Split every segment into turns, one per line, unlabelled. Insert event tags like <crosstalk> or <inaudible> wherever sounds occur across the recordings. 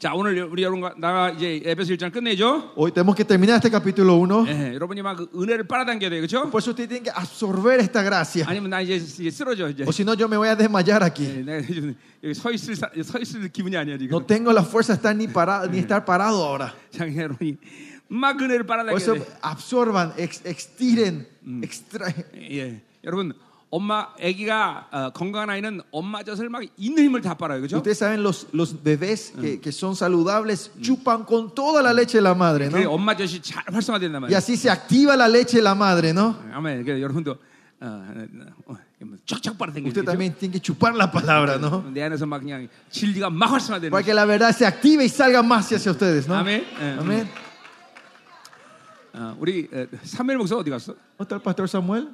자, 오늘 여- 우리 여러분과 나 이제 에베소 1장 끝내죠.
Hoy tenemos que terminar este capítulo 1.
예, 여러분이 막 그 은혜를 빨아당겨야 돼요. 그렇죠?
Por eso ustedes tienen que absorber esta gracia.
아니면 나 이제, 이제 쓰러져 이제.
O si no, yo me voy a desmayar
예,
aquí.
내가 지금 여기 서 있을 사- 서 있을 기분이 아니야, 지금.
No tengo la fuerza de estar ni, para, ni estar parado ahora.
장 여러분이 막 은혜를
Por eso
빨아당겨야 돼.
absorban, ex- extiren, extraen.
예. 여러분, 엄마 아기가 어, 건강한 아이는 엄마 젖을 막 있는 힘을 다 빨아요. 그렇죠?
Ustedes saben, los, los bebés que, que son saludables chupan con toda la leche de la madre,
그
¿no?
엄마 젖이 잘 활성화된단
Y
말이에요.
así se activa la leche de la madre, ¿no?
아멘. 그러니까 여러분도 어, 어, 어, 뭐 쫙쫙
Usted
빨아당기죠.
también tiene que chupar la palabra, ¿no?
내 안에서 막 그냥 진리가 막 활성화되는.
Para que la verdad se active y salga más hacia ustedes, ¿no?
Amén. Eh,
Amén.
어, 우리 어, 사무엘 목사 어디 갔어?
¿Dónde está el pastor Samuel?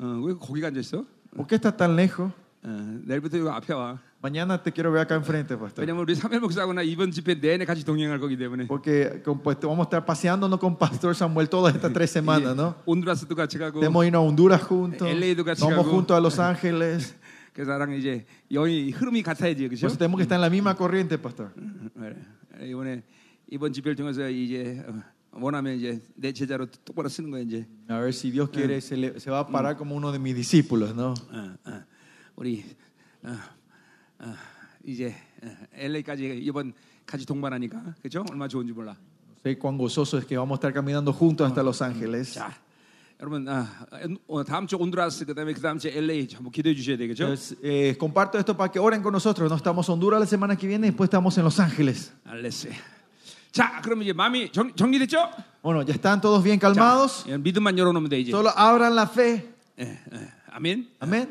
어, 왜 거기 앉아 있어?
¿Por qué está tan lejos?
어, 내일부터 여기 앞에 와.
Mañana te quiero ver acá enfrente, pastor.
왜냐면 우리 사무엘 목사하고 나 이번 집회 내내 같이 동행할 거기 때문에.
뭐 Porque con- pues, vamos a estar paseándonos con pastor Samuel todas estas tres semanas, ¿no?
예, 온두라스도 같이 가고.
Tenemos ido a Honduras juntos,
LA do
nos
Chicago.
vamos juntos a Los Ángeles.
그래서 나랑 이제 영이 흐름이 같아야지, 그렇죠? 어, 예.
Por eso tenemos que estar en la misma corriente, pastor.
Mm. 이번에 이번 집회를 통해서 이제 어, 원하면 이제 내 제자로 똑바로 쓰는 거야 이제.
A ver si Dios quiere, se, le- se va a parar como uno de mis discípulos, ¿no?
어, 어, 우리 어, 어, 이제 어, LA까지 이번 같이 동반하니까 그렇죠? 얼마 나 좋은지 몰라.
No sé cuán gozoso es que vamos a estar caminando juntos hasta Los Ángeles.
자, 여러분 아, 어, 다음 주 온두라스 그다음에 그다음 주 LA 전부 기대해 주셔야 되겠죠?
Entonces, eh, comparto esto para que oren con nosotros. No estamos en Honduras la semana que viene y después estamos en Los Ángeles.
알겠어요. 아, 자, 그럼 이제 마음이 정, 정리됐죠?
Bueno, ¿ya están todos bien
자,
calmados?
예, 믿음만 열어놓으면 돼 이제.
Solo abran la fe.
예, 예, 아멘.
Amén.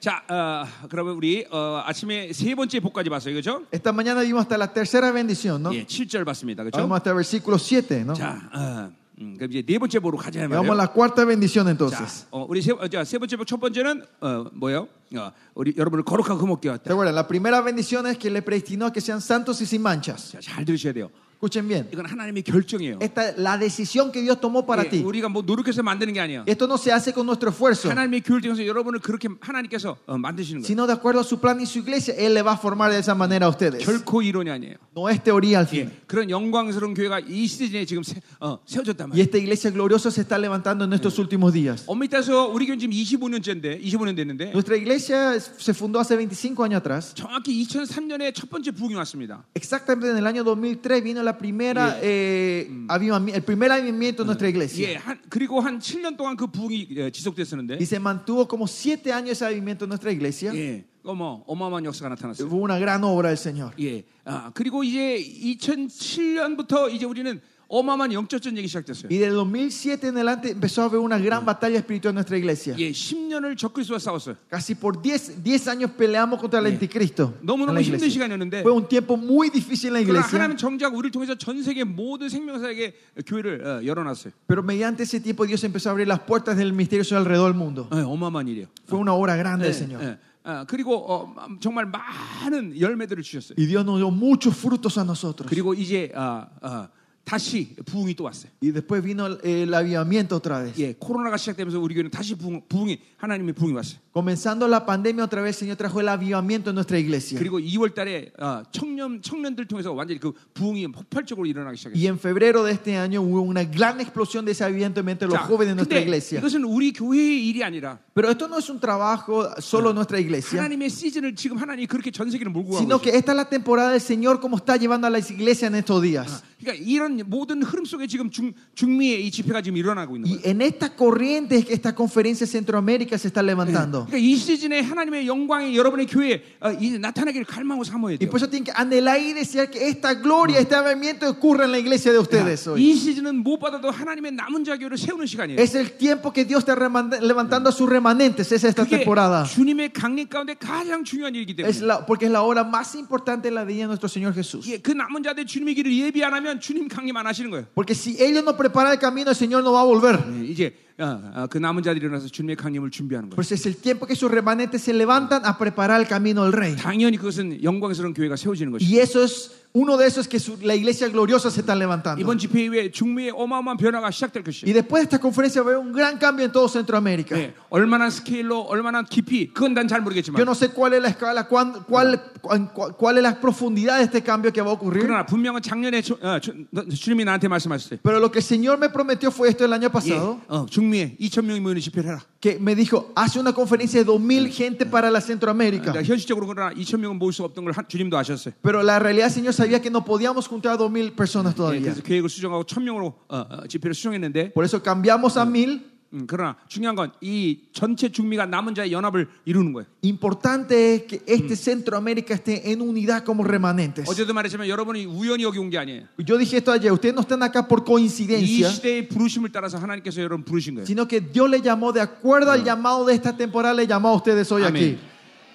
자, 어, 그러면 우리 어, 아침에 세 번째 복까지 봤어요, 그렇죠?
Esta mañana vimos hasta la tercera bendición, ¿no?
예, 7절 봤습니다,
Ahora
그렇죠?
Vamos hasta el versículo 7, ¿no?
자, 어, 음, 그럼 이제 네 번째 복으로 가자 이
Y Vamos a
말이에요.
la cuarta bendición
자,
entonces.
어, 우리 세, 어, 자, 세 번째 복 첫 번째는 어, 뭐요? 어, 우리 여러분을 거룩하고 흠없게
¿Se
왔다.
acuerdan? La primera bendición es que le predestinó a que sean santos y sin manchas.
자, 잘 들으셔야 돼요.
Escuchen bien.
이건 하나님의 결정이에요.
Esta es la decisión que Dios tomó para
예,
ti.
우리가 뭐 노력해서 만드는 게 아니에요.
Esto no se hace con nuestro esfuerzo,
하나님의 교회를 통해서 여러분을 그렇게 하나님께서 어, 만드시는 거예요.
sino de acuerdo a su plan y su iglesia. Él le va a formar de esa manera a ustedes.
결코 이론이 아니에요.
No es teoría al
예,
fin.
그런 영광스러운 교회가 이 시대에 지금 세, 어, 세워졌단
Y
말이에요.
esta iglesia gloriosa se está levantando en estos últimos días.
엄밀히 따서 우리 교회 는 지금 25년째인데, 25년 됐는데
Nuestra iglesia es- se fundó hace 25 años atrás.
정확히 2003년에 첫 번째 부흥이 왔습니다.
Exactamente en el año 2003 vino la primera, eh, avivami- el primer avivamiento en nuestra iglesia.
예, 한, 그리고 한 7년 동안 그 부흥이 예, 지속됐었는데,
Y se mantuvo como siete años ese avivamiento en nuestra iglesia.
예, 어머, 어마어마한 역사가 나타났어요.
Hubo una gran obra del Señor.
예, 아, 그리고 이제 2007년부터 이제 우리는 어마어마한 영적 전쟁이 시작됐어요.
Y del 2007 en adelante empezó a haber una gran batalla espiritual en nuestra iglesia.
예, 10년을 적그리스와 싸웠어요.
Casi por 10, 10 años peleamos contra el anticristo. en
너무너무
la
힘든
iglesia.
시간이었는데,
Fue un tiempo muy difícil en la
그러나
iglesia.
하나님 정작 우리를 통해서 전 세계 모든 생명사에게 교회를 어, 열어놨어요.
Pero mediante ese tiempo Dios empezó a abrir las puertas del misterio alrededor del mundo.
예, 어마어마한 일이에요.
Fue una obra grande
예,
del Señor.
예. 아, 그리고 어, 정말 많은 열매들을 주셨어요.
Y Dios nos dio muchos frutos a nosotros.
그리고 이제 아, 아, 다시 부흥이 또 왔어요.
Y después vino el, el avivamiento otra vez.
예, 코로나가 시작되면서 우리 교회는 다시 부흥, 부흥이 하나님의 부흥이 왔어요.
Comenzando la pandemia otra vez, el Señor trajo el avivamiento en nuestra iglesia.
그리고 2월달에 아, 청년 청년들 통해서 완전히 그 부흥이 폭발적으로 일어나기 시작했어요.
Y en febrero de este año hubo una gran explosión de ese avivamiento entre los
자,
jóvenes de nuestra
근데
iglesia.
이것은 우리 교회의 일이 아니라
Pero esto no es un trabajo solo en nuestra iglesia,
하나님의 시즌을 지금 하나님이 그렇게 전 세계를 몰고 가고
sino
있어요.
que esta es la temporada del Señor como está llevando a la iglesia en estos días.
그러니까 이런 모든 흐름 속에 지금 중, 중미의 이 집회가 지금 일어나고 있는
Y
거예요.
en esta corriente es que esta conferencia Centroamérica se está levantando.
그러니까 이 시즌에 하나님의 영광이 여러분의 교회에 어, 이제 나타나기를 갈망하고 삼아야
Y
돼요.
por eso tienen que anhelar y desear que esta gloria, este avivamiento ocurra en la iglesia de ustedes
그러니까
hoy.
이 시즌은 무엇보다도 하나님의 남은 자 교회를 세우는 시간이에요.
Es el tiempo que Dios está remanda- levantando a sus remanentes, es esta
그게
temporada.
주님의 강림 가운데 가장 중요한 일이기 때문에
Es la- porque es la hora más importante en la vida de nuestro Señor Jesús.
예, 그 남은 자들 주님의 길을 예비 안 하면 주님 강림 안 하시는 거예요.
Porque si ellos no preparan el camino, el Señor no va a volver.
예, 이제 어, 어, 그 남은 자들이 일어나서 주님의 강림을 준비하는 거예요.
Pues es el tiempo que sus remanentes se levantan a preparar el camino al rey.
당연히 그것은 영광스러운 교회가 세워지는 것이죠.
Y eso es uno de esos que su- la iglesia gloriosa se está levantando.
이번 집회 이후에 중미의 어마어마한 변화가 시작될
Y
것이에요.
después de esta conferencia va a haber un gran cambio en todo Centroamérica.
네, 얼마나 스케일로, 얼마나 깊이, 그건 난 잘
Yo
모르겠지만,
no sé cuál es la escala, cuán- cuál, cuán- cuál, cuál es la profundidad de este cambio que va a ocurrir.
그러나 분명은 작년에 주, 어, 주, 너- 주님이 나한테 말씀하셨어요.
Pero lo que el Señor me prometió fue esto el año
예,
pasado,
어, 중미에 2천 명이 모이는 집회를 해라.
que me dijo, hace una conferencia de 2.000 gente para la Centroamérica.
그러니까 현실적으로 그러나 2천 명은 모일 수 없던 걸 하- 주님도 아셨어요.
Pero la realidad el Señor sabía que no podíamos juntar a 2.000 personas
예,
todavía.
그래서 계획을 수정하고 천 명으로 어, 어, 집회를 수정했는데,
Por eso cambiamos a 1.000.
음, 그러나 중요한 건 이 전체 중미가 남은 자의 연합을 이루는 거예요.
Importante es que este Centroamérica esté en unidad como remanentes.
어제도 말했지만 여러분이 우연히 여기 온 게 아니에요.
Yo dije esto ayer, ustedes no están acá por
이
coincidencia,
시대의 부르심을 따라서 하나님께서 여러분 부르신 거예요.
sino que Dios le llamó de acuerdo al llamado de esta temporada, le llamó a ustedes hoy aquí.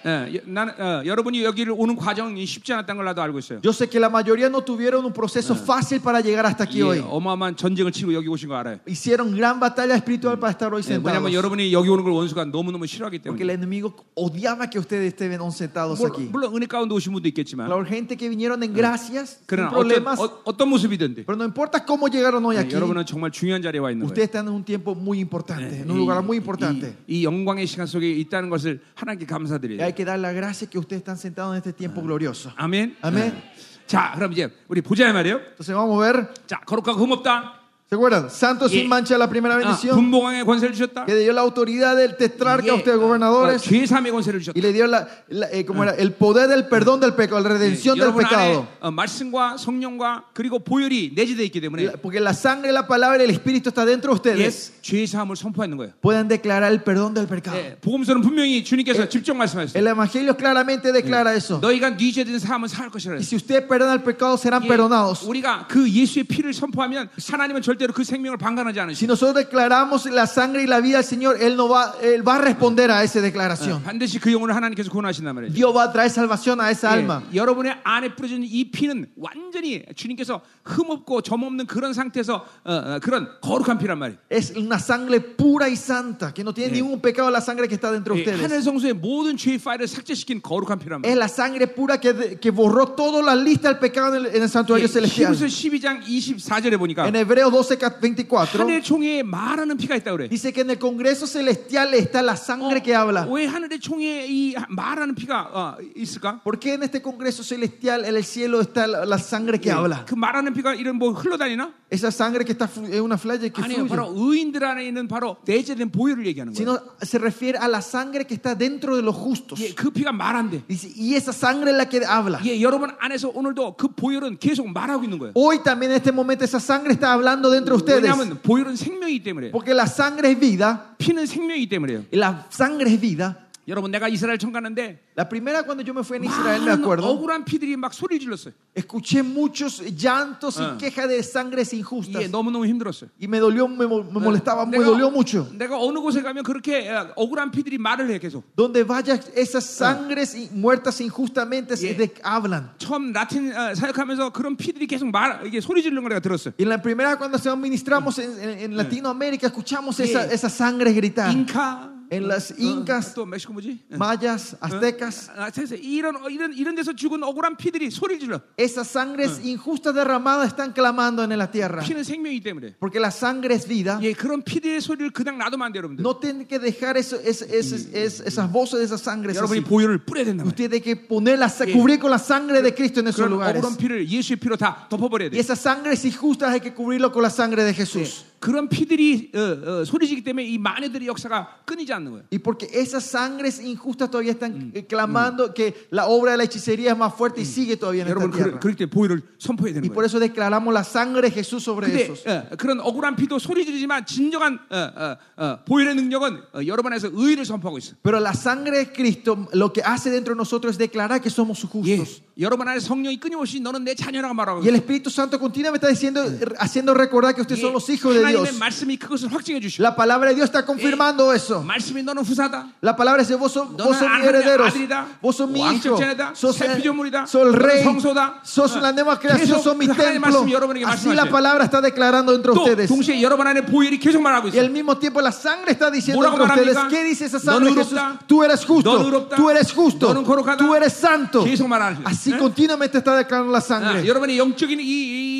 예, 여- 나는, 어, 여러분이 여기를 오는 과정이 쉽지 않았다는 걸 나도 알고 있어요.
Yo sé que la mayoría no tuvieron un proceso fácil para llegar hasta aquí
예,
hoy.
어마어마한 전쟁을 치고 여기 오신 거 알아요.
Hicieron gran batalla espiritual para estar hoy
예, 왜냐하면
sentados.
여러분이 여기 오는 걸 원수가 너무 너무 싫어하기 때문에.
Porque el enemigo odiaba que ustedes estén sentados aquí.
물론, 물론 은혜 가운데 오신 분도 있겠지만,
La gente que vinieron en gracias, sin
그러나 어떤,
problemas,
어, 어떤 모습이든지
pero no importa cómo llegaron hoy
예,
aquí,
여러분은 정말 중요한 자리에 와 있는
ustedes
거예요.
están en un tiempo muy
Eh,
importante, en un lugar
뭐
muy importante.
이, 이, 이 영광의 시간 속에 있다는 것을 하나님께
Y
감사드려요.
hay que dar la gracia que ustedes están sentados en este tiempo glorioso.
아멘.
아멘.
예. 자, 그럼 이제 우리 보자 이 말이에요.
Entonces vamos a ver,
자, 거룩하고 흠없다.
¿se acuerdan? Santo
Y- Ah,
sin mancha, la primera
아,
bendición,
분봉왕의 권세를 주셨다.
que dio la autoridad del tetrarca a ustedes, gobernadores.
죄삼의 권세를
y
주셨다.
le dio la, la- eh, ¿cómo era? el poder del perdón del pecado, la redención del
여러분 안에
pecado.
어, 말씀과 성령과 그리고 보혈이 내재되어 있기 때문에
La- Porque la sangre, la palabra y el espíritu está dentro
예,
de ustedes.
죄사함을 선포하는 거예요.
Pueden declarar el perdón del pecado.
예, 복음서는 분명히 주님께서 직접 말씀하셨어요.
El evangelio claramente declara eso.
너희가 네 죄된 사함은 살 것이라
Y
그랬어요.
si ustedes perdonan el pecado, serán
예,
perdonados.
우리가 그 예수의 피를 선포하면 하나님은 절대로 그 생명을 방관하지
Si
않으시죠.
nosotros declaramos la sangre y la vida del Señor, Él, no va, él va a responder a esa declaración.
반드시 그 영혼을 하나님께서 구원하신단 말이죠. 예,
Dios va a traer salvación
네,
a esa alma.
여러분의 안에 뿌려진 이 피는 완전히 주님께서 흠없고 점없는 그런 상태에서 어, 어, 그런 거룩한 피란 말이에요.
Es una sangre pura y santa, que no tiene ningún pecado la sangre que está dentro
예,
de ustedes.
하늘 성소의 모든 죄의 파일을 삭제시킨 거룩한 피란
Es
말이에요.
la sangre pura que, de- que borró toda la lista del pecado en el, en el santuario celestial.
예, 히브리서 12장 24절에 보니까
En Hebreos 12, ca- 24,
하늘 총에 말하는 피가 있다 그래.
dice que en el Congreso celestial está la
Oh,
sangre que habla.
어, 왜 하늘의 총에 이 말하는 피가 어, 있을까?
¿Por qué en este Congreso celestial, en el cielo, está la, la sangre que habla?
그 말하는 피가 이런 뭐 흘러다니나?
Esa sangre que está flu- es una playa que
아니요,
fluye.
바로 의인들 안에 있는 바로 내재된 보혈을 얘기하는 거예요.
Sino se refiere a la sangre que está dentro de los justos.
예, 그 피가 말한대.
Dice, y esa sangre es la que habla.
예, 여러분 안에서 오늘도 그 보혈은 계속 말하고 있는 거예요.
Hoy también en este momento esa sangre está hablando dentro
어,
de ustedes.
왜냐하면 보혈은 생명이기 때문에
Porque la sangre es vida.
피는 생명이기 때문에요.
y La sangre es vida.
여러분 내가 이스라엘 청 갔는데
La primera cuando yo me fui en Israel, me
많은
acuerdo,
억울한 피들이 막 소리를 질렀어요.
escuché muchos llantos
Ah.
y quejas de sangres injustas.
예, 너무너무 힘들었어요.
Y me dolió, me, mo- me molestaba, me
내가-
dolió mucho.
내가 어느 곳에 가면 그렇게 어, 억울한 피들이 말을 해 계속.
Donde vaya esas sangres in- muertas injustamente se
Yeah.
de- hablan.
처음 라틴 어, 사역하면서 그런 피들이 계속 말 이게 소리 지르는 걸 내가 들었어요.
Y en la primera cuando se ministramos en, en- en Latinoamérica escuchamos esa,
Yeah.
esas sangres gritar.
잉카,
En las incas,
어, 또 멕시코 뭐지?
mayas, aztecas.
아, 그래서 이런 어, 이런 이런 데서 죽은 억울한 피들이 소리 질러.
Esas sangres injustas derramadas están clamando en la tierra.
피는 생명이기 때문에.
Porque la sangre es vida.
예, 그런 피들의 소리를 그냥 놔두면 안 돼요, 여러분들.
No tienen que dejar eso, es- es- es- es- esas voces de esas sangres.
여러분이
así.
보혈을 뿌려야 된다 말이에요.
Usted tiene que ponerla,
Yeah.
cubrir con la sangre de Cristo en esos
그런
lugares.
억울한 피를 예수의 피로 다 덮어버려야
Y
돼.
esas sangres injustas hay que cubrirlo con la sangre de Jesús.
그런 피들이 어, 어, 소리지기 때문에 이 마녀들의 역사가 끊이지 않는 거예요.
Y porque esas sangres injustas todavía están eh, clamando que la obra de la hechicería es más fuerte y sigue todavía en
여러분 그,
esta tierra.
그렇기 때문에 보혈을 선포해야 되는
Y por
거예요.
eso declaramos la sangre de Jesús sobre
근데
esos.
어, 그런 억울한 피도 소리 지르지만 진정한 어, 어, 어, 보혈의 능력은 어, 여러분 안에서 의를 선포하고 있어요.
Pero la sangre de Cristo lo que hace dentro de nosotros es declarar que somos
예,
justos.
여러분 안에 성령이 끊임없이 너는 내 자녀라고 말하고
Y el
있어요.
Espíritu Santo continuamente está diciendo, haciendo recordar que ustedes
예,
son los hijos de Dios.
하나님의 말씀이 그것을 확증해 주시고
La palabra de Dios está confirmando eso.
말씀이 너는 후사다.
La palabra dice, vos sos, vos sos
너는 아론의
mis herederos,
아들이다.
vos sos mi hijo,
왕족자네다.
sos,
새
el-
피조물이다.
sos el
너는
rey,
성소다.
sos la nueva creación,
계속
sos mi
그 하나님의
templo.
말씀이 여러분에게
Así
말씀하세요.
la palabra está declarando entre
또
ustedes.
동시에 여러분 안에 보혈이 계속 말하고
Y
있어.
al mismo tiempo la sangre está diciendo
뭐라고
entre ustedes,
말합니까?
¿qué dice esa sangre
너는
de Jesús?
의롭다.
Tú eres
너는
justo,
의롭다.
tú eres justo,
너는 거룩하다.
tú eres santo.
계속 말하는 거예요.
Así
네?
continuamente está declarando la
아,
sangre.
여러분의 영적인 이,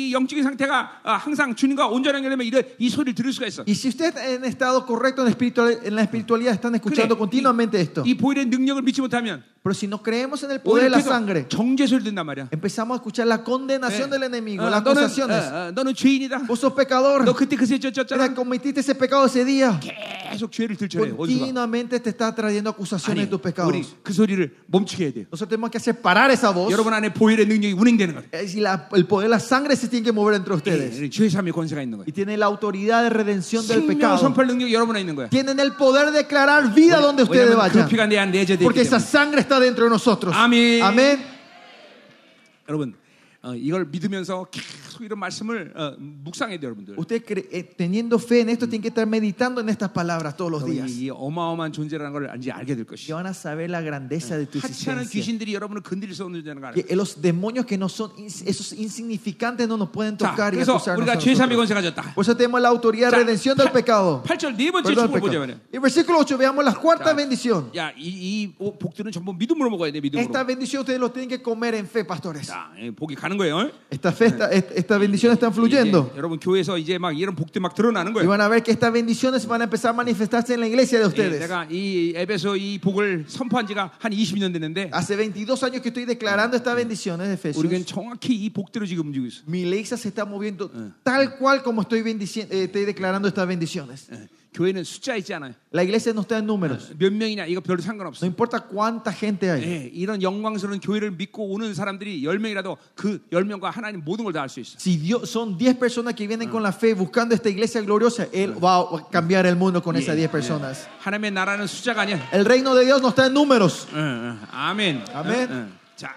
이 영적인 상태가 아, 항상 주님과 온전 연결되면 이런 이 소리를 들을 수가 있어.
Y si ustedes en estado correcto en, espiritual- en la espiritualidad están
그래,
escuchando continuamente esto,
이 보혈의 능력을 믿지 못하면
pero si no creemos en el poder de
오히려
la
계속
sangre,
정죄 소리 든단 말이야.
empezamos a escuchar la condenación del enemigo,
어,
las
너는,
acusaciones.
어, 어, 너는 죄인이다.
Vos sos
너
pecador.
그때 그새 젖졌잖아.
Mira, cometiste ese pecado ese día.
계속 죄를 들춰내. 원수가.
Continuamente te está trayendo acusaciones de tus
우리
pecados.
그 소리를 멈추게 해야 돼요.
Nosotros tenemos que hacer parar esa voz.
여러분 안에 보혈의 능력이 운행되는 거예요.
Eh, Y la- el poder de la sangre se tiene que mover entre ustedes.
예, 죄의 삶의 권세가 있는
Y
거예요.
tiene la autoridad de redención del
생명
pecado.
선포할 능력이 여러분 안에 있는 거예요.
Tienen el poder de declarar vida donde ustedes
왜냐하면 그
vayan.
피가 내 안에 내재되기
Porque
때문에.
esa sangre está dentro de nosotros.
Amén.
Amén.
여러분 어, 이걸 믿으면서 계속 이런 말씀을 어, 묵상해야 돼요, 여러분들.
Usted cre- eh, teniendo fe en esto, tiene que estar meditando en estas palabras todos los días.
이, 이 어마어마한 존재라는 걸 이제 알게 될
Que
것이요.
van a saber la grandeza de tu
하찮은
existencia.
귀신들이 여러분을 건드릴 수 없는 존재라는 걸 알아요.
que los demonios que no son ins- esos insignificantes no nos pueden
자,
tocar y
그래서
acusarnos a
우리가 죄의 삶의
nosotros.
권세가 졌다.
Por eso tenemos la autoridad de redención del pecado.
8절 네 번째
Perdón,
축복을 보자
del pecado.
말이야.
Y versículo 8 veamos la cuarta
자,
bendición.
야, 이, 이 복들은 전부 믿음으로 먹어야 돼, 믿음으로.
Esta bendición ustedes lo tienen que comer en fe, pastores.
자, 예, 복이 가는 거예요. 어?
Esta, fe, esta, est- esta bendición está fluyendo.
이제 여러분 교회에서 이제 막 이런 복들 막 드러나는
Y
거예요.
van a ver que estas bendiciones van a empezar a manifestarse en la iglesia de
예,
ustedes.
내가 이 에베소 이 복을 선포한 지가 한 20년 됐는데
Hace 22 años que estoy declarando estas bendiciones de Efesios.
우리는 정확히 이 복대로 지금 움직이고 있어.
Mi iglesia se está moviendo tal cual como estoy, bendici- eh, estoy declarando estas bendiciones.
예, 교회는 숫자 있지 않아요.
La iglesia no está en números.
몇 명이냐 이거 별로 상관없어.
No importa cuánta gente hay.
예, 이런 영광스러운 교회를 믿고 오는 사람들이 10명이라도 그 10명과 하나님 모든 걸 다 할 수 있어.
Si Dios, son 10 personas que vienen con la fe buscando esta iglesia gloriosa, Él va a cambiar el mundo con esas 10 personas.
하나님의 나라는 숫자가 아니야.
El reino de Dios no está en números.
응, 응, 아멘.
아멘.
응, 응. 자,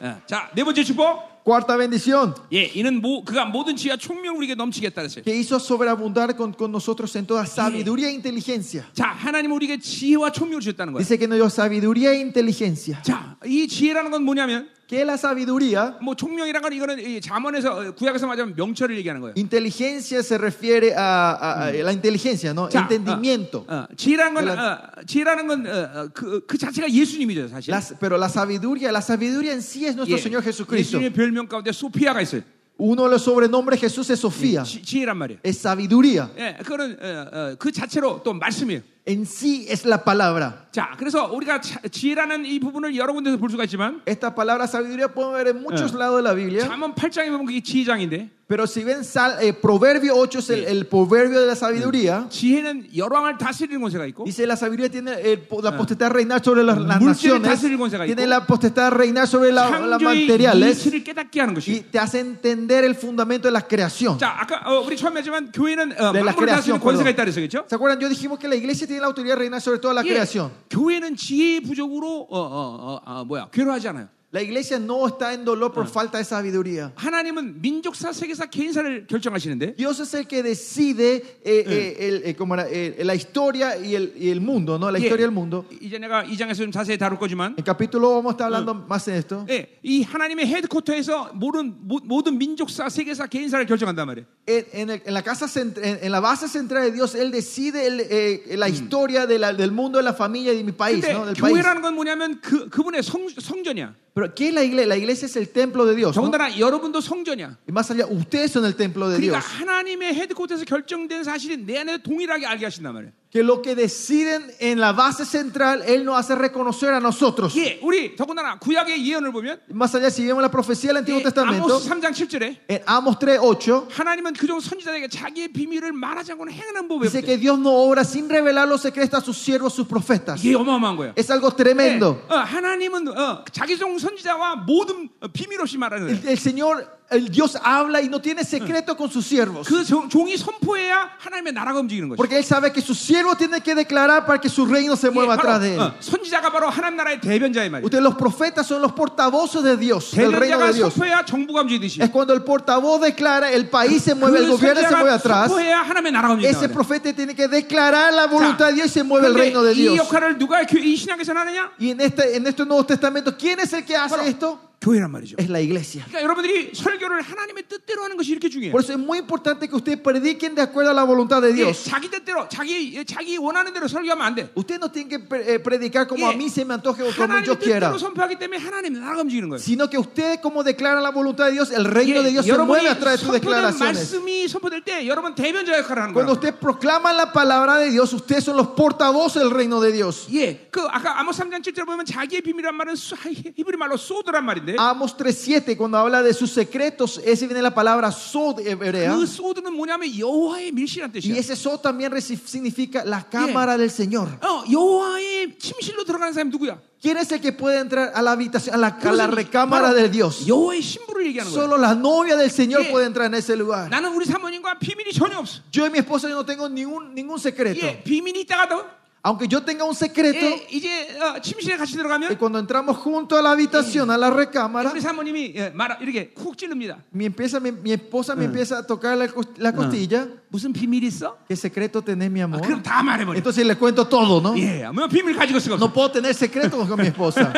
응. 자, 네 번째 축복.
Cuarta bendición,
예, 이는 모, 그가 모든 지혜와 총명을 우리에게 넘치겠다 그랬어요.
que hizo sobreabundar con, con nosotros en toda sabiduría e inteligencia.
자, 하나님은 우리에게 지혜와 총명을 주셨다는 거예요.
Dice que nos dio sabiduría e inteligencia.
자, 이 지혜라는 건 뭐냐면
Que la sabiduría,
뭐 총명이란 건 이거는 이 잠언에서 어, 구약에서 말하자면 명철을 얘기하는 거예요.
inteligencia se refiere a, a- a la inteligencia, ¿no?
자,
Entendimiento.
어, 어, 지혜라는 건 어, 지혜라는 건그 그 자체가 예수님이죠, 사실. 예.
Las- pero la sabiduría, la sabiduría en sí es nuestro Señor Jesucristo.
예수님의 별명 가운데 소피아가 있어요.
Uno de los sobrenombres de Jesús es Sofía,
지, 지혜란 말이에요.
es sabiduría.
예, 그거는 어, 어, 그 자체로 또 말씀이에요.
En sí es la palabra.
자, 그래서 우리가 자- 지혜라는 이 부분을 여러 군데서 볼 수가 있지만
Esta palabra sabiduría podemos ver en muchos lados de la Biblia,
잠언 8장에 보면 그게 지혜장인데
pero si ven sal- eh, Proverbio 8 es el, el proverbio de la sabiduría,
Mm. 지혜는 열왕을 다스리는 권세가 있고
dice la sabiduría tiene el po- la potestad de reinar sobre las, las
Multi를
naciones,
다스릴 권세가
tiene
있고,
la potestad de reinar sobre la-
창조의
las materiales
이치를 깨닫게 하는
y
것이.
te hace entender el fundamento de la creación.
자, 아까 어, 우리 처음에 하지만 교회는 어,
De
만물을
la
다스리는
creación,
권세가
perdón.
있다 그랬어요, 그렇죠?
¿Se acuerdan? Yo dijimos que la iglesia tiene la autoridad de reinar sobre toda la
예,
creación.
교회는 지혜의 부족으로 어, 어, 어, 아, 뭐야 괴로워하지 않아요.
La iglesia no está en dolor por falta de sabiduría.
하나님은 민족사, 세계사, 개인사를 결정하시는데
Dios es el que decide eh, eh, el- eh, cómo era, eh, la historia y el, y el mundo, ¿no? La
예,
historia y el mundo.
이제 내가 이 장에서 좀 자세히 다룰 거지만
En capítulo vamos a estar hablando más de esto.
예, 이 하나님의 헤드쿼터에서 모든 모- 모든 민족사, 세계사, 개인사를 결정한단 말이에요.
En, en el- en la casa cent- en, en la base central de Dios, Él decide el, eh, la historia de la- del mundo, de la familia y de mi país,
근데
¿no? Del país.
교회라는 건 뭐냐면 그 그분의 성, 성전이야.
Pero ¿qué es la iglesia? La iglesia es el templo de Dios. ¿no?
더군다나 여러분도 성전이야.
Y más allá, ustedes son el templo de
그러니까
Dios.
하나님의 헤드쿼터에서 결정된 사실은 내 안에 동일하게 알게 하신단 말이에요.
Que lo que deciden en la base central, Él nos hace reconocer a nosotros.
예, 우리 더군다나 구약의 예언을 보면
Y Más allá, si vemos la profecía del Antiguo
예,
Testamento,
아모스 3장 7절에
en Amos 3.8,
하나님은 그중 선지자에게 자기의 비밀을 말하지 않고는 행하는 법에
dice que
없대.
Dios no obra sin revelar los secretos a sus siervos, sus profetas.
이게 어마어마한 거예요.
Es algo
네,
tremendo.
어, 하나님은 어, 자기 종 선지자와 모든 어, 비밀 없이 말하는 거예요.
El, el Señor el Dios habla y no tiene secreto con sus siervos.
그 종- 종이 선포해야 하나님의 나라가 움직이는 거죠.
Porque él sabe que sus siervos tienen que declarar para que su reino se
예,
mueva atrás de
바로,
él.
어, 선지자가 바로 하나님 나라의 대변자의 말이에요.
Ustedes, los profetas, son los portavoces de Dios, del reino
대변자가
de Dios.
선포해야 정부가 움직이듯이
Es cuando el portavoz declara, el país se mueve, el
그
gobierno se mueve
선지자가
atrás.
선포해야 하나님의 나라가 움직이는
Ese
거예요.
profeta tiene que declarar la voluntad de Dios y se mueve el reino de
이
Dios.
역할을 누가 교- 이 신학에서 하느냐?
Y en este, en este Nuevo Testamento, ¿quién es el que hace esto?
교회란 말이죠.
Es la iglesia.
그러니까 여러분들이 설교를 하나님의 뜻대로 하는 것이 이렇게 중요해요.
Por eso es muy importante que ustedes prediquen de acuerdo a la voluntad de
예,
Dios.
자기 뜻대로 자기 예, 자기 원하는 대로 설교하면 안 돼.
Ustedes no tienen que pre- eh, predicar como a
예,
mí se me antoje o como
하나님의
yo quiera,
뜻대로 선포하기 때문에 하나님의 나라가 움직이는 거예요.
sino que ustedes, como declaran la voluntad de Dios, el reino de
예,
Dios se mueve
여러분이
a través de sus
선포된
declaraciones.
말씀이 선포될 때 여러분 대변자 역할을 하는 거예요.
Cuando ustedes proclaman la palabra de Dios, ustedes son los portavoces del reino de Dios.
예, 그 아까 아모스 3장 7절 보면 자기의 비밀이란 말은 수- 히브리 말로 소드란 말인데
Amos 3.7, cuando habla de sus secretos, ese viene la palabra sod hebrea.
그 소드는 뭐냐면 여호와의 밀실한
Y
뜻이야.
ese sod también reci- significa la cámara del Señor.
어, 여호와의 침실로 들어가는 사람이 누구야?
¿Quién es el que puede entrar a la habitación, a la, a la
그것은
recámara
바로
de Dios?
여호와의 신부를 얘기하는 거야.
Solo la novia del Señor
Yeah.
puede entrar en ese lugar.
나는 우리 사모님과 비밀이 전혀 없어.
Yo y mi esposa yo no tengo ningún, ningún secreto.
예, 비밀이 있다가도
Aunque yo tenga un secreto,
예, 이제 어, 침실에 같이
y
들어가면
cuando entramos junto a la habitación, a la recámara,
우리 사모님이 예, 말 이렇게 쿡 찌릅니다.
mi, empieza, mi, mi esposa me empieza a tocar la, cos- la costilla.
무슨 비밀이 있어?
¿Qué secreto tenés, mi
아,
amor?
그럼 다 말해버려.
Entonces le cuento todo, ¿no?
예, 뭐 비밀 가지고 있을 거 없어.
No puedo tener secretos con mi esposa.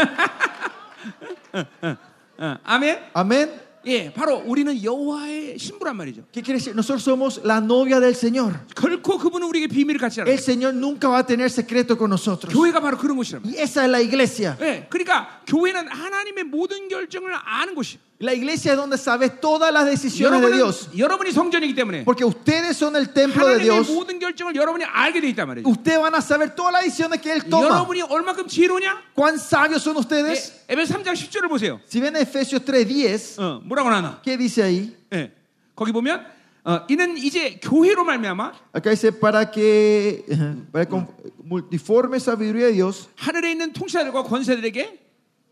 어, 아멘.
Amén.
예, 바로 우리는 여호와의 신부란 말이죠.
¿Qué quiere decir? Nosotros somos la novia del Señor.
결코 그분은 우리에게 비밀을 같이 알아.
El Señor nunca va a tener secreto con nosotros.
교회가 바로 그런 곳이란 말이야.
Y esa es la iglesia.
예, 그러니까 교회는 하나님의 모든 결정을 아는 곳이.
La iglesia es donde sabes todas las decisiones de
여러분은
Dios.
여러분이 성전이기 때문에
Porque ustedes son el templo de
하나님의
Dios.
모든 결정을 여러분이 알게 돼 있단 말이죠.
Ustedes van a saber todas las decisiones que Él toma.
여러분이 얼마큼 지혜로냐? 예,
¿Cuán sabios son ustedes?
에베소 3장 10절을 보세요.
Si ven Efesios 3.10,
어, 뭐라고 나나?
¿qué dice ahí?
예. 거기 보면 어, 이는 이제 교회로 말미암아
Acá dice, para que <laughs> para con multiforme sabiduría de Dios
하늘에 있는 통치자들과 권세들에게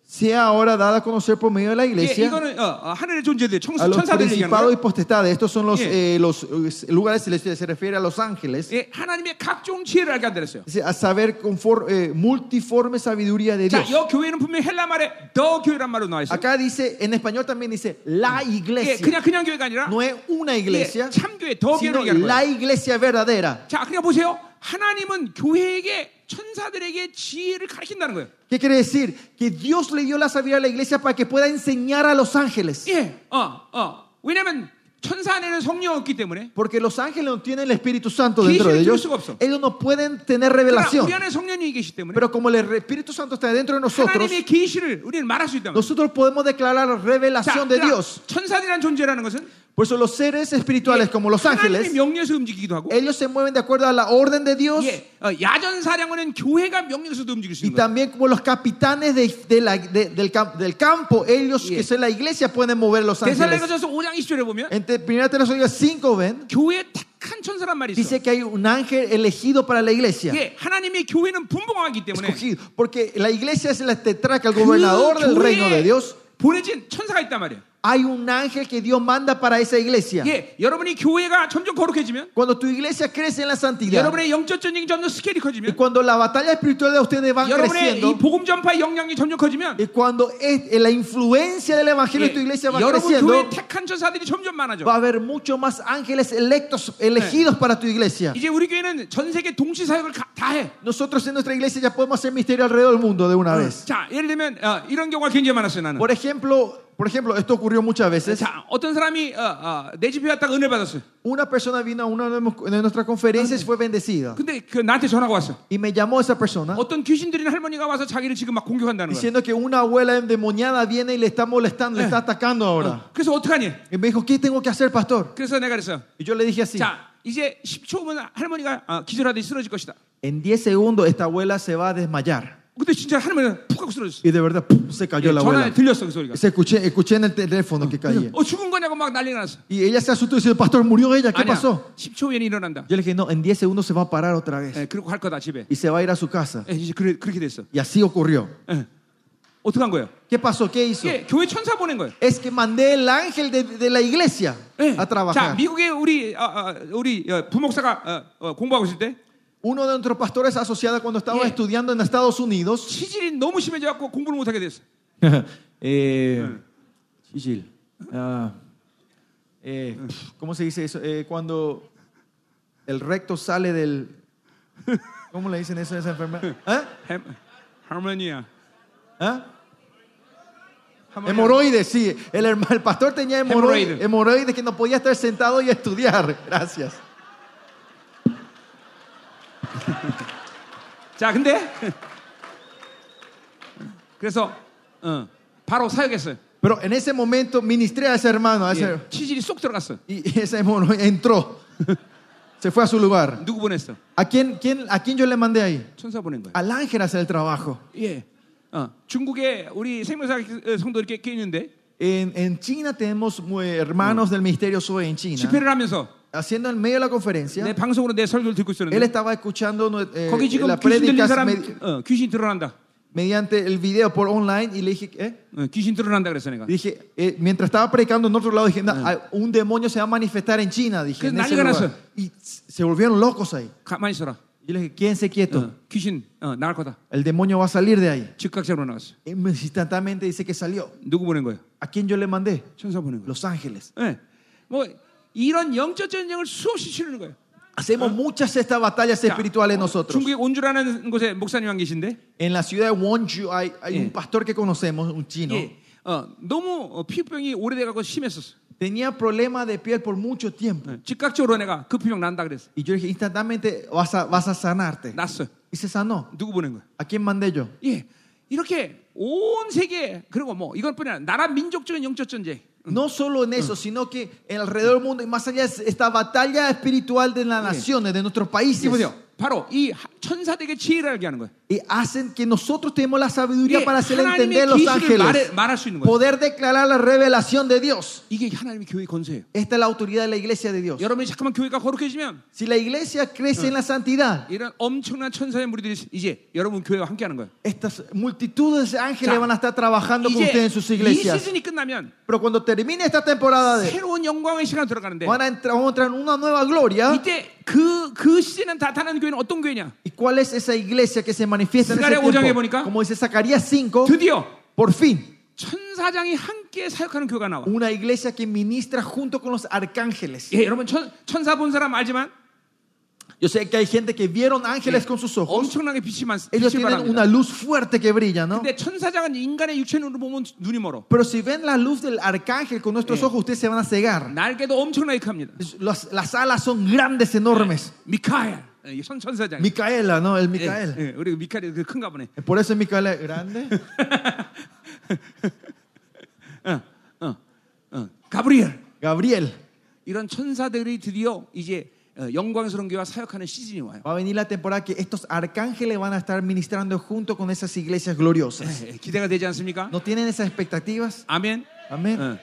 sea ahora dada a conocer por medio de la
예,
iglesia
이거는 어, 어, 하늘의 존재들,
a
청수
los
천사들 얘기하는
principados y
거예요.
potestades. Estos son los,
Yeah.
eh, los eh, lugares celestiales, se refiere a los ángeles.
예, 하나님의 각종 지혜를 알게 한다 그랬어요.
Dice, a saber conform- eh, multiforme sabiduría de
자,
Dios.
여 교회는 분명히 헬라 말에 더 교회란 말로 나와 있어요.
Acá dice, en español también dice la
예,
iglesia.
그냥 그냥 교회가 아니라
No es una iglesia,
예, 참교회 더 교회를
sino
얘기하는
la
거예요.
iglesia verdadera.
자, 그러니까 보세요. 하나님은 교회에게 천사들에게 지혜를 가르친다는 거예요.
¿Qué quiere decir? Que Dios le dio la sabiduría a la iglesia para que pueda enseñar a los ángeles.
예, 어, 어. 왜냐면 천사 안에는 성령 없기 때문에.
Porque los ángeles no tienen el Espíritu Santo dentro de ellos. Ellos no pueden tener
그러나
revelación.
우리 안에 성령이 계시기 때문에
Pero como el Espíritu Santo está dentro de nosotros,
하나님의 계시를 우리는 말할 수 있다면.
nosotros podemos declarar la revelación de Dios.
천사들이란 존재라는 것은 예,
Por eso los seres espirituales como 뭐, los
하나님의
ángeles,
명령에서 움직이기도 하고
ellos se mueven de acuerdo a la orden de Dios.
예, 어, 야전 사령원은 교회가 명령에서도 움직일 수
Y
있는 거예요.
también como los capitanes de- de la- de- del, cam- del campo, ellos
Yeah.
que son la iglesia pueden mover los ángeles.
데살로니가서 5장 20절에 보면
En te- primera Tesalónica 5 ven,
교회의 택한 천사란 말이 있어.
dice que hay un ángel elegido para la iglesia.
예, 하나님의 교회는 분봉하기 때문에
Escogido. Porque la iglesia es la tetraca, el
그
gobernador del reino
교회에
de Dios.
보내진 천사가 있단 말이에요.
Hay un ángel que Dios manda para esa iglesia.
예, 여러분이 교회가 점점 거룩해지면
Cuando tu iglesia crece en la santidad
여러분의 영적 전쟁이 점점 스케일이
y
커지면
cuando la batalla espiritual de ustedes va
여러분의
creciendo
이 복음 전파의 영향이 점점 커지면
y cuando es- la influencia del evangelio
예,
en tu iglesia va
여러분 교회
creciendo,
택한 천사들이 점점 많아져.
va a haber mucho más ángeles electos, elegidos para tu iglesia.
이제 우리 교회는 전 세계 동시 사역을 가- 다 해.
Nosotros en nuestra iglesia ya podemos hacer misterio alrededor del mundo de
¿Eh?
una vez.
자, 예를 들면 어, 이런 경우가 굉장히 많았어요 나는.
Por ejemplo, por ejemplo, esto ocurrió muchas veces.
자, 어떤 사람이 어, 어, 내 집에 왔다가 은혜 받았어요.
Una persona vino a una de mu- de nuestras conferencias y fue bendecida.
근데 그 나한테 전화가 왔어.
Y me llamó esa persona
어떤 귀신 들인 할머니가 와서 자기를 지금 막 공격한다는 거야.
diciendo que una abuela endemoniada viene y le está molestando, le está atacando ahora.
그래서 어떡하니?
Y me dijo, ¿qué tengo que hacer, pastor?
그래서 내가 그랬어.
Y yo le dije así,
자, 이제 10초 후면 할머니가 어, 기절하듯이 쓰러질 것이다.
en 10 segundos esta abuela se va a desmayar.
근데 진짜 할머니가 푹 하고 쓰러졌어.
Y de verdad, ¡pum! se cayó la
전화에
abuela.
들렸어 그 소리가.
Se escuché, escuché en el teléfono que caía.
어 죽은 거냐고 막 난리가 났어.
Y ella se asustó y dice, pastor, ¿murió ella? ¿Qué
아니야.
pasó?
10초 후에는 일어난다.
Yo le dije, no, en 10 segundos se va a parar otra vez.
예, 그리고 갈 거다 집에.
y se va a ir a su casa.
예, 이제 그래, 그렇게 됐어.
Y así ocurrió.
예. 어떻게 한 거예요?
¿Qué pasó? ¿Qué hizo?
이게 교회 천사 보낸 거예요.
Es que mandé el ángel de, de la iglesia
예.
a
자,
trabajar.
미국에 우리 아, 아, 우리 어, 부목사가 어, 어, 공부하고 있을 때
Uno de nuestros pastores asociados cuando estaba
Yeah.
estudiando en Estados Unidos,
치질이 너무 심해져 갖고 공부를 못 하게 됐어.
<laughs> eh, Gigil, ah, eh, pf, ¿cómo se dice eso? Eh, cuando el recto sale del... ¿Cómo le dicen eso a esa enfermedad? ¿Ah?
할머니야.
¿Ah? Hemorroides, sí. El, herma- el pastor tenía hemorroides,
Hemorroides.
hemorroides que no podía estar sentado y estudiar. <laughs> Gracias.
자, 근데 그래서 어, 바로 사역했어요.
Pero en ese momento ministré a ese hermano, a ese-
예, 치질이 쏙 들어갔어.
y ese hemorroide <laughs> entró. Se fue a su lugar.
누구 보냈어?
¿A quién, quién- a quién yo le mandé ahí?
천사 보낸 거예요.
Al ángel a hacer el trabajo.
예. 어, 중국에 우리 생명사 성도 이렇게 꽤 있는데
En, en China tenemos eh, hermanos del ministerio Zoe en China.
집회를 하면서
Haciendo en medio de la
내
conferencia,
방송으로 내 설교를 듣고
él
있었는데
estaba escuchando eh,
거기 지금
la
귀신 들린
prédica
사람
medi-
어, 귀신 드러난다.
mediante el video por online y le dije, ¿eh?
어, 귀신 드러난다 그랬어 내가.
Dije, eh, mientras estaba predicando en otro lado, dije, "Na- ah, un demonio se va a manifestar en China. Dije,
Que
en ese
nalga
lugar.
nació.
Y s- se volvieron locos ahí.
가만히 있어라.
Y yo le dije, quédense quietos.
어, 귀신 어, 나갈 거다.
El demonio va a salir de ahí.
즉각적으로 나갔어.
Y me- Instantáneamente dice que salió.
누구 보낸 거예요?
¿A quién yo le mandé?
천사 보낸 거예요.
Los ángeles.
예. 뭐 이런 영적 전쟁을 수없이 치르는 거예요.
Hacemos muchas estas batallas
자,
espirituales
어,
nosotros.
중국에 온주라는 곳에 목사님 한 계신데
En la ciudad de Wonju hay, hay
Yeah.
un pastor que conocemos, un chino.
예. 어, 너무 어, 피부병이 오래돼 갖고 심했었어.
Tenía problema de piel por mucho tiempo.
예. 즉각적으로 내가 그 피부병 난다 그랬어.
Y yo le dije, instantáneamente vas a, vas a sanarte.
났어.
Y se sanó.
누구 보낸 거야?
¿A quién mandé yo?
예. 이렇게 온 세계 그리고 뭐 이것뿐이 아니라 나라 민족적인 영적 전쟁.
No solo en eso, sino que en alrededor del mundo y más allá es esta batalla espiritual de las naciones, de nuestros
이게
países.
보세요. 바로 이 하- 천사들에게 지혜를 알게 하는 거예요.
Y hacen que nosotros tenemos la sabiduría
Bien,
para hacer
하나님의
entender los
기술을 말해-
ángeles.
말할 수 있는 거예요.
Poder declarar la revelación de Dios.
이게 하나님의 교회 건세예요.
Esta es la autoridad de la iglesia de Dios.
여러분이 잠깐만 교회가 거룩해지면
Si la iglesia crece en la santidad,
이런 엄청난 천사의 무리들이 이제 여러분 교회와 함께하는 거예요.
estas multitudes de ángeles
Ya.
van a estar trabajando con ustedes en sus
이제 이
iglesias.
시즌이 끝나면
Pero cuando termine esta temporada, de,
새로운 영광의 시간 들어가는데
van a entrar, vamos a entrar en una nueva gloria.
이때 그 그 시즌은 나타나는 교회는 어떤 교회냐?
¿Y cuál es esa iglesia que se manifiesta en ese
Zacarías 5장에
tiempo?
보니까
Como dice Zacarías 5,
드디어
por fin,
천사장이 함께 사역하는 교회가 나와.
una iglesia que ministra junto con los arcángeles.
예, 여러분 천, 천사 본 사람 알지만 예,
Yo sé que hay gente que vieron ángeles con sus ojos.
엄청나게 빛이 많.
Ellos
빛이
tienen
바랍니다.
una luz fuerte que brilla, ¿no?
근데 천사장은 인간의 육체 눈으로 보면 눈이 멀어.
Pero si ven la luz del arcángel con nuestros ojos, ustedes se van a cegar.
날개도 엄청나게 큽니다.
Las, las alas son grandes, enormes.
미카엘, 예, 천 천사장.
Micaela, ¿no? El
예,
Micael.
예, 우리 미카엘이 그 큰가 보네.
Por eso Micaela es grande. <laughs>
어, 어, 어. 가브리엘
Gabriel.
이런 천사들이 드디어 이제 어, 영광스러운 교회와 사역하는 시즌이 와요.
Va a venir la temporada que estos arcángeles van a estar ministrando junto con esas iglesias gloriosas.
예, 기대가 되지 않습니까?
¿No tienen esas expectativas?
아멘.
Amén.
어.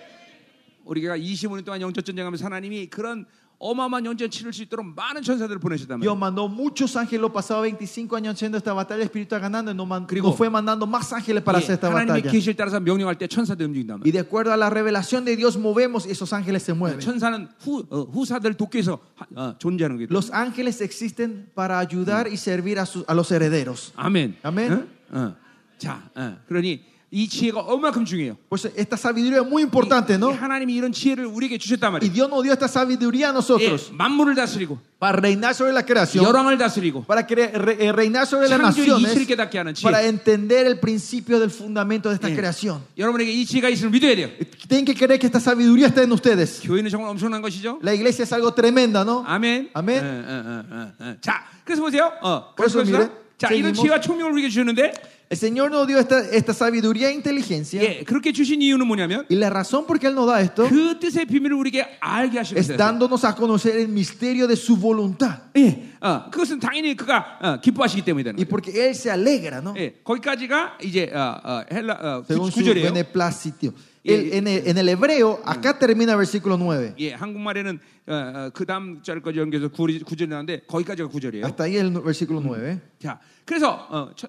우리가 25년 동안 영적 전쟁하면서 하나님이 그런 어마어마한 영전 치를 수 있도록 많은 천사들을 보내셨단 말이에요.
Dios mandó muchos ángeles, lo pasado 25 años haciendo esta batalla espiritual ganando, y nos, man-
Griego.
nos fue mandando más ángeles para hacer
예,
esta
하나님의
batalla.
계시를 따라서 명령할 때 천사들이 움직인단
Y
말이에요.
de acuerdo a la revelación de Dios movemos y esos ángeles se
예,
mueven.
천사는 후, 어, 후사들 돕기 위해서 하- 어, 존재하는 거예요.
Los ángeles existen para ayudar y servir a, sus- a los herederos.
아멘.
아멘.
어? 어. 자, 어. 그러니 이 지혜가 얼마큼 중요해요.
Pues esta sabiduría es muy importante,
이
¿no?
하나님이 이런 지혜를 우리에게 주셨단
Y
말이에요.
Dios nos dio esta sabiduría a nosotros
예, 만물을 다스리고
para reinar sobre la creación,
열왕을 다스리고
para cre- re- eh, reinar sobre las
창조의 이치를
naciones,
깨닫게 하는
para
지혜.
entender el principio del fundamento de esta
예.
creación. Eh,
여러분에게 이 지혜가 있음을 믿어야 돼요.
Tienen que creer que esta sabiduría está en ustedes.
교회는 정말 엄청난 것이죠.
La iglesia es algo tremenda, ¿no?
아멘.
아멘.
예, 예, 예, 예, 예. 자, 그래서 보세요. 어,
그래서
그래서
미래? 뭐-
자, 이런
책임은-
지혜와 총명을 우리에게 주는데,
El Señor nos dio esta, esta sabiduría e inteligencia.
예, 그렇게 주신 이유는 뭐냐면
Y la razón por qué Él nos da esto
그 뜻의 비밀을 우리에게 알게 하시는
es
거예요.
dándonos a conocer el misterio de su voluntad.
예, 어, 그것은 당연히 그가 어, 기뻐하시기 때문에 되는
Y
거예요.
porque Él se alegra, ¿no?
예, 거기까지가 이제 어, 어, 헬라 어, 구-
Según su
구절이에요.
beneplácito. El- en, el, en el hebreo, acá termina el versículo 9.
예, 한국말에는 어, 어, 그 다음 절까지 연결해서 구리- 구절이 나는데 거기까지가 구절이에요.
¿eh? Hasta ahí el versículo 9.
자, 그래서 어, 처-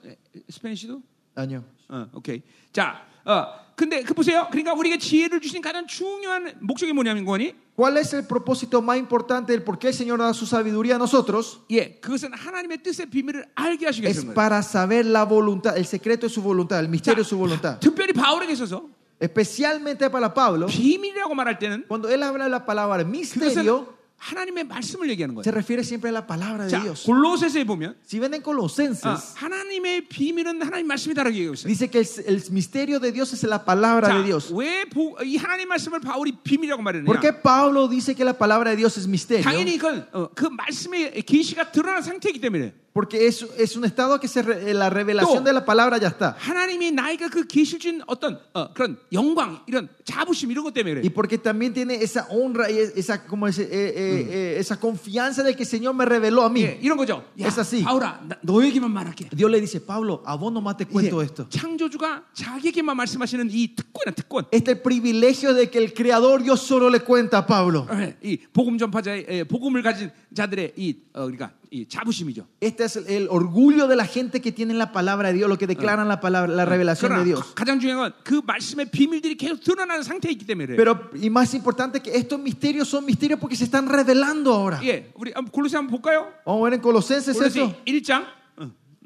스페인시도
Año.
어, 오케이. 자, 어, 근데 그 보세요. 그러니까 우리에게 지혜를 주신 가장 중요한 목적이 뭐냐면 거니?
¿Cuál es el propósito más importante del por qué el Señor da su sabiduría a nosotros?
예, 그것은 하나님의 뜻의 비밀을 알게 하시기
Es
위해서.
para saber la voluntad, el secreto de su voluntad, el misterio de su voluntad.
특별히 바울에게 있어서
Especialmente para Pablo,
비밀이라고 말할 때는
cuando él habla de la palabra
그것은
misterio,
하나님의 말씀을 얘기하는
se
거예요.
refiere siempre a la palabra de
자,
Dios.
골로새서에 보면
Si ven en
아,
Colosenses,
하나님의 비밀은 하나님 말씀이다라고 얘기하고 있어요.
dice que el, el misterio de Dios es la palabra de Dios.
왜이 하나님 말씀을 바울이 비밀이라고
¿Por qué
말했느냐?
Pablo dice que la palabra de Dios es misterio?
당연히 그건 어, 그 말씀의 계시가 드러난 상태이기 때문에
Porque es, es un estado que se re- eh, la revelación
No.
de la palabra ya está.
하나님이 나에게 그 계실 준 어떤 어, 그런 영광 이런 자부심 이런 것 때문에
Y
그래.
porque también tiene esa honra y esa, como ese, eh, eh, eh, esa confianza de que el Señor me reveló a mí.
예, 이런 거죠. 야,
Es así.
바울아, 나- 너에게만 말할게.
Dios le dice, Pablo, a vos nomás te cuento
이제
esto.
창조주가 자기에게만 말씀하시는 이 특권이야 특권.
Este es el privilegio de que el Creador Dios solo le cuenta a Pablo.
예, 이 복음 전파자의 예, 복음을 가진 자들의 이 어, 그러니까 이 자부심이죠.
Este es el, el orgullo de la gente que tiene la palabra de Dios, lo que declaran la palabra,
Mm.
la revelación de
그러나
Dios.
가- 가장 중요한 건 그 말씀의 비밀들이 계속 드러나는 상태이기 때문에 그래요.
Pero, y más importante que estos misterios son misterios porque se están revelando ahora.
예, 우리 한번 골로새 한번 볼까요?
Vamos a ver en Colosenses eso.
골로새 1장.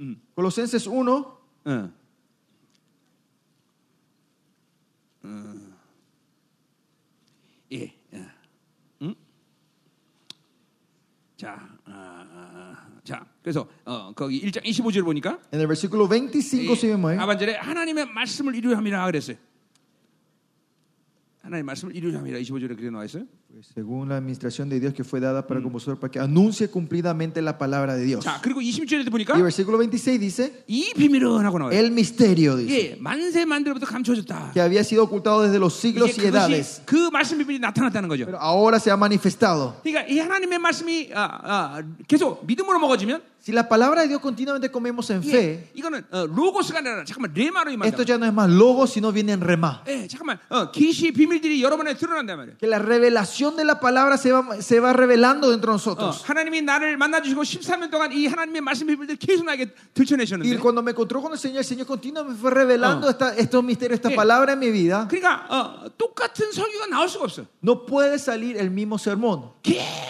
응,
Colosenses 1,
응. 예. 응? 자, 아, 아, 자, 그래서 어, 거기 1장 25절 보니까
en el versículo 25, si vemos eh? ahí.
하반절에 하나님의 말씀을 이루함이라 그랬어요. 하나님 말씀을 이루함이라 25절에 그래 나와 있어요.
Pues, según la administración de Dios que fue dada para con vosotros, para que anuncie cumplidamente la palabra de Dios.
자, 그리고 26절에 보니까
Y el versículo 26 dice,
이 비밀은 하고 나와요.
el misterio, dice,
예, 만세 만들부터 감춰졌다.
que había sido ocultado desde los siglos
이제
y edades,
그것이 그 말씀 비밀이 나타났다는 거죠.
pero ahora se ha manifestado.
그러니까 이 하나님의 말씀이 아, 아, 계속 믿음으로 먹어지면
Si la palabra de Dios continuamente comemos en fe,
예, 이거는 어, 로고스가 아니라 잠깐만 레마로 임한다.
esto ya no es más logo, sino viene en remá.
예, 잠깐만 어, 계시의 비밀들이 여러분에 드러난단 말이에요. 어,
Que la revelación de la palabra se va, se va revelando dentro
어,
de nosotros.
하나님이 나를 만나 주시고 13년 동안 이 하나님의 말씀 비밀들 계속 나에게
Y
들춰내셨는데.
cuando me encontró con el Señor, el Señor continuamente fue revelando
Ah.
esta- estos misterios, esta
Sí.
palabra en mi vida.
그러니까 어, 똑같은 설교가 나올 수가 없어.
No puede salir el mismo sermón.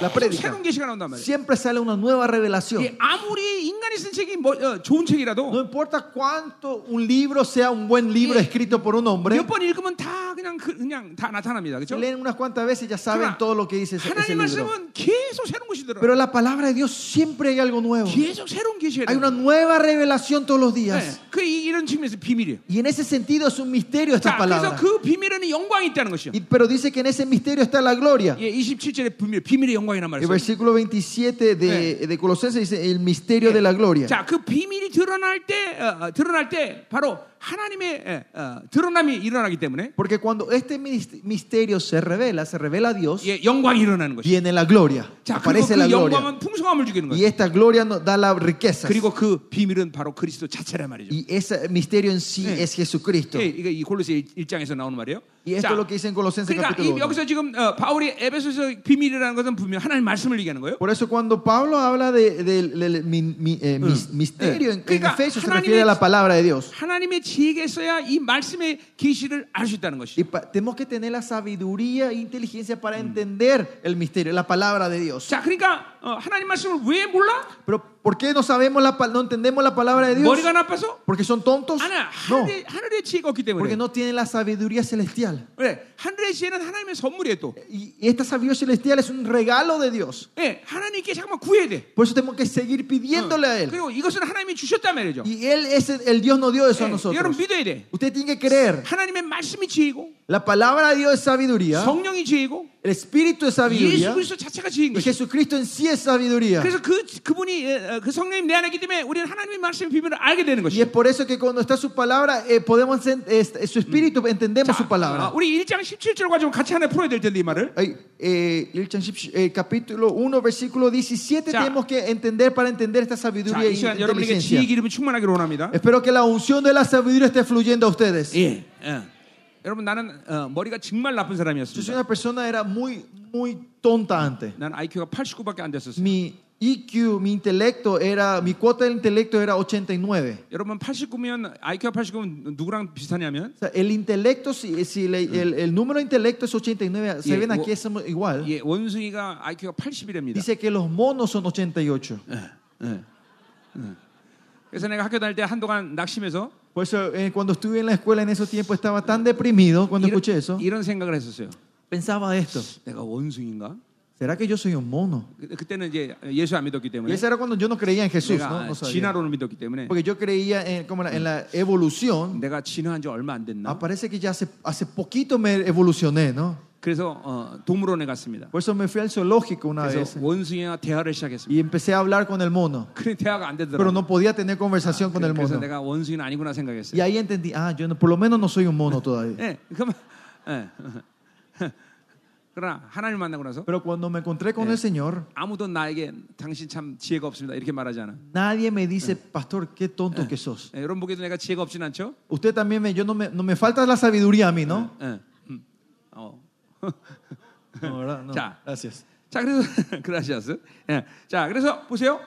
La
계속
predica.
새로운 계시가 나온단 말이에요.
Siempre sale una nueva revelación.
예, 아무리 인간이 쓴 책이 뭐, 어, 좋은
No
책이라도
importa cuánto un libro sea un buen libro
Sí.
escrito por un hombre,
몇 번 읽으면 다 그냥 그- 그냥 다 나타납니다. 그렇죠?
leen unas cuantas veces y ya saben
그러나
todo lo que dice ese, ese
하나님
libro.
말씀은 계속 새로운 것이 들어.
Pero la palabra de Dios siempre hay algo nuevo.
계속 새로운 계시예요.
Hay una nueva revelación todos los días.
네, 그 이- 이런 측면에서 비밀이에요.
Y en ese sentido es un misterio esta
자, 그래서
palabra.
그 비밀에는 영광이 있다는 것이요.
Y- pero dice que en ese misterio está la gloria.
예, 27절에 비밀, 비밀의 영광이란
El
말이에요.
versículo 27 de, de Colosenses dice el misterio de la gloria.
자, 그 비밀이 드러날 때 어, 어, 드러날 때 바로 하나님의 예, 어, 드러남이 일어나기 때문에
Porque cuando este mis- misterio se revela, se revela a Dios,
예, 영광이 일어나는 것이요.
viene la gloria.
자, 그리고
Aparece la
그
gloria.
영광은 풍성함을 주기는
Y
거예요.
esta gloria nos da la riqueza.
그리고 그 비밀은 바로 그리스도 자체란 말이죠.
Y ese misterio en sí
Sí.
es Jesucristo.
예, 이거 이 골로새 1장에서 나오는 말이에요.
Y esto
자,
es lo que dice en Colosenses
그러니까
capítulo
이-
1.
여기서 지금 어, 바울이 에베소서 비밀이라는 것은 분명 하나님 말씀을 얘기하는 거예요.
Por eso cuando Pablo habla de- del del mi- mi- eh, mis- misterio en, en
Kika,
Efesios se
하나님의-
refiere a la palabra de Dios.
하나님의 지혜에서야 이 말씀의 계시를 알 수 있다는 것이.
Y pa- tenemos que tener la sabiduría e inteligencia para entender el misterio, la palabra de Dios.
자, 그러니까 어, 하나님 말씀을 왜 몰라?
Pero ¿por qué no sabemos la pal- no entendemos la palabra de Dios?
머리가 나빠서?
Porque son tontos?
아니야,
No,
하늘의, 하늘의 지혜가 없기 때문에.
porque no tienen la sabiduría celestial.
왜? 하늘의 지혜는 하나님의 선물이에요 또.
Y esta sabiduría celestial es un regalo de Dios.
예, 하나님께 잠깐만 구해야 돼.
Por eso tenemos que seguir pidiéndole a él.
그리고 이것은 하나님이 주셨단 말이죠.
Y él es el, el Dios no dio eso a
예,
nosotros.
여러분 믿어야 돼.
Usted tiene que creer.
하나님의 말씀이 지혜고,
La palabra de Dios es sabiduría.
성령이 지혜고,
El espíritu es
예수
sabiduría.
그리스도 자체가 지혜인
Y
것이.
Jesucristo en sí es sabiduría.
그래서 그 그분이 예, 어, 그 성령님 내 안에 있기 때문에 우리는 하나님의 말씀의 비밀을 알게 되는
Y es
것이.
por eso que cuando está su palabra, eh, podemos en- es- es su espíritu entendemos su
아,
palabra.
우리 1장 17절과 좀 같이 하나 풀어야 될 텐데 이 말을.
Ay, eh, Lilchan Shipsh- eh, capítulo 1, versículo 17,
Ya.
tenemos que entender para entender esta
자,
sabiduría e
이 시간 여러분에게 지혜
inteligencia.
기름이 충만하기를 원합니다.
Espero que la unción de la sabiduría esté fluyendo a ustedes.
예. 예. 여러분 나는 어, 머리가 정말 나쁜
Yo soy
사람이었습니다.
una persona era muy, muy tonta antes.
난 IQ가 89밖에 안 됐었어요.
Mi EQ, mi intelecto era, mi cuota del intelecto era 89.
여러분 89면 IQ가 89면 누구랑 비슷하냐면
O sea, el intelecto, si, si le- el, el número de intelecto es 89,
Y-
se ven
wo-
aquí, es igual.
예, 원숭이가 IQ가 80이랍니다. 예,
Dice que los monos son 88.
그래서 내가 학교 다닐 때 한동안 낙심해서
Por eso, eh, cuando estuve en la escuela en esos tiempos, estaba tan deprimido cuando
이런,
escuché eso.
이런 생각을 했었어요.
Pensaba esto:
내가 원숭인가?
¿será que yo soy un mono?
이 그때는 이제 예수 안 믿었기
Y
때문에
eso era cuando yo no creía en Jesús, ¿no?
내가
No sabía.
진화론을 믿었기 때문에
Porque yo creía en, como en la- en la evolución.
내가 진화한 지 얼마 안 됐나?
Ah, parece que ya hace, hace poquito me evolucioné, ¿no?
그래서 어, 동물원에 갔습니다.
Por eso me fui al zoológico una vez
그래서 원숭이와 대화를 시작했습니다.
y empecé a hablar con el mono.
그래 대화가 안
Pero
되더라고요.
no podía tener conversación con el
그래서
mono.
내가 원숭이는 아니구나
Y
생각했어요.
ahí entendí, ah, yo no- por lo menos no soy un mono todavía.
예, 그만. 예. <laughs> 그러나 하나님 만나고 나서
Pero cuando me encontré con el Señor,
아무도 나에게 당신 참 지혜가 없습니다 이렇게 말하지 않아.
nadie me dice, pastor, qué tonto que sos.
예, 여러분 보기에도 내가 지혜가 없진 않죠?
Usted también me, yo no me, no me falta la sabiduría a mí, ¿no?
예. 음. 어.
No, ¿verdad? No.
Ya.
Gracias.
자 그래서 <laughs> 그라시아스. 예. 자 그래서 보세요.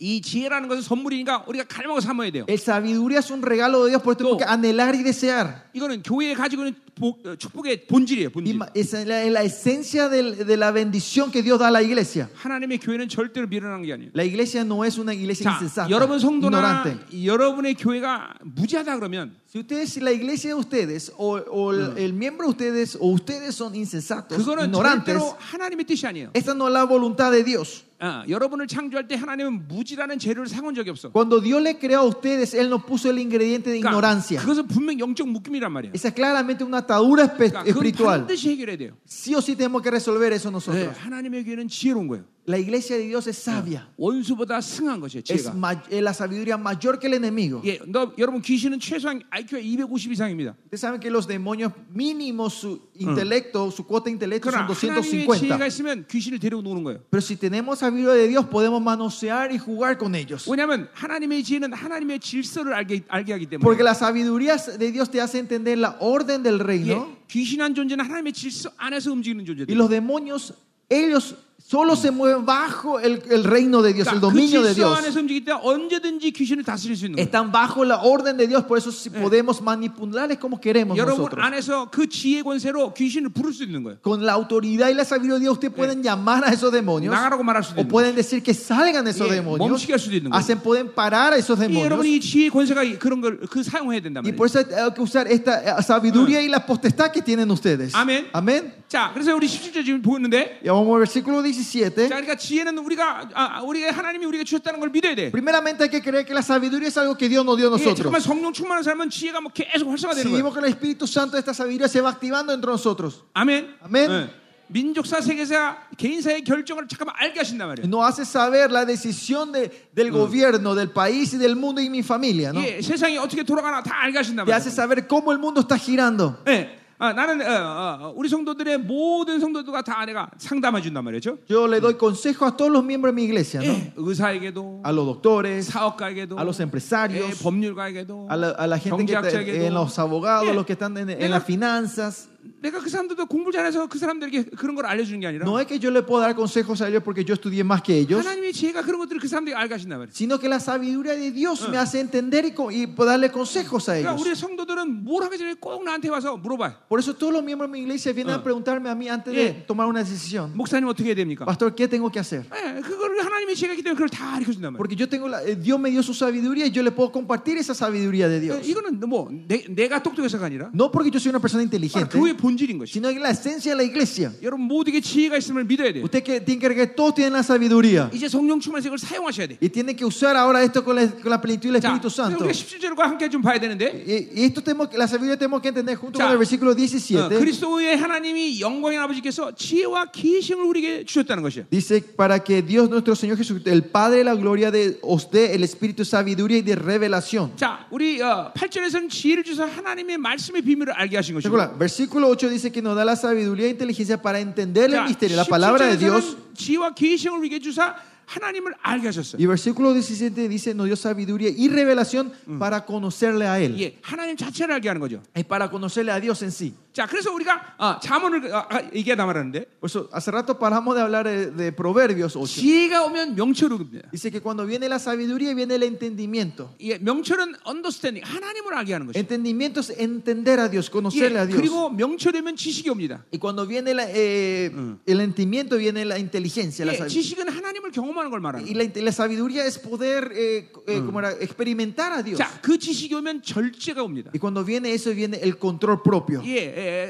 이 지혜라는 것은 선물이니까 우리가 갈망을 삼아야 돼요.
El sabiduría es un regalo de Dios, por esto tenemos que anhelar y desear.
이거는 교회에 가지고 있는 복- 어, 축복의 본질이에요.
Y
본질.
ma- esa es la, es la esencia del- de la bendición que Dios da a la iglesia.
하나님의 교회는 절대로 미련한 게 아니에요.
La iglesia no es una iglesia
자,
insensata,
여러분 성도나
ignorante.
여러분의 교회가 무지하다 그러면
Si ustedes, si la iglesia de ustedes o, o el, el miembro de ustedes o ustedes son insensatos,
그거는
ignorantes,
절대로 하나님의 뜻이 아니에요.
esta no es la voluntad de Dios.
아, 여러분을 창조할 때 하나님은 무지라는 재료를 사온 적이 없어. 그러니까
Cuando Dios le creó a ustedes, Él nos puso el ingrediente de ignorancia.
그것은 분명 영적 묶임이란 말이에요.
Esa es claramente una atadura espe-
그러니까 그건
espiritual.
반드시 해결해야 돼요.
Sí o sí tenemos que resolver eso
네,
nosotros.
하나님의 교회는 지혜로운 거예요.
La iglesia de Dios es sabia.
원수보다 승한 것이에요.
Es
지혜가.
ma- es la sabiduría mayor que el enemigo.
예, 너 여러분 귀신은 최소한 IQ가 250 이상입니다.
Ustedes saben que los demonios mínimo su intelecto, su cuota de intelecto son
그러나 하나님의 지혜가
250.
있으면 귀신을 데리고 노는 거예요.
Pero si tenemos sabiduría de Dios, podemos manosear y jugar con ellos.
왜냐하면 하나님의 지혜는 하나님의 질서를 알게, 알게 하기 때문에
Porque la sabiduría de Dios te hace entender la orden del reino.
예, 귀신한 존재는 하나님의 질서 안에서 움직이는
Y
존재들.
los demonios, ellos solo se mueven bajo el, el reino de Dios, el
그러니까 그
dominio de
질서
Dios.
안에서 움직일 때 언제든지 귀신을 다스릴 수 있는 거예요.
Están bajo la orden de Dios, por eso si podemos manipularles como queremos
여러분
nosotros.
안에서 그 지혜 권세로 귀신을 부를 수 있는 거예요.
Con la autoridad y la sabiduría de Dios, ustedes pueden llamar a esos demonios. Eh,
나가라고 말할 수도
O
있는 거예요.
pueden decir que salgan esos
예,
demonios.
멈추게 할 수도 있는 거예요.
Hacen, pueden parar a esos
이
demonios.
네, 뭐 여러분이 지혜 권세가 이- 그런 걸 그 사용해야 된단
Y
말이에요.
por eso hay que usar esta eh, sabiduría y la potestad que tienen ustedes.
Amén.
Amén.
자, 그래서 우리 17절 지금 보였는데
Y vamos al versículo
자,
17.
그러니까 지혜는 우리가 아, 우리가 하나님이 우리가 주셨다는 걸 믿어야 돼.
Primeramente hay que creer que la sabiduría es algo que Dios nos dio a
예,
nosotros.
잠깐만 성령 충만한 사람은 지혜가 뭐 계속
Si
활성화되는 거예요.
vimos que el Espíritu Santo, esta sabiduría se va activando entre nosotros.
아멘. 예.
아멘.
민족사 세계사 개인사의 결정을 잠깐만 알게 하신단 말이에요.
Nos hace saber la decisión de- del gobierno, del país y del mundo y mi familia. ¿no?
예, 세상이 어떻게 돌아가나 다 알게 하신단
Te
말이에요.
hace saber cómo el mundo está girando.
예. 아, 나는 어, 어, 어, 우리 성도들의 모든 성도들과 다 내가 상담해 준단 말이죠.
Yo le doy consejo a todos los miembros de mi iglesia, ¿no?
예, 의사에게도
a los doctores,
사업가에게도
a los
예,
empresarios,
법률가에게도
a la, a la gente que está
경제학자에게도
en los abogados,
예,
los que están en, en
내가,
las finanzas.
내가 그 사람들도 공부 잘해서 그 사람들에게 그런 걸 알려주는 게 아니라
No es que yo le puedo dar consejos a ellos porque yo estudié más que ellos,
하나님의 지혜가 그런 것들을 그 사람들에게 알게 하신단 말이에요.
sino que la sabiduría de Dios me hace entender y, co- y darle consejos a
그러니까
ellos.
우리 성도들은 뭘 하기 전에 꼭 나한테 와서 물어봐요.
Por eso todos los miembros de mi iglesia vienen a preguntarme a mí antes de
Yeah.
tomar una decisión.
목사님 어떻게 해야 됩니까?
Pastor, ¿qué tengo que hacer?
예, 그거를 하나님의 지혜가 있기 때문에 그걸 다 가르쳐 준단 말이에요.
Porque yo tengo la- eh, Dios me dio su sabiduría y yo le puedo compartir esa sabiduría de Dios.
예, 이거는 뭐 내, 내가 똑똑해서가 아니라
No porque yo soy una persona
바로
inteligente,
교회의 본질인 것이.
sino que la esencia de la iglesia.
여러분 모두에게 지혜가 있음을 믿어야 돼요.
Usted que tiene que creer que todos tienen la sabiduría
이제 성령 충만해서 이걸 사용하셔야 돼.
y tiene que usar ahora esto con la, con la plenitud del
자,
Espíritu Santo.
우리가 17절과 함께 좀 봐야 되는데.
Y, y esto tenemos, que- la sabiduría tenemos que entender junto
자,
con el versículo
어,
17.
그리스도의 하나님이 영광의 아버지께서 지혜와 계심을 우리에게 주셨다는 것이요.
Dice, para que Dios nuestro Señor Jesucristo, el Padre de la gloria, de, os dé el Espíritu de sabiduría y de revelación.
자, 우리 어, 8절에서는 지혜를 주셔서 하나님의 말씀의 비밀을 알게 하신 것이고.
Recuerda, versículo 8 dice que nos da la sabiduría e inteligencia para entender el
자,
misterio, la palabra de Dios.
17절에서는 지혜와 계심을 우리에게 주사 하나님을 알게 하셨어요.
Y versículo 17 dice, nos dio sabiduría y revelación para conocerle a Él.
예, 하나님 자체를 알게 하는 거죠.
Es para conocerle a Dios en sí.
자, 그래서 우리가 아, 자문을 아, 아, 얘기하다 말았는데
Por eso, hace rato paramos de hablar de, de Proverbios 8.
지혜가 오면 명철입니다.
Dice que cuando viene la sabiduría viene el entendimiento.
예, 명철은 understanding, 하나님을 알게 하는 것이죠.
Entendimiento es entender a Dios,
예,
conocerle a Dios.
그리고 명철이면 지식이 옵니다.
Y cuando viene la, eh, el entendimiento viene la inteligencia, la
예,
sabiduría.
지식은 하나님을 경험하는 걸 말하는
Y
거예요.
la, inte- la sabiduría es poder eh, eh, ¿cómo era? experimentar a Dios.
자, 그 지식이 오면 절제가 옵니다.
Y cuando viene eso viene el control propio.
예,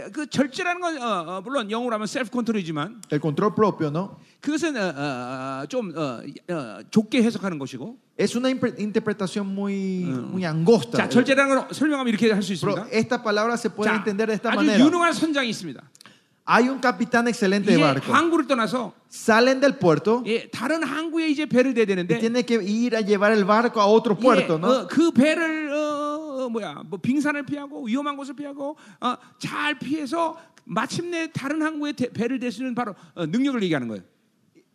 예, 그 절제라는 건 어, 어, 물론 영어로 하면 셀프 컨트롤이지만
El control propio, ¿no?
그것은 어, 어, 어, 좀 어, 어, 좁게 해석하는 것이고
Es una impre- interpretación muy, muy angosta.
자, 절제라는 걸 설명하면 이렇게 할 수
Pero
있습니다.
esta palabra se puede
자,
예, entender de esta
아주
manera.
유능한 선장이 있습니다.
Hay un capitán excelente de
이제
barco.
항구를 떠나서
Salen del puerto
예, 다른 항구에 이제 배를 대야
y
되는데
tiene que ir a llevar el barco a otro
예,
puerto, ¿no?
어, 그 배를 어, 어, 뭐야 뭐 빙산을 피하고 위험한 곳을 피하고 어, 잘 피해서 마침내 다른 항구에 대- 배를 댈 수 있는 바로 어, 능력을 얘기하는 거예요.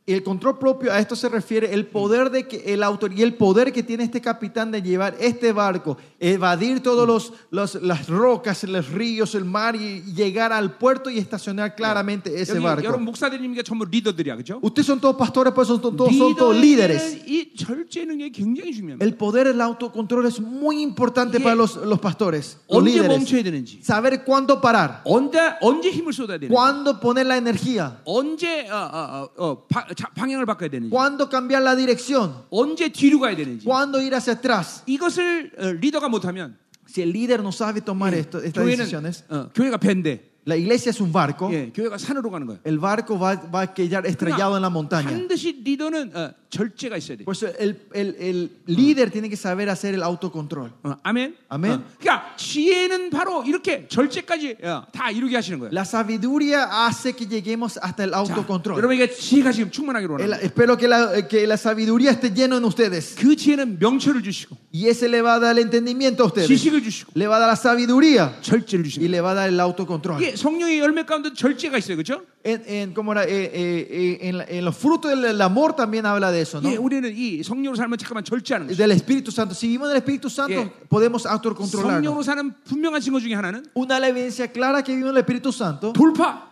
Y el control propio a esto se refiere el poder de que el autor y el poder que tiene este capitán de llevar este barco, evadir todos los, los- las rocas, los ríos, el mar y llegar al puerto y estacionar claramente ese
여기 여러분
barco.
목사들님께 전부 리더들이야, 그렇죠?
Ustedes son todos pastores, pues son todos, son todos líderes.
이 절제 능력이 굉장히 중요합니다.
El poder del autocontrol es muy importante
Yeah.
para los, los pastores, los
언제
líderes.
멈춰야 되는지,
Saber cuándo parar,
언제 언제 힘을 쏟아야 되는지,
cuándo poner la energía,
언제 어, 어, 어, 어, 바- 자- 방향을 바꿔야 되는지,
cuándo cambiar la dirección,
언제 뒤로 가야 되는지
cuándo ir hacia atrás.
이것을 어, 리더가 못하면
Si el líder no sabe tomar esto- estas
교회는
decisiones,
어, 교회가 밴데
la iglesia es un barco,
예, 교회가 산으로 가는 거예요.
el barco va, va a quedar estrellado en la montaña.
반드시 리더는 어, 절제가 있어야 돼.
Por eso el, el- el líder tiene que saber hacer el autocontrol.
어, 아멘.
아멘.
어, 그러니까 지혜는 바로 이렇게 절제까지 어, 다 이루게 하시는 거예요.
La sabiduría hace que lleguemos hasta el
자,
autocontrol.
여러분에게 지혜가 지금 충만하기로
El-
원합니다.
espero que la, que la sabiduría esté lleno en ustedes.
그 지혜는 명철을 주시고
Y ese le va a dar el entendimiento a ustedes.
지식을 주시고
Le va a dar la sabiduría
절제를
y
주시고
le va a dar el autocontrol.
이게 성령의 열매 가운데 절제가 있어요, 그렇죠?
En, en- ¿cómo era? Eh, eh, eh, en la- en los frutos del del amor también habla de eso, ¿no?
예, 우리는 이 성령으로 살면 잠깐만 절제하는 거죠.
Del Espíritu Santo. Si vivimos del Espíritu Santo,
Yeah.
podemos autocontrolarnos.
성령으로 사는 분명한 증거 중에 하나는
Una evidencia clara que vino el Espíritu Santo.
돌파,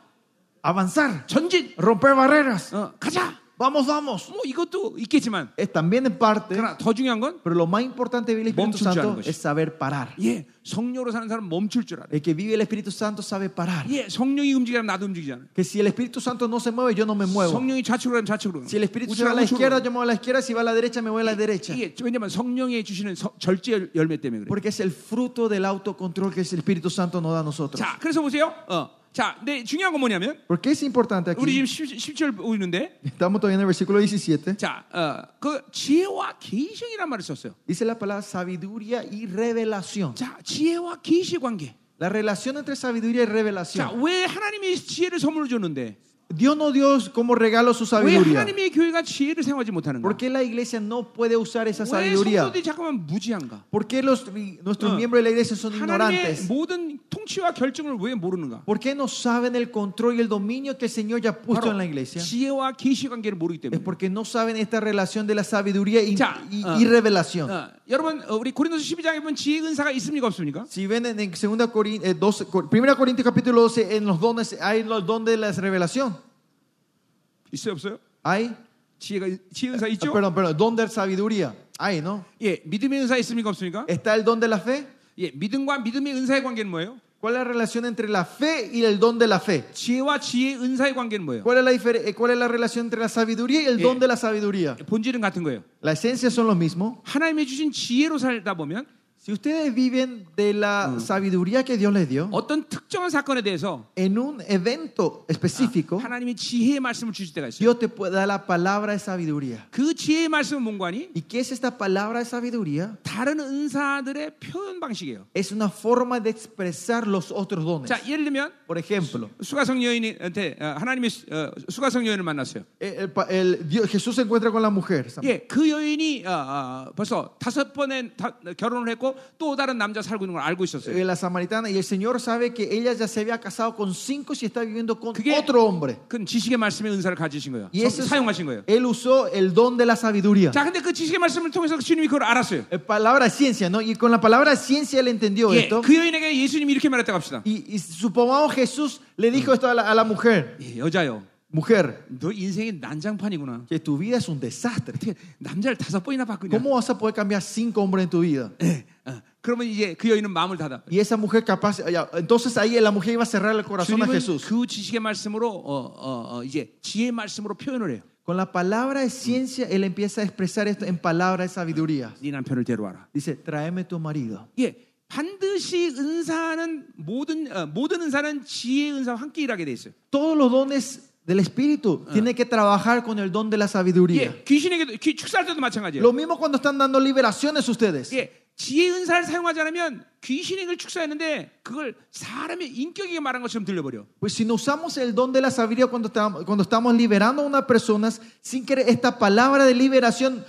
Avanzar,
전진,
romper barreras.
어, 가자.
Vamos, vamos.
뭐 이것도 있겠지만
Es también en parte,
그러나 더 중요한 건
pero lo más importante del
멈춘
Espíritu
줄 아는
Santo
것이.
es saber parar.
예, 성령으로 사는 사람 은 멈출 줄 알아.
El que vive el Espíritu Santo sabe parar.
예, 성령이 움직이면 나도 움직이잖아.
Que si el Espíritu Santo no se mueve, yo no me muevo.
성령이 좌측으로 가면 좌측으로.
Si el Espíritu se va
우측으로
a la
가면 우측으로.
izquierda, yo me voy a la izquierda. Si va a la derecha, me voy a la derecha.
이게 왜냐면 성령이 주시는 서- 절제 열매 때문에 그래.
Porque es el fruto del autocontrol que el Espíritu Santo nos da a nosotros.
자, 그래서 보세요. 어. 자, 근데 중요한 건 뭐냐면
Porque es importante
우리
aquí.
지금 10절 보이는데
Estamos todavía en el versículo 17.
자, 어, 그 지혜와 계시란 말을 썼어요.
Dice la palabra sabiduría y revelación.
자, 지혜와 계시 관계.
La relación entre sabiduría y
자,
revelación.
왜 하나님이 지혜를 선물로 줬는데
Dios no dio como regalo su
왜
sabiduría.
하나님의 교회가 지혜를 사용하지 못하는가?
¿Por qué la iglesia no puede usar esa
왜
sabiduría?
성도들이 잠깐만 무지한가?
¿Por qué los, nuestros
Ah.
miembros de la iglesia son
하나님의
ignorantes?
모든 통치와 결정을 왜 모르는가?
¿Por qué no saben el control y el dominio que el Señor ya puso en la iglesia?
지혜와 계시 관계를 모르기
Es
때문에.
porque no saben esta relación de la sabiduría y,
Ya,
y-
ah.
y revelación.
어, 여러분 어, 우리 고린도서 12장에 보면 지혜 은사가 있습니까 없습니까?
Si ven en, en 2 Corin- eh, 12 Cor- 1 Corintios capítulo 12, en los dones hay los dones de la revelación.
있어요 없어요? 아,
Hay,
지혜가 지혜 은사
ah,
있죠?
perdón, perdón, don de sabiduría. Hay, ¿no?
예, 믿음의 은사 있습니까 없습니까?
Está el don de la fe.
예, 믿음과 믿음의 은사의 관계는 뭐예요?
¿Cuál es la relación entre la fe y el don de la fe?
지혜와 지혜 의 은사의 관계는 뭐예요?
¿Cuál es la, difer- eh, cuál es la relación entre la sabiduría y el
Eh.
don de la sabiduría?
본질은 같은 거예요.
La esencia son lo mismo.
하나님이 주신 지혜로 살다 보면
Si ustedes viven de la
Mm.
sabiduría que Dios les dio,
어떤 특정한 사건에 대해서
en un evento específico,
하나님이 지혜의 말씀을 주실 때가 있어요.
Dios te puede dar la palabra de sabiduría.
그 지혜의 말씀은 뭔가 하니?
¿Y qué es esta palabra de sabiduría?
다른 은사들의 표현 방식이에요.
Es una forma de expresar los otros dones.
자, 예를 들면
Por ejemplo,
수가성 여인한테 어, 하나님이 수- 어, 수가성 여인을 만났어요.
el- el pa- el Dios-
그 어,
Jesús se encuentra con la mujer.
예, 그 여인이 아, 아, 벌써 다섯 번의 다- 결혼을 했고 아내로 또 다른 남자 살고 있는 걸 알고 있었어요.
Eh, la samaritana y el Señor sabe que ella ya se había casado con cinco y está viviendo con
¿Qué?
otro hombre.
그건 지식의 말씀의 은사를 가지신 거예요.
Y
성-
eso es-
사용하신 거예요.
él usó el don de la sabiduría.
자, 근데 그 지식의 말씀을 통해서 주님이 그걸 알았어요.
Eh, palabra ciencia, ¿no? Y con la palabra ciencia él entendió
예,
esto.
그 여인에게 예수님이 이렇게 말했다고 합시다.
Y, y supongamos Jesús le dijo esto a la, a la mujer,
예, 여자요.
mujer,
너 인생이 난장판이구나.
que tu vida es un desastre.
어떻게 남자를 다섯 번이나 바꾸냐?
¿Cómo vas a poder cambiar cinco hombres en tu vida?
예, 어, 그러면 이제 그 여인은 마음을 닫아.
Y esa mujer capaz, ya, entonces ahí la mujer iba a cerrar el corazón a
주님은
Jesús.
그 지식의 말씀으로 어, 어, 어, 이제 지혜의 말씀으로 표현을 해요.
Con la palabra de ciencia, él empieza a expresar esto en palabras de sabiduría.
네 남편을 데려와라.
Dice, tráeme tu marido.
예, 반드시 은사는 모든 어, 모든 은사는 지혜의 은사와 함께 일하게 돼 있어요.
Todos los dones del Espíritu tienen que trabajar con el don de la sabiduría.
예, 귀신에게도 귀, 축사할 때도 마찬가지예요.
Lo mismo cuando están dando liberaciones ustedes.
예, 지혜 은사를 사용하지 않으면 귀신에게 축사했는데 그걸 사람의 인격에게 말한 것처럼 들려버려.
Pues si no usamos el don de la sabiduría cuando estamos, cuando estamos liberando a unas personas, sin querer, esta palabra de liberación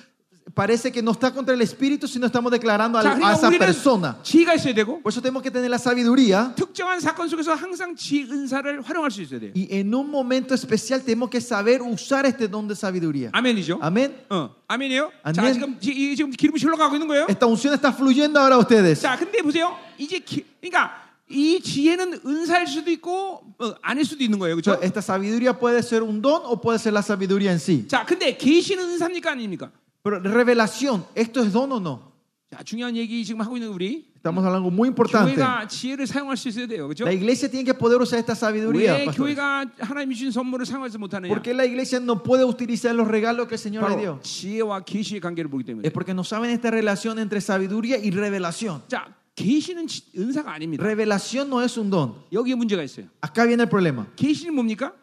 parece que no está contra el espíritu, sino estamos declarando a,
자,
a
그러니까
esa
우리는
persona.
지혜가 있어야 되고
Por eso tenemos que tener la sabiduría
특정한 사건 속에서 항상 지혜 은사를 활용할 수 있어야 돼요.
y en un momento especial tenemos que saber usar este don de sabiduría.
아멘이죠.
Amén.
어, 아멘이에요. 자,
아멘.
지금 지- 이- 지금 기름이 흘러가고 있는 거예요.
Esta unción está fluyendo ahora a ustedes.
자, 근데 보세요. 이제 기, 그러니까 이 지혜는 은사일 수도 있고 어, 아닐 수도 있는 거예요.
O sea,
그렇죠?
Esta sabiduría puede ser un don o puede ser la sabiduría en sí.
자, 근데 계시는 은사입니까 아닙니까?
Pero revelación, ¿esto es don o no?
자, 중요한 얘기 지금 하고 있는 우리
Estamos hablando algo muy importante.
교회가 지혜를 사용할 수 있어야 돼요. 그렇죠?
La iglesia tiene que poder usar esta sabiduría.
왜
pastores.
교회가 하나님이 주신 선물을 사용하지 못하느냐?
¿Por qué la iglesia no puede utilizar los regalos que el Señor le
바로
dio?
지혜와 계시의 관계를 보기 때문에.
Es porque no saben esta relación entre sabiduría y revelación.
자, 계시는 지- 은사가 아닙니다.
Revelación no es un don.
여기에 문제가 있어요.
Acá viene el problema.
계시는 뭡니까?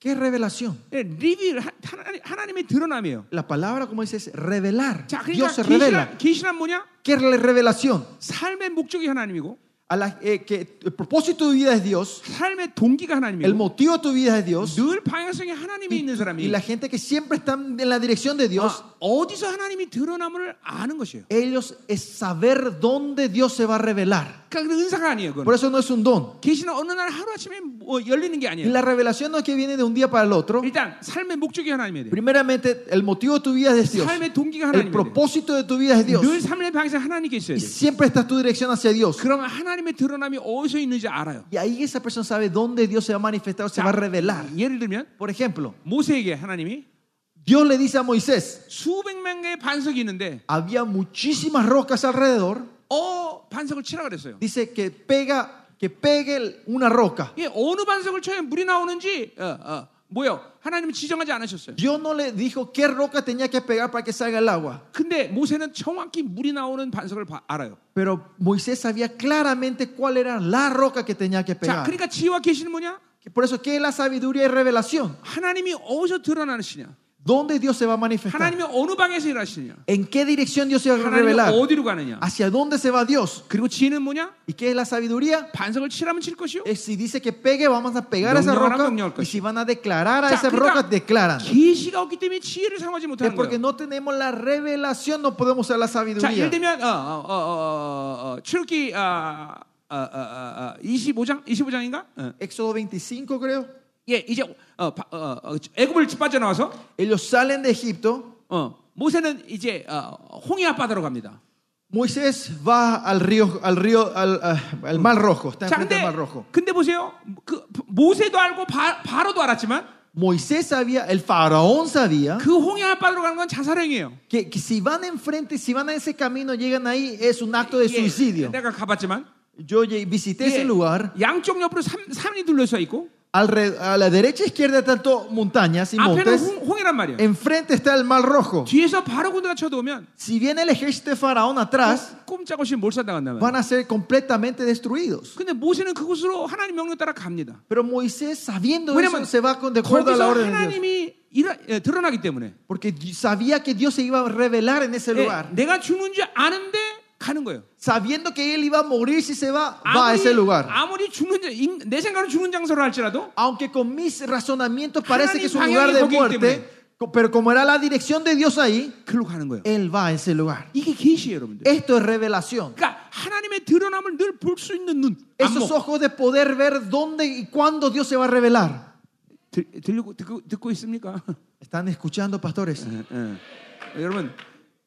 ¿Qué es revelación?
예, 리빌 하- 하나님- 하나님의 드러남이에요.
La palabra, como dice, es revelar.
자,
Dios
그러니까
se revela.
계시란 계시란 뭐냐?
¿Qué es la revelación?
삶의 목적이 하나님이고
A la- eh, que el propósito de tu vida es Dios,
삶의 동기가
el
하나님이고
motivo de tu vida es Dios.
늘 방향성이 하나님이 있는
Y
사람이
la gente que siempre está en la dirección de Dios,
아, 어디서 하나님이 드러남을 아는 것이에요.
ellos es saber dónde Dios se va a revelar.
그러니까 그 은사가 아니에요.
Por
그건.
eso no es un don.
계시는 어느 날 하루 아침에 뭐 열리는 게
Y
아니에요.
la revelación no es que viene de un día para el otro.
일단 삶의 목적이 하나님에 대해.
Primeramente, el motivo de tu vida es Dios.
삶의 동기가 하나님에
El
대해.
propósito de tu vida es Dios.
늘 삶의 방향성 하나님께 있어야
Y
돼.
siempre está tu dirección hacia Dios.
그러면 하나님의 드러남이 어디서 있는지 알아요.
Y ahí esa persona sabe dónde Dios se va a manifestar, se va a revelar.
예를 들면
Por ejemplo,
모세에게 하나님이
Dios le dice a Moisés,
수백만 개의 반석이 있는데
había muchísimas rocas alrededor.
어 반석을 치라 그랬어요.
Dice que pega, que pegue una roca.
예, 어느 반석을 쳐야 물이 나오는지 어, 어, 뭐요? 하나님은 지정하지 않으셨어요.
Dios no le dijo qué roca tenía que pegar para que salga el agua.
근데 모세는 정확히 물이 나오는 반석을 바- 알아요.
Pero Moisés sabía claramente cuál era la roca que tenía que
자,
pegar.
그러니까 지혜와 계시는 뭐냐?
Por eso, ¿qué es la sabiduría y revelación?
하나님이 어디서 드러나시냐?
¿Dónde Dios se va a manifestar?
하나님이 어느 방에서 일하시냐?
¿En qué dirección Dios se va a
하나님이
revelar?
어디로 가느냐?
¿Hacia dónde se va Dios?
그리고 지혜는 뭐냐?
¿Y qué es la sabiduría?
반석을 치라면 칠 것이요.
Es si dice que pegue, vamos a pegar a esa
Doñoran,
roca.
doñor,
Y si van a declarar a
자,
esa roca,
그러니까
declaran.
계시가 없기 때문에 지혜를 사용하지
Es
못하는
porque
거예요.
no tenemos la revelación, no podemos usar la
자, 예를
sabiduría.
들면 어, 어, 어, 어, 어, 출기 아, 어, 어, 어, 어, 25장 25장인가? 어.
Éxodo 25, creo.
예, 이제 어, 바- 어, 어, 애굽을 빠져나와서
Ellos salen de Egipto.
어, 모세는 이제 어, 홍해 앞바다로 갑니다.
Moisés va al río, al río, al, ah, al Mar Rojo. Está
자,
enfrente
근데
del Mar Rojo.
근데 보세요. 그 모세도 알고 바, 바로도 알았지만
Moisés sabía, el faraón sabía
그 홍해 앞바다로 가는 건 자살행위예요.
que, que si van enfrente, si van a ese camino, llegan ahí, es un acto de
예,
suicidio.
내가 가봤지만
Yo lle- visité
예,
ese lugar.
양쪽 옆으로 산, 산이 둘러서 있고
Alre- a la derecha e izquierda hay tanto montañas y
앞에는
montes.
홍, 홍해란 말이에요.
Enfrente está el Mar Rojo.
뒤에서 바로 군대가 쳐들어오면
Si viene el ejército de Faraón atrás,
꼼짝없이 몰살당한단 말이에요.
van a ser completamente destruidos.
근데 모세는 그곳으로 하나님 명령 따라 갑니다.
Pero Moisés, sabiendo
왜냐면
eso, se va con de acuerdo a la
거기서
orden de Dios.
하나님이 일하- 예, 드러나기 때문에
Porque di- sabía que Dios se iba a revelar en ese
예,
lugar.
내가 죽는 줄 아는데 가는 거예요.
Sabiendo que él iba a morir si se va, va a
아무리,
ese lugar.
아무리 죽는 자- 인- 내 생각으로 죽는 장소로 할지라도
Aunque con mis razonamientos parece que es un
하나님
lugar de
방향이 거기이기
muerte,
때문에.
co- pero como era la dirección de Dios ahí,
그로 가는 거예요.
él va a ese lugar.
이게 계시예요, 여러분들.
Esto es revelación.
그러니까 하나님의 드러남을 늘 볼 수 있는 눈.
Esos
안목. 뭐,
ojos de poder ver dónde y cuándo Dios se va a revelar.
들, 들리고 듣고, 듣고 있습니까? <laughs>
¿Están escuchando, pastores?
예, 예. 여러분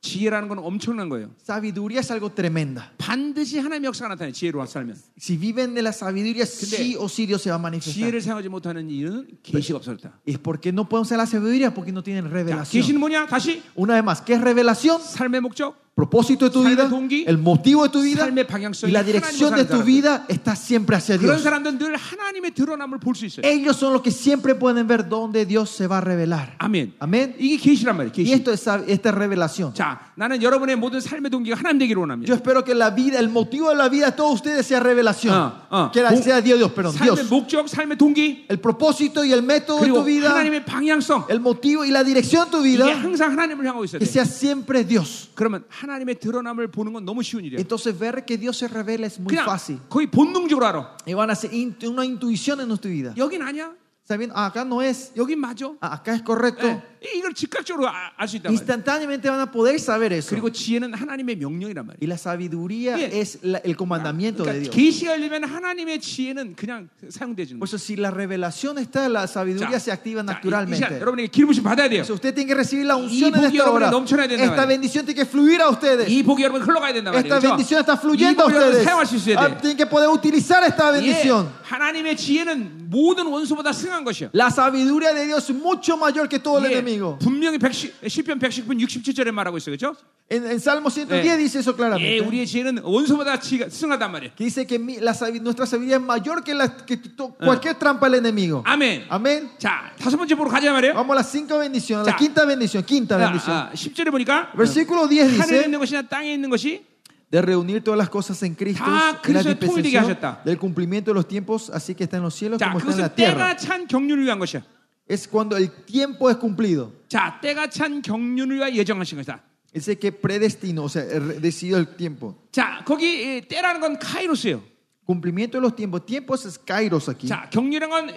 지혜라는 건 엄청난 거예요.
Sabiduría es algo tremenda.
반드시 하나님의 역사가 나타나요. 지혜로 살면.
Si viven de la sabiduría,
Pero-
sí o sí Dios se va a manifestar.
지혜를 사용하지 못하는 이유는 계시가 없었다.
Es porque no pueden usar la sabiduría, porque no tienen
자,
revelación.
계시는 뭐냐? 다시
Una vez más, ¿qué es revelación?
삶의 목적,
Propósito de tu
Salve
vida,
동기,
el motivo de tu vida
삶의 방향성이
y la
하나님으로
dirección de
사는
tu
사람들.
vida está siempre hacia
그런
Dios.
사람들은 늘 하나님의 드러남을 볼 수 있어요.
Ellos son los que siempre pueden ver dónde Dios se va a revelar.
아멘.
Amén.
이게 계시란 말이에요.
Y
계시.
esto es, sab- esta es revelación.
자, 나는 여러분의 모든 삶의 동기가 하나님 되기를
Yo
원합니다.
espero que la vida, el motivo de la vida de todos ustedes sea revelación.
Ah, ah.
que la-
Bo-
sea Dios, Dios, perdón,
삶의
Dios.
목적, 삶의 동기,
El propósito y el método de
그리고
tu vida,
하나님의 방향성
el motivo y la dirección de tu
이게
vida,
항상 하나님을 향하고 있어야
que
돼.
sea siempre Dios.
그러면 하나님의 드러남을 보는 건 너무 쉬운 일이에요.
Entonces ver que Dios se revela es muy
그냥
fácil.
거의 본능적으로 알아.
Y van a hacer intu- una intuición en nuestra vida.
여긴 아니야.
Sabiendo, "Ah, acá no es,
여긴 맞아.
ah, acá es correcto.
예, 이걸 즉각적으로 아, 알 수 있단 말이에요.
Instantáneamente van a poder saber eso.
그리고 지혜는 하나님의 명령이란 말이에요.
Y la sabiduría
Bien.
es la- el comandamiento de
그러니까
Dios.
계시가 열리면 하나님의 지혜는 그냥 사용되지는 거예요.
Por eso si la revelación está, la sabiduría se
자, 이-
activa
이 시간
naturalmente.
여러분에게 기름부심 받아야 돼요.
Si usted tiene que recibir la
Y
unción en
porque
esta hora,
여러분이 넘쳐나야 된다
esta
말이에요.
bendición tiene que fluir a ustedes.
이 복이 여러분 흘러가야 된다 말이에요.
Esta
그렇죠?
bendición está
이
fluyendo a
복을 여러분
ustedes.
사용할 수
Ah,
있어야 돼.
Tienen que poder utilizar esta
예,
bendición.
하나님의 지혜는 모든 원수보다 승한 것이요.
La sabiduría de Dios es mucho mayor que todo el
예,
enemigo.
분명히 110, 10편 119편 67절에 말하고 있어요. 그렇죠?
En, en Salmo 110
Eh.
dice eso
예,
claramente.
우리의 지혜는 원수보다 지가 승하단 말이에요.
Que dice que mi- la sabi- nuestra sabiduría es mayor que, la, que to- cualquier trampa del enemigo.
아멘.
Amén.
자, 다섯 번째 보러 가자 말이에요.
Vamos a las cinco bendiciones. La
Ya.
quinta bendición, quinta
Ah,
bendición.
아, 아, 10절에 보니까
Versículo 10
하늘에
dice
있는 것이나 땅에 있는 것이
de reunir todas las cosas en Cristo
Ah,
en la
Cristo es todo
dispensación
y diga, ya está.
del cumplimiento de los tiempos, así que está en los cielos
자,
como está en la
그것은
tierra.
때가 찬 경륜을 위한 것이야.
Es cuando el tiempo es cumplido.
자, 때가 찬 경륜을 위하여 예정하신 것이다.
Dice que predestino, o sea, er- decidió el tiempo.
자, 거기 예, 때라는 건 카이로스예요.
Cumplimiento de los tiempos. Tiempos es kairos aquí.
자, 경륜이란 건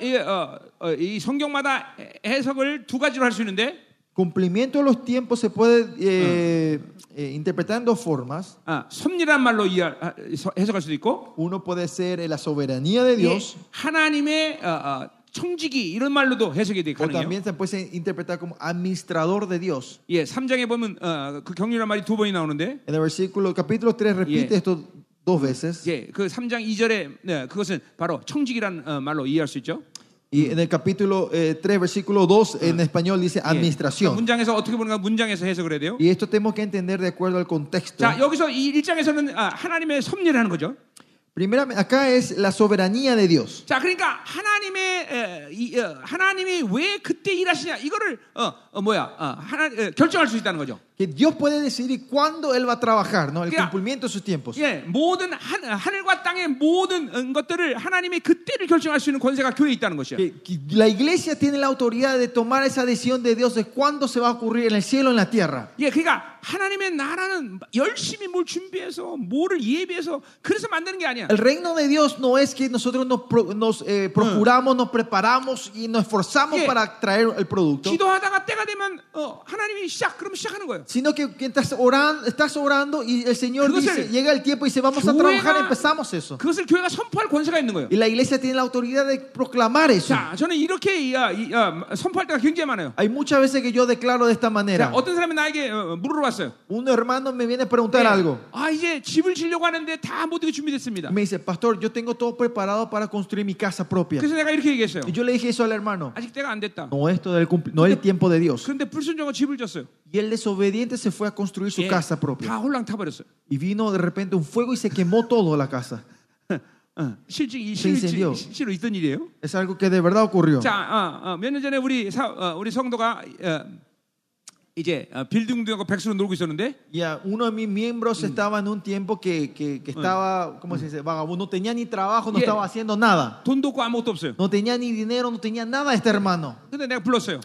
이 성경마다 해- 해석을 두 가지로 할 수 있는데
Cumplimiento de los tiempos se puede eh, eh, interpretar en dos formas.
아, 섭리란 말로 이해할- 아, 해석- 해석할 수도 있고
Uno puede ser eh, la soberanía de
예,
Dios,
하나님의 어, 어, 청지기 이런 말로도 해석이 되게
o
가능해요.
también se puede interpretar como administrador de Dios.
예, 3장에 보면 어, 그 경륜이란 말이 두 번이 나오는데
En el versículo, capítulo 3, repite
Yeah.
esto dos veces.
예, 그 3장 2절에 네, 그것은 바로 청직이라는 어, 말로 이해할 수 있죠.
Y en el capítulo 3, versículo 2, en español dice
예. 그러니까
administración.
문장에서 어떻게 보는가 문장에서 해석을 해야 돼요.
Y esto tenemos que entender de acuerdo al contexto.
자, 여기서 이 1장에서는 아, 하나님의 섭리를 하는 거죠.
Primeramente, acá es la soberanía de Dios.
자, 그러니까 하나님의 에, 이, 어, 하나님이 왜 그때 일하시냐 이거를 어, 어, 뭐야 어, 하나, 에, 결정할 수 있다는 거죠.
Que Dios puede decidir cuándo Él va a trabajar, ¿no? El
Yeah.
cumplimiento de sus tiempos.
예, 모든 하, 하늘과 땅의 모든 음, 것들을 하나님의 그때를 결정할 수 있는 권세가 교회에 있다는 것이에요.
Que, que la iglesia tiene la autoridad de tomar esa decisión de Dios de cuándo se va a ocurrir en el cielo o en la tierra.
예, 그러니까 하나님의 나라는 열심히 뭘 준비해서 뭐를 예비해서 그래서 만드는 게 아니야.
El reino de Dios no es que nosotros nos, pro- nos, eh, procuramos, nos preparamos y nos esforzamos
Yeah.
para traer el producto.
기도하다가 때가 되면 어, 하나님이 시작 그러면 시작하는 거예요.
sino que estás orando, estás orando y el Señor
Entonces,
dice, llega el tiempo y dice, vamos a
교회가-
trabajar, empezamos eso.
그것을 교회가 선포할 권세가 있는 거예요.
Y la iglesia tiene la autoridad de proclamar eso.
자, 저는 이렇게 이, 아, 이, 아, 선포할 때가 굉장히 많아요.
Hay muchas veces que yo declaro de esta
자,
manera.
어떤 사람이 나에게 어, 물어봤어요.
Un hermano me viene a preguntar algo.
아, 이제 집을 지려고 하는데 다 모든 게 준비됐습니다.
Me dice, pastor, yo tengo todo preparado para construir mi casa propia.
그래서 내가 이렇게 얘기했어요.
Y yo le dije eso al hermano.
아직 때가 안 됐다.
No, esto del cumpl- no es el tiempo de Dios.
그런데 불순종하고 집을 졌어요.
Y el desobediente se fue a construir su
예,
casa propia.
다 홀랑 타버렸어요.
Y vino de repente un fuego y se quemó toda la casa.
어, 실제 이
신
실제
인센디오.
실제로 있던 일이에요.
Es algo que de verdad
어.
ocurrió.
자, 몇 년 전에 우리 사- 어, 우리 성도가 어, 이제 어, 빌딩동하고 백수로 놀고 있었는데
Y a uno de mis miembros estaba en un tiempo que, que- que estaba, ¿cómo se dice? Vagabundo, no tenía ni trabajo, no
Yeah.
estaba haciendo nada.
돈도 없고 아무것도 없어요.
No tenía ni dinero, no tenía nada este hermano.
근데 내가 불렀어요.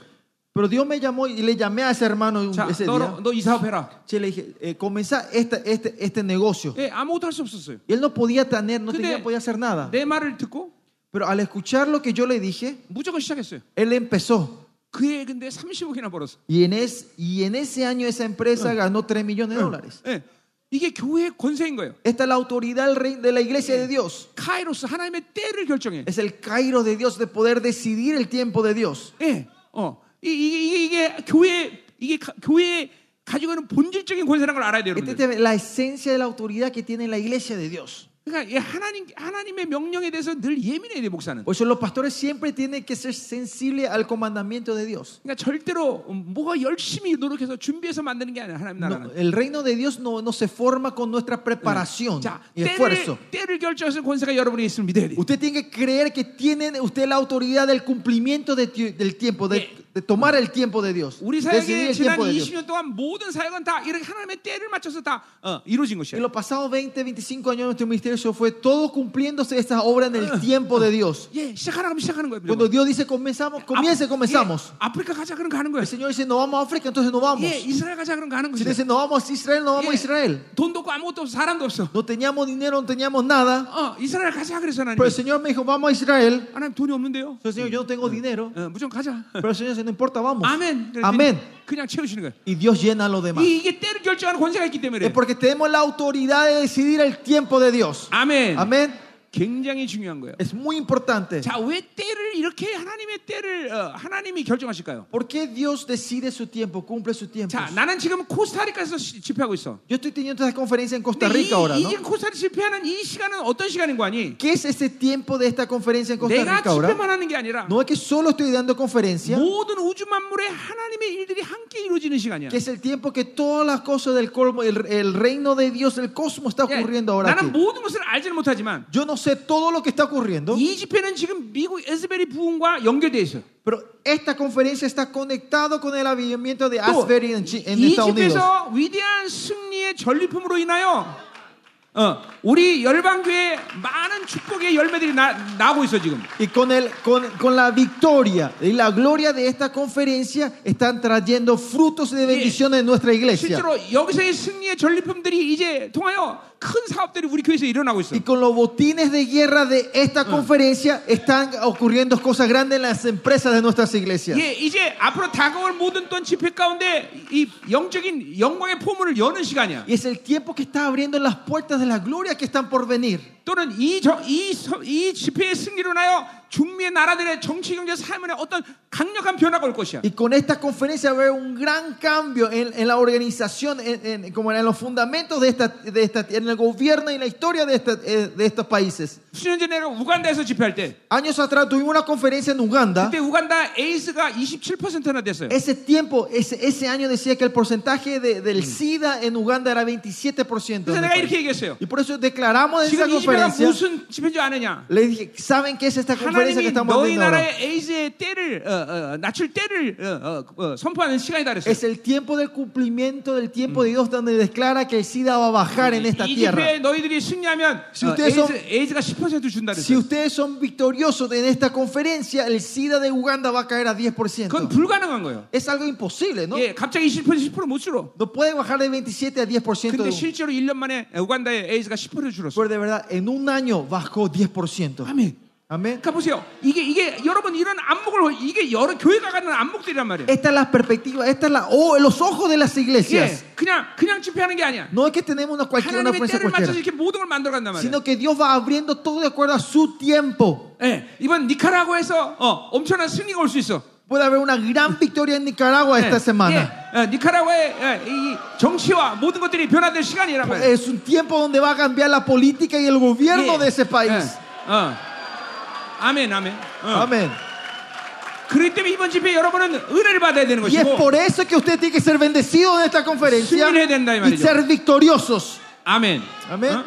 Pero Dios me llamó y le llamé a ese hermano un-
자,
ese día.
너너 이 사업 해라.
Che, le dije, eh, comenzá este, este, este negocio.
예, 아무것도 할 수 없었어요.
Y él no podía tener, no
Pero-
tenía, podía hacer nada.
내 말을 듣고
Pero al escuchar lo que yo le dije,
무조건 시작했어요.
él empezó.
그해 근데 30억이나 벌었어.
Ah. Y en, es, y en ese año esa empresa ganó 3 millones de dólares.
예. 이게 교회의 권세인 거예요.
Esta es la autoridad del rey- de la iglesia de Dios.
카이로스 하나님의 때를 결정해.
Es el Cairo de Dios de poder decidir el tiempo de Dios.
예, 어, 이- 이게 이게, 이게 교회 이게 가- 교회 가지고 있는 본질적인 권세라는 걸 알아야 돼요,
Esta
여러분들.
Este es la esencia de la autoridad que tiene la iglesia de Dios.
그러니까 이 하나님 하나님의 명령에 대해서 늘 예민해야 돼 목사는.
Por eso los pastores siempre tienen que ser sensibles al comandamiento de Dios.
그러니까 절대로 뭐가 열심히 노력해서 준비해서 만드는 게 아니라 하나님
No,
나라는.
el reino de Dios no, no se forma con nuestra preparación
자,
y esfuerzo.
때를, 때를 결정하는 권세가 여러분이 있으면 믿어야 돼.
Usted tiene que creer que tiene usted la autoridad del cumplimiento de ti- del tiempo, de, de tomar el tiempo de Dios,
우리
decidir
사역이
el
지난
tiempo de Dios.
20년 동안 모든 사역은 다 이렇게 하나님의 때를 맞춰서 다 어, 이루어진
En
것이에요.
los pasados 20, 25 años de nuestro ministerio eso fue todo cumpliéndose esta obra en el tiempo de Dios.
예, 시작하라 그러면 시작하는 거예요. 그 아,
Cuando Dios dice comenzamos, comience, comenzamos.
예, 아프리카 가자 그럼 가는 거예요.
El Señor dice no vamos a África, entonces no vamos.
예,
Si
이스라엘 가자 그럼 가는
Él
거예요.
dice no vamos a Israel, no vamos
예,
a Israel.
돈도 없고 아무것도 없어 사람도 없어.
No teníamos dinero, no teníamos nada.
어, 이스라엘 가자 그래서 하나님.
Pero el Señor me dijo vamos a Israel.
하나님 돈이 없는데요.
Entonces, Señor, yo no tengo dinero.
어, 무조건 가자.
Pero el Señor dice no importa, vamos.
아멘. 그랬더니
Amén.
그냥 채우시는 거예요.
Y Dios llena a los demás.
이- 이게 때를 결정하는 권세가 있기 때문에.
Es
그래요.
porque tenemos la autoridad de decidir el tiempo de Dios.
아멘. 네.
Amén.
굉장히 중요한 거예요.
Es muy importante.
자, 왜 때를 이렇게 하나님의 때를 어, 하나님이 결정하실까요?
¿Por qué Dios decide su tiempo, cumple su tiempo?
자, 나는 지금 코스타리카에서 시- 집회하고 있어.
Yo estoy teniendo esta conferencia en Costa
근데 이,
Rica ahora, ¿no?
이 코스타리카 집회하는 이 시간은 어떤 시간인 거 아니?
¿Qué es ese tiempo de esta conferencia en Costa
내가
Rica ahora?
집회만 하는 게 아니라
No es que solo estoy dando conferencia,
모든 우주 만물의 하나님의 일들이 함께 이루어지는 시간이야.
que es el tiempo que todas las cosas del colmo, el, el reino de Dios, el cosmos está
예,
ocurriendo ahora
나는
aquí.
모든 것을 알지는 못하지만
Yo no sé todo lo que está ocurriendo,
이 집회는 지금 미국 에스베리 부흥과 연결돼 있어.
pero esta conferencia está conectado con el avivamiento de Asbury en, Chi- en
이
Estados Unidos.
집에서 위대한 승리의 전리품으로 인하여 어, 우리 열방교회 많은 축복의 열매들이 나, 나고 있어 지금.
Y con, el, con, con la victoria y la gloria de esta conferencia están trayendo frutos de bendiciones en nuestra iglesia.
실제로 여기서의 승리의 전리품들이 이제 통하여 큰 사업들이 우리 교회에서 일어나고 있어.
Y con los botines de guerra de esta conferencia están ocurriendo cosas grandes en las empresas de nuestras iglesias.
예, 이제 앞으로 다가올 모든 또 집회 가운데 이 영적인 영광의 포문을 여는 시간이야.
Y es el tiempo que está abriendo las puertas de la gloria que están por venir.
또는 이, 저, 이, 서- 이 집회의 승리로 인하여 중미의 나라들의 정치 경제 삶에 어떤 강력한 변화가 올 것이야.
Y con esta conferencia va a haber un gran cambio en, en la organización, en, en- como en los fundamentos de esta, de esta, en el gobierno y la historia de, esta- eh, de estos países.
수년 전에 내가 우간다에서 집회할 때
Años atrás tuvimos una conferencia en Uganda.
그때 우간다 에이스가 27%나 됐어요.
Ese Mm. tiempo, ese, ese año decía que el porcentaje de- del SIDA en Uganda era 27%.
그래서
en el
내가
país.
이렇게 얘기했어요.
Y por eso declaramos en esa
지금 이 집회가
conferencia,
무슨 집회인지 아느냐?
le dije, ¿saben qué es
어,
esta conferencia que
하나님이
estamos
너희
haciendo ahora?
나라의 에이즈의 때를 어, 어, 낮출 때를 어, 어, 어, 선포하는 시간이다 그랬어요.
Es el tiempo del cumplimiento del tiempo de Dios donde declara que el SIDA va a bajar en esta
이
tierra.
집회에 너희들이 승리하면
Si
어,
ustedes son-
에이즈, 에이즈가 10% 준다
Si
그랬어요.
ustedes son victoriosos en esta conferencia, el SIDA de Uganda va a caer a
그건
10%.
불가능한 거예요.
Es algo imposible, ¿no?
예, 갑자기 20% 10%못 줄어.
No puede bajar de 27 a 10%.
근데
de-
실제로 1년 만에 우간다의 에이즈가 10% 줄었어. 요
Pero de verdad, en un año bajó 10%.
아멘.
Amén.
그러니까 보세요. 이게 이게 여러분 이런 안목을 이게 여러 교회가 갖는 안목들이란 말이에요.
Esta es la perspectiva, esta es la, oh, los ojos de las
예,
iglesias.
그냥 그냥 집회하는 게 아니야.
No es que tenemos una cualquier una
하나님의
fuerza
때를 맞춰서
cualquiera,
이렇게 모든 걸 만들어 간단 말이야.
sino que Dios va abriendo todo de acuerdo a su tiempo.
예, 이번 니카라과에서 어, 엄청난 승리가 올 수 있어.
Puede haber una gran victoria en Nicaragua esta semana.
예, 예, 니카라과의 예, 이 정치와 모든 것들이 변화될 시간이란 말이야.
Es un tiempo donde va a cambiar la política y el gobierno
예,
de ese país. Ah.
예, 어. 아멘, 아멘. 어.
Amén.
그렇기 때문에 이번 집회 여러분은 은혜를 받아야 되는
Y es
것이고,
por eso que usted tiene que ser bendecido en esta conferencia
승리를 해야 된다, 이
y
말이죠.
ser victoriosos.
아멘.
아멘.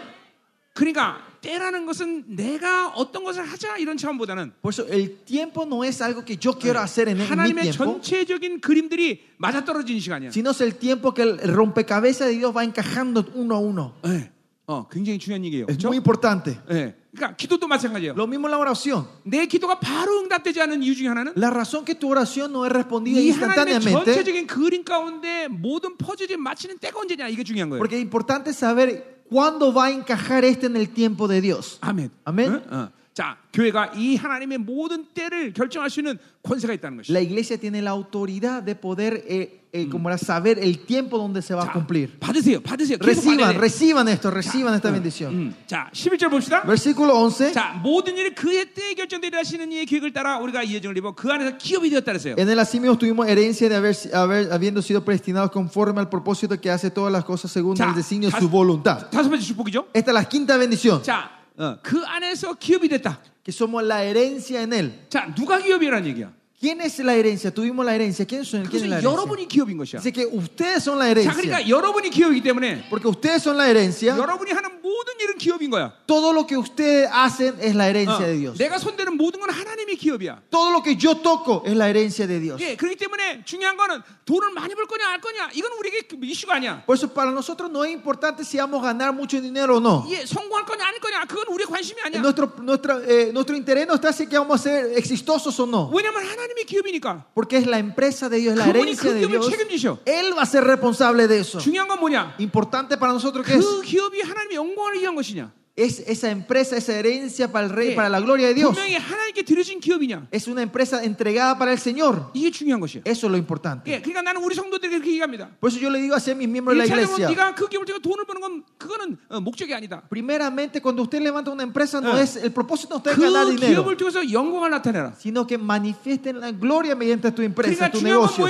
그러니까 때라는 것은 내가 어떤 것을 하자 이런 차원보다는
Por eso el tiempo no es algo que yo quiero hacer en, en mi
하나님의
tiempo,
전체적인 그림들이 맞아떨어지는 시간이야.
sino es el tiempo que el rompecabezas de Dios va encajando uno a uno.
예, 어, 굉장히 중요한 얘기예요.
Es
그렇죠?
muy importante.
예, 그러니까 기도도 마찬가지예요.
Lo mismo en la oración.
내 기도가 바로 응답되지 않은 이유 중에 하나는
La razón que tu oración no es respondida
이 하나님의
instantáneamente,
전체적인 그림 가운데 모든 퍼즐이 맞히는 때가 언제냐 이게 중요한 거예요.
porque es importante saber cuándo va a encajar este en el tiempo de Dios.
아멘.
아멘.
응? 어. 자, 교회가 이 하나님의 모든 때를 결정할 수 있는 권세가 있다는 것이죠.
La iglesia tiene la autoridad de poder, eh, eh, como era saber el tiempo donde se va a
자,
cumplir.
받으세요. 받으세요. 계속
Reciban,
받아야 돼.
reciban esto, reciban esta bendición.
음, 자, 11절 봅시다.
Versículo 11.
자, 모든 일이 그의 때에 결정되리라 하시는 이의 계획을 따라 우리가 이 여정을 입어 그 안에서 기업이 되었다 그랬어요.
En el asimio tuvimos herencia de haber, haber- habiendo sido predestinados conforme al propósito que hace todas las cosas según
Ya.
el designio de
Ya.
su voluntad.
다섯 번째 축복이죠.
Esta es la quinta bendición,
자, 어, 그 안에서 기업이 됐다.
que somos la herencia en él.
자, 누가 기업이라는 얘기야?
¿Quién es la herencia? Tuvimos la herencia. ¿Quién, son, quién es
그것은
la herencia?
여러분이 기업인 것이야.
Dice que ustedes son la
자,
herencia.
그러니까 여러분이 기업이기 때문에
Porque ustedes son la herencia.
여러분이 하는 모든 일은 기업인 거야.
Todo lo que ustedes hacen es la herencia de
어,
Dios.
내가 손대는 모든 건 하나님의 기업이야.
Todo lo que yo toco es la herencia de Dios.
예, 그렇기 때문에 중요한 거는 돈을 많이 벌 거냐 알 거냐 이건 우리에게 그 이슈가 아니야.
Por eso para nosotros no es importante si vamos a ganar mucho dinero o no.
예, 성공할 거냐 아닐 거냐 그건 우리의 관심이 아니야.
Nuestro, nuestra, eh, nuestro interés no está si que vamos a ser exitosos o no.
왜냐면 하나님의 기업이니까.
Porque es la empresa de Dios, la
그분이
herencia
그
de
기업을
Dios.
책임지셔.
Él va a ser responsable de eso.
중요한 건 뭐냐?
Importante para nosotros que es,
그 기업이 하나님의 영광을 위한 것이냐?
es esa empresa, esa herencia para el rey,
예,
para la gloria de Dios.
분명히 하나님께 드려진 기업이냐?
Es una empresa entregada para el Señor.
이게 중요한 것이야.
Eso es lo importante.
예, 그러니까 나는 우리 성도들에게 그렇게 얘기합니다.
Por eso yo le digo así a mis miembros de la
일차적으로
iglesia.
네가 그 기업을 통해 돈을 버는 건 그거는 어, 목적이 아니다.
Primeramente, cuando usted levanta una empresa, no
Eh.
es el propósito no está en ganar
그
dinero.
기업을 통해서 영광을 나타내라.
sino que manifiesten la gloria mediante tu empresa,
Diga,
tu
"Chunga,
negocio.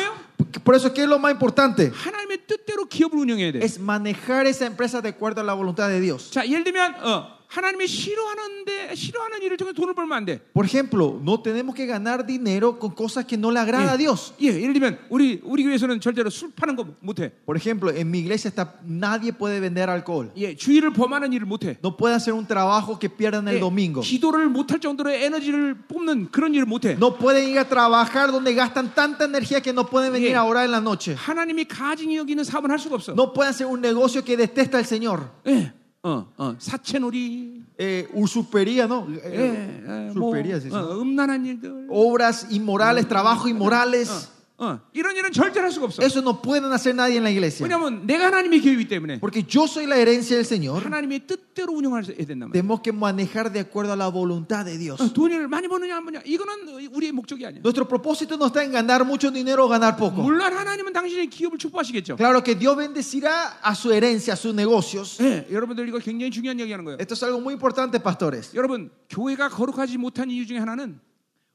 Por eso, ¿qué es lo más importante?
하나님의 뜻대로 기업을 운영해야 돼.
Es manejar esa empresa de acuerdo a la voluntad de Dios.
자, 예를 들면 어, 하나님이 싫어하는데 싫어하는 일을 통해 돈을 벌면 안 돼.
Por ejemplo, no tenemos que ganar dinero con cosas que no le agrada a Dios.
예, 예를 들면 우리 우리 교회에서는 절대로 술 파는 거 못 해.
Por ejemplo, en mi iglesia está, nadie puede vender alcohol.
예, 주의를 범하는 일을 못 해. 예,
No puede hacer un trabajo que pierdan
Eh,
el domingo.
기도를 못 할 정도로 에너지를 뽑는 그런 일을 못 해.
No pueden ir a trabajar donde gastan tanta energía que no pueden venir
Yeah.
a orar en la noche.
하나님이 가증히 여기는 사업은 할 수가 없어.
No pueden hacer un negocio que detesta al Señor.
예. 어, 어, 사채놀이,
Eh, usurpería, ¿no?
예,
Eh,
예, 뭐,
usurpería, sí, sí.
어, 음란한 일들,
obras inmorales, trabajo inmorales.
어, 어, 이런 일은 절대로 할 수가 없어.
Eso no pueden hacer nadie en la iglesia.
왜냐하면 내가 하나님의 기업이기 때문에
Porque yo soy la herencia del Señor.
하나님의 뜻대로 운영해야 된단 말이야.
Tenemos que manejar de acuerdo a la voluntad de Dios.
어, 돈을 많이 버느냐 안 버느냐 이거는 우리의 목적이 아니야.
Nuestro propósito no está en ganar mucho dinero o ganar poco.
물론 하나님은 당신의 기업을 축복하시겠죠.
Claro que Dios bendecirá a su herencia, a sus negocios.
예, 여러분들 이거 굉장히 중요한 얘기하는 거예요.
Esto es algo muy importante, pastores.
여러분 교회가 거룩하지 못한 이유 중에 하나는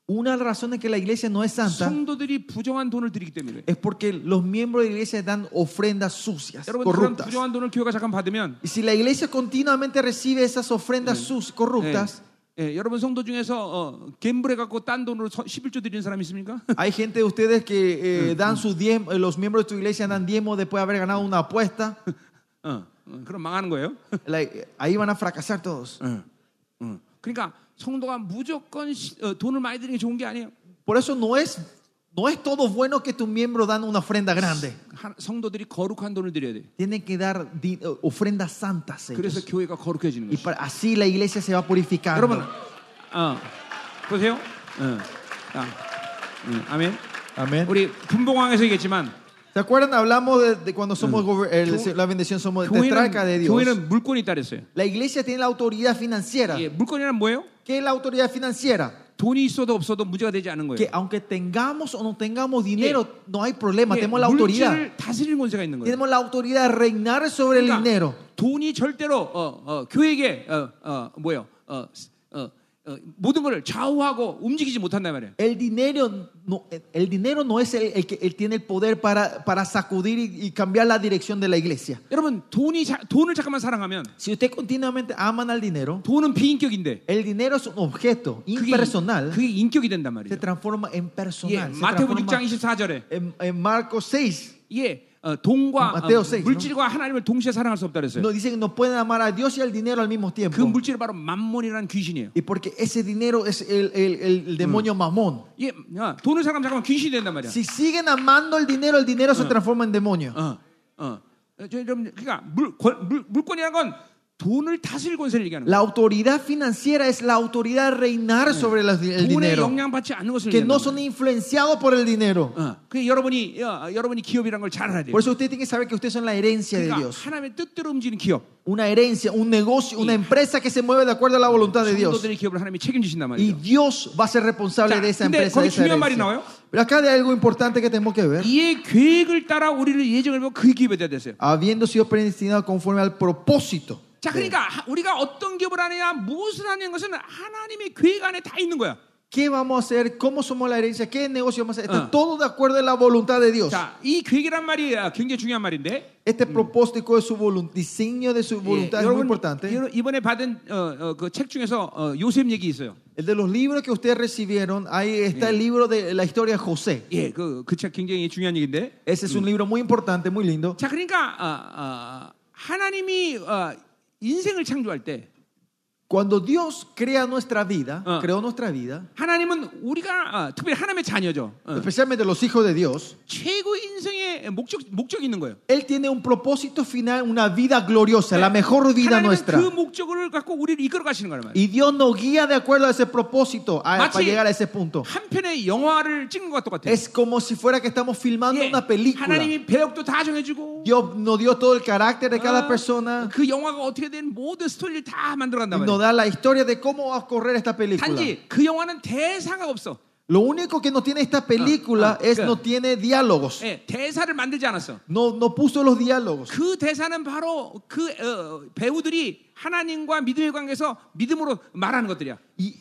Una de las razones que la iglesia no es santa
성도들이 부정한 돈을 드리기 때문에. 그래요.
es porque los miembros de la iglesia dan ofrendas sucias,
여러분 그런
corruptas.
부정한 돈을 교회가 잠깐 받으면
Y si la iglesia continuamente recibe esas ofrendas sus corruptas,
예, 예, 여러분 성도 중에서 어, 갬블해 갖고 딴 돈으로 서- 11조 드리는 사람 있습니까? <laughs>
<laughs> Hay gente de ustedes que eh, dan sus diezmo, eh, los miembros de tu iglesia dan diezmo después de haber ganado una apuesta.
어, 어, 그럼 망하는 거예요. <laughs>
La- eh, ahí van a fracasar todos.
어, 어. 그러니까 성도가 무조건 시- 어, 돈을 많이 드리는 게 좋은 게 아니에요.
Por eso no es, no es todo bueno que tus miembros dan una ofrenda grande.
하- 성도들이 거룩한 돈을 드려야 돼.
Tienen que dar di- eh, ofrendas santas. ellos.
그래서 교회가 거룩해지는
Y
거예요.
para- así la iglesia se va purificando.
여러분, 어, 보세요. 어, 아, 음, 아멘.
Amén.
우리 분봉왕에서 얘기했지만
¿Se acuerdan? Hablamos de, de cuando somos gober- el-
Gyo-
la bendición somos
교회는,
tetrarca de Dios.
교회는 물권이 있다 그랬어요.
La iglesia tiene la autoridad financiera.
예, 물권이란 뭐예요?
¿Qué es la autoridad financiera?
돈이 있어도 없어도 문제가 되지 않은 거예요.
Que aunque tengamos o no tengamos dinero, no hay problema.
예,
Tenemos la autoridad.
물질을 다스리는 권세가 있는 거예요. 그러니까
Tenemos la autoridad de reinar sobre el dinero.
돈이 절대로 어, 어, 교회에게 어, 어, 뭐예요? 어, 어, 어, 모든 것을 좌우하고 움직이지 못한단 말이에요.
El dinero no, el dinero no es el, el que él tiene el poder para, para sacudir y, y cambiar la dirección de la iglesia.
여러분 돈이 자- 돈을 잠깐만 사랑하면
Si usted continuamente aman al dinero,
돈은 비인격인데
el dinero es un objeto
그게,
impersonal,
그게 인격이 된단
se
말이에요.
transforma en
예,
personal. se
마태복음
transforma
6장 24절에
en, en Marcos 6
예, 어, 돈과
마테오
어,
6, no?
물질과 하나님을 동시에 사랑할 수 없다 그랬어요.
nos dice que no pueden amar a Dios y al dinero al mismo
그
tiempo.
물질이 바로 만몬이라는 귀신이에요.
Y porque ese dinero es el, el- el- el demonio mamón.
예, 야, 돈을 사랑하면 잠깐만 귀신이 된단 말이야.
Si siguen amando el dinero, el
Ah.
dinero se transforma en demonio.
어, 어. 저, 여러분, 그러니까 물, 권, 물, 물권이라는 건 돈을 다스릴 권세를 얘기하는
La
거예요.
autoridad financiera es la autoridad de reinar sobre las-
돈에
el dinero,
영향받지 않는 것을
que no
얘기하는
son
거예요.
influenciados por el dinero.
어, 그 여러분이 어, 여러분이 기업이란 걸 잘 알아야 돼요.
Por eso usted tiene que saber que usted son la herencia de
그러니까
Dios.
하나님의 뜻대로 움직이는 기업.
Una herencia, un negocio, una empresa que se mueve de acuerdo a la voluntad de Dios.
성도들의 기업을 하나님이 책임지신단
Y
말이죠.
Dios va a ser responsable
자,
de esa
근데
empresa. de
거기
esa
중요한 말이
herencia.
나와요.
Pero acá hay algo importante que tenemos que ver.
이의 계획을 따라 우리를 예정을 보고 그 기업에 대야 되세요.
Habiendo sido predestinados conforme al propósito.
자, 그러니까 하- 우리가 어떤 기업을 하느냐, 무엇을 하는 것은 하나님의 계획 안에 다 있는 거야.
¿Qué vamos a hacer? ¿Cómo somos la herencia? ¿Qué negocio vamos a hacer? Está
Ah.
todo de acuerdo a la voluntad de Dios.
자, 이 계획이란 말이 아, 굉장히 중요한 말인데.
Este propósito de su volun- diseño de su
예,
voluntad es muy
여러분
뭐, importante.
여러- 이번에 받은 그 책 중에서 어, 요셉 얘기 있어요.
El de los libros que ustedes recibieron, ahí está el libro de la historia de José.
예, 그 그 책 굉장히 중요한 얘기인데.
Ese es un libro muy importante, muy lindo.
자, 그러니까 아, 아, 하나님이 아, 인생을 창조할 때
Cuando Dios crea nuestra vida,
Ah.
creó nuestra vida,
하나님은 우리가 아, 특별히 하나님의 자녀죠. 어,
especialmente los hijos de Dios,
최고 인생의 목적 목적이 있는 거예요.
Él tiene un propósito final, una vida gloriosa, la mejor vida
하나님은 그
nuestra.
목적을 갖고 우리를 이끌어 가시는 거란 말이에요.
Y Dios nos guía de acuerdo a ese propósito, a-
Machi-
para llegar a ese punto.
한 편의 영화를 찍는 것 같아요.
Es como si fuera que estamos filmando
예,
una película.
하나님이 배역도 다 정해주고
Dios nos dio todo el carácter de
어,
cada persona
그 영화가 어떻게 된 모든 스토리를 다 만들어
y
간단
nos
말이에요.
da la historia de cómo va a correr esta película.
단지 그 영화는 대사가 없어.
Lo único que no tiene esta película
Ah, Eh. ah,
es
claro.
no tiene diálogos.
예, 대사를 만들지 않았어.
No, no puso los diálogos.
그 대사는 바로 그 어, 배우들이 하나님과 믿음의 관계에서 믿음으로 말하는 것들이야.
Y,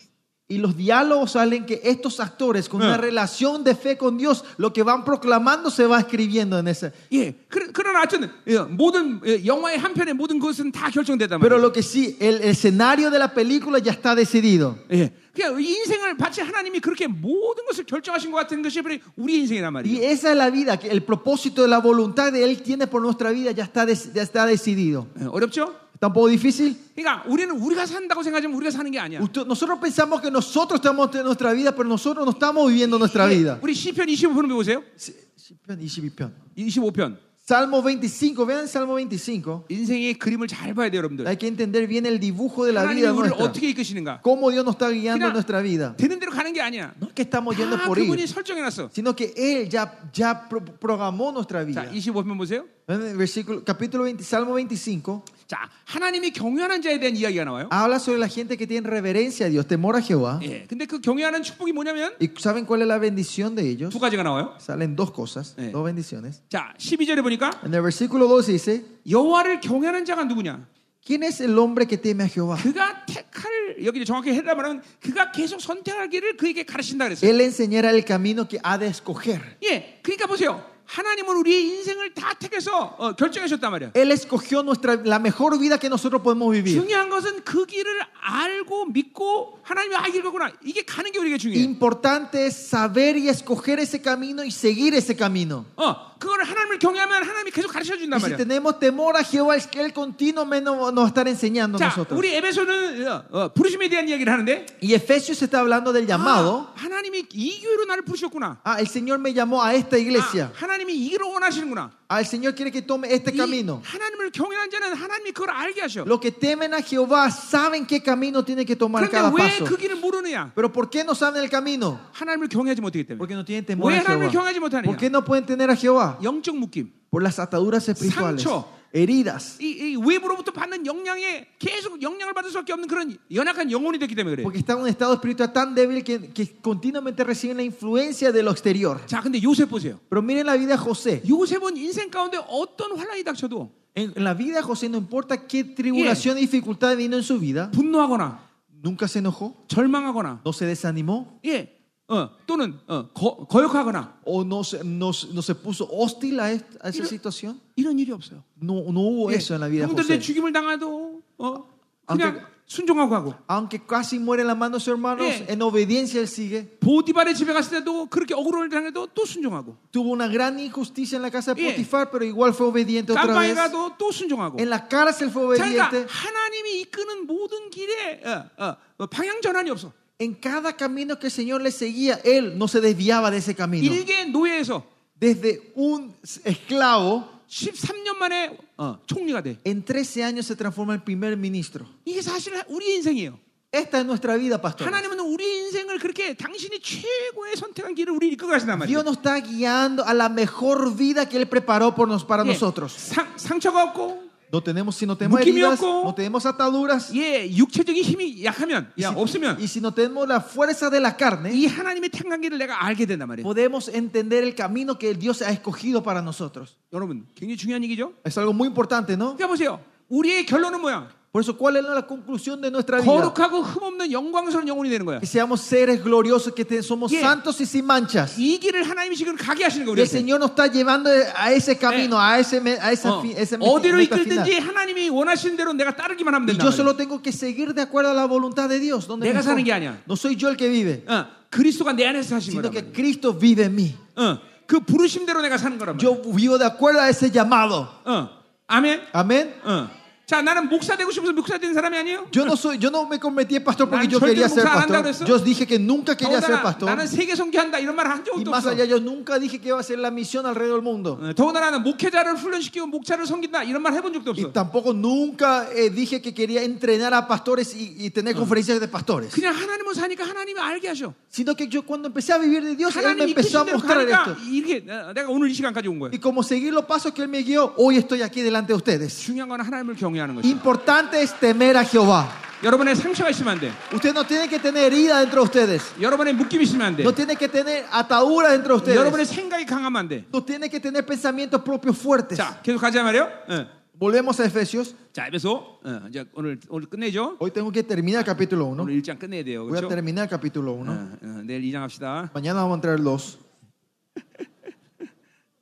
y los diálogos salen que estos actores con
Eh.
una relación de fe con Dios, lo que van proclamando se va escribiendo en ese.
예. 그, 그러나 어쨌든 예, 모든 예, 영화의 한 편의 모든 것은 다 결정되단
Pero
말이야.
lo que sí, el el escenario de la película ya está decidido.
예. 그러니까 이 인생을 마치 하나님이 그렇게 모든 것을 결정하신 것 같은 것이 바로 우리 인생이란 말이야.
Y esa es la vida, que el propósito de la voluntad de Él tiene por nuestra vida ya está, des- ya está decidido.
예, 어렵죠?
¿Está un poco difícil?
그러니까 우리는 우리가 산다고 생각하지만 우리가 사는 게 아니야.
Usted- nosotros pensamos que nosotros estamos en nuestra vida, pero nosotros no estamos viviendo nuestra
예,
vida.
우리 시편 25편 보세요.
10편, 22편.
25편.
Salmo 25, vean Salmo 25.
인생의 그림을 잘 봐야 돼요, 여러분들.
Hay que entender bien el dibujo de la
하나님이
vida
우리를
nuestra.
어떻게 이끄시는가?
Cómo Dios nos está guiando
Mira.
en
Ah,
nuestra vida.
되는 대로 가는 게 아니야.
No es que estamos yendo
다
por
그분이
ir,
설정해 놨어.
sino que Él ya, ya pro- programó nuestra
자,
vida.
25편 보세요.
En el versículo, capítulo 20, Salmo 25
자, 하나님이 경외하는 자에 대한 이야기가 나와요.
habla sobre la gente que tiene reverencia a Dios, temor a Jehová.
예. 근데 그 경외하는 축복이 뭐냐면
¿Y saben cuál es la bendición de ellos?
두 가지가 나와요.
Salen dos cosas,
Eh.
dos bendiciones.
자, 12절에 보니까
En el versículo 2 dice,
여호와를 경외하는 자가 누구냐?
¿quién es el hombre que teme a Jehová?
그가 택할 여기 정확히 해라 말하면 그가 계속 선택하기를 그에게 가르친다 그랬어요.
Él enseñará el camino que ha de escoger.
예, 그러니까 보세요. 하나님은 우리의 인생을 다 택해서 어, 결정하셨단 말이야.
Él escogió nuestra, la mejor vida que nosotros podemos vivir.
중요한 것은 그 길을 알고 믿고 하나님이 아 이거구나 이게 가는 게 우리에게 중요해.
Importante es saber y escoger ese camino y seguir ese camino.
어, 그거를 하나님을 경외하면 하나님이 계속 가르쳐
Y
준단
si
말이야.
tenemos temor a Jehová, es que Él continuamente nos va a estar enseñando a
자,
nosotros.
우리 에베소는 어, 어, 부르심에 대한 이야기를 하는데
Y Efesios está hablando del
아,
llamado.
하나님이 이 교회로 나를 부르셨구나.
Ah, el Señor me llamó a esta
아,
iglesia.
하나님이 이기로 원하시는구나.
Ah, el Señor quiere que tome este
이
camino.
하나님을 경외한 자는 하나님이 그걸 알게 하셔.
Los que temen a Jehová saben qué camino tienen que tomar
그런데
cada
왜
paso.
그 길을 모르느냐?
Pero ¿por qué no saben el camino?
하나님을 경외하지 못하기 때문에.
Porque no tienen temor
왜
a
하나님을
Jehová.
경외하지 못하느냐?
¿Por qué no pueden tener a Jehová?
영적 묶임.
Por las ataduras espirituales,
Sancho.
heridas.
이, 이 외부로부터 받는 영향에 계속 영향을 받을 수밖에 없는 그런 연약한 영혼이 됐기 때문에 그래.
Porque están en un estado espiritual tan débil que, que continuamente reciben la influencia de lo exterior.
자, 근데 요셉 보세요.
Pero miren la vida de José.
요셉은 인생 가운데 어떤 환란이 닥쳐도
En en la vida de José no importa qué tribulación y dificultad vino en su vida,
분노하거나
nunca se enojó,
절망하거나
no se desanimó
예, 어, 또는 어, 거, 거역하거나
o no se, no, se- no se puso hostil a, est- a esa
Mira.
situación.
이런 일이 없어요.
No, no hubo
예,
eso en la vida de
형들한테
José.
죽임을 당해도 어,
아,
그냥
그-
순종하고 하고
Aunque casi muere en la mano de sus hermanos,
예.
en obediencia él sigue.
보디발의 집에 갔을 때도 그렇게 억울을 당해도 또 순종하고
Tuvo una gran injusticia en la casa de
예.
Potifar, pero igual fue obediente otra
깜빵에
vez.
가도 또 순종하고
En la cárcel fue
자,
obediente.
그러니까 하나님이 이끄는 모든 길에 어, 어, 어, 방향 전환이 없어.
En cada camino que el Señor le seguía, él no se desviaba de ese camino.
일개 노예에서
Desde un esclavo
13년 만에 어, 총리가 돼.
En 13 años se transforma en primer ministro.
이게 사실 우리의 인생이에요.
Esta es nuestra vida, pastor.
하나님은 우리 인생을 그렇게 당신이 최고의 선택한 길을 우리 이끌어 가신단 말이에요.
Dios nos está guiando a la mejor vida que Él preparó por nos, para
예,
nosotros.
상, 상처가 없고
No tenemos, si no tenemos
Mukimi
heridas,
없고,
no tenemos ataduras,
예, 육체적인 힘이 약하면
y
야,
si,
없으면
y si no tenemos la fuerza de la carne,
이 하나님의 탄광기를 내가 알게 된단 말이에요.
podemos entender el camino que Dios ha escogido para nosotros.
여러분, 굉장히 중요한 얘기죠.
Es algo muy importante, ¿no?
그러니까 보세요. 우리의 결론은 뭐야?
Por eso, ¿cuál es la conclusión de nuestra vida?
거룩하고 흠없는 영광스러운 그러니까. 영혼이 되는 거야.
Que seamos seres gloriosos, que te- somos
Yeah.
santos y sin manchas.
이 길을 하나님이 지금 가게 하시는 거예요.
Y el
우리한테.
Señor nos está llevando a ese camino, a ese, me- a esa,
어,
fi- ese me-
어디로
meta final.
이끌든지 하나님이 원하시는 대로 내가 따르기만 하면
Y
된다.
yo solo tengo que seguir de acuerdo a la voluntad de Dios. donde
내가
me
사는 게
encuentro.
아니야.
No soy yo el que vive,
어, 그리스도가 내 안에서 사신
sino
거란
que
말이야.
Cristo vive en mí.
어, 그 부르심대로 내가 사는 거란 말이야.
Yo vivo de acuerdo a ese llamado.
어, 아멘.
Amén.
어. 자, 나는 목사 되고 싶어서 목사 된 사람이 아니에요.
Yo no soy, yo no me convertí en pastor porque
Nan,
yo
절대
quería ser
목사 안 한다
pastor.
그랬어?
Yo dije que nunca quería ser
더군다나
pastor.
나는 세계 선교한다 이런 말 한
Y
적도
más
없어.
allá, yo nunca dije que iba a ser la misión alrededor del mundo.
어, 더군다나 나는 목회자를 훈련시키고 목자를 섬긴다 이런 말 해본 적도
Y
없어.
tampoco nunca eh, dije que quería entrenar a pastores y, y tener conferencias de pastores.
그냥 하나님을 사니까 하나님이 알게 하셔.
Sino que yo cuando empecé a vivir de Dios, Él me
하나님이
empezó a
이끄신 대로
mostrar
가니까
esto.
이렇게 어, 내가 오늘 이 시간까지 온 거예요.
Y como seguir los pasos que Él me guió, hoy estoy aquí delante de ustedes.
중요한 건 하나님을 경외하는 것이.
Importante es temer a Jehová.
여러분의 상처가 있으면 안 돼.
Usted no tiene que tener herida dentro de ustedes.
여러분의 묶임이 있으면 안 돼.
No tiene que tener atadura dentro de
여러분의
ustedes.
생각이 강하면 안 돼.
No tiene que tener pensamientos propios fuertes.
자, 계속 가자 말이요. 예.
Volvemos a Efesios.
자, 에베소. 예, 이제 오늘 오늘 끝내죠.
Hoy tengo que terminar el capítulo 1.
오늘 1장 끝내야 돼요.
Voy a
그렇죠?
terminar el capítulo 1.
어, 어, 내일 2장 합시다.
Mañana vamos a entrar el 2.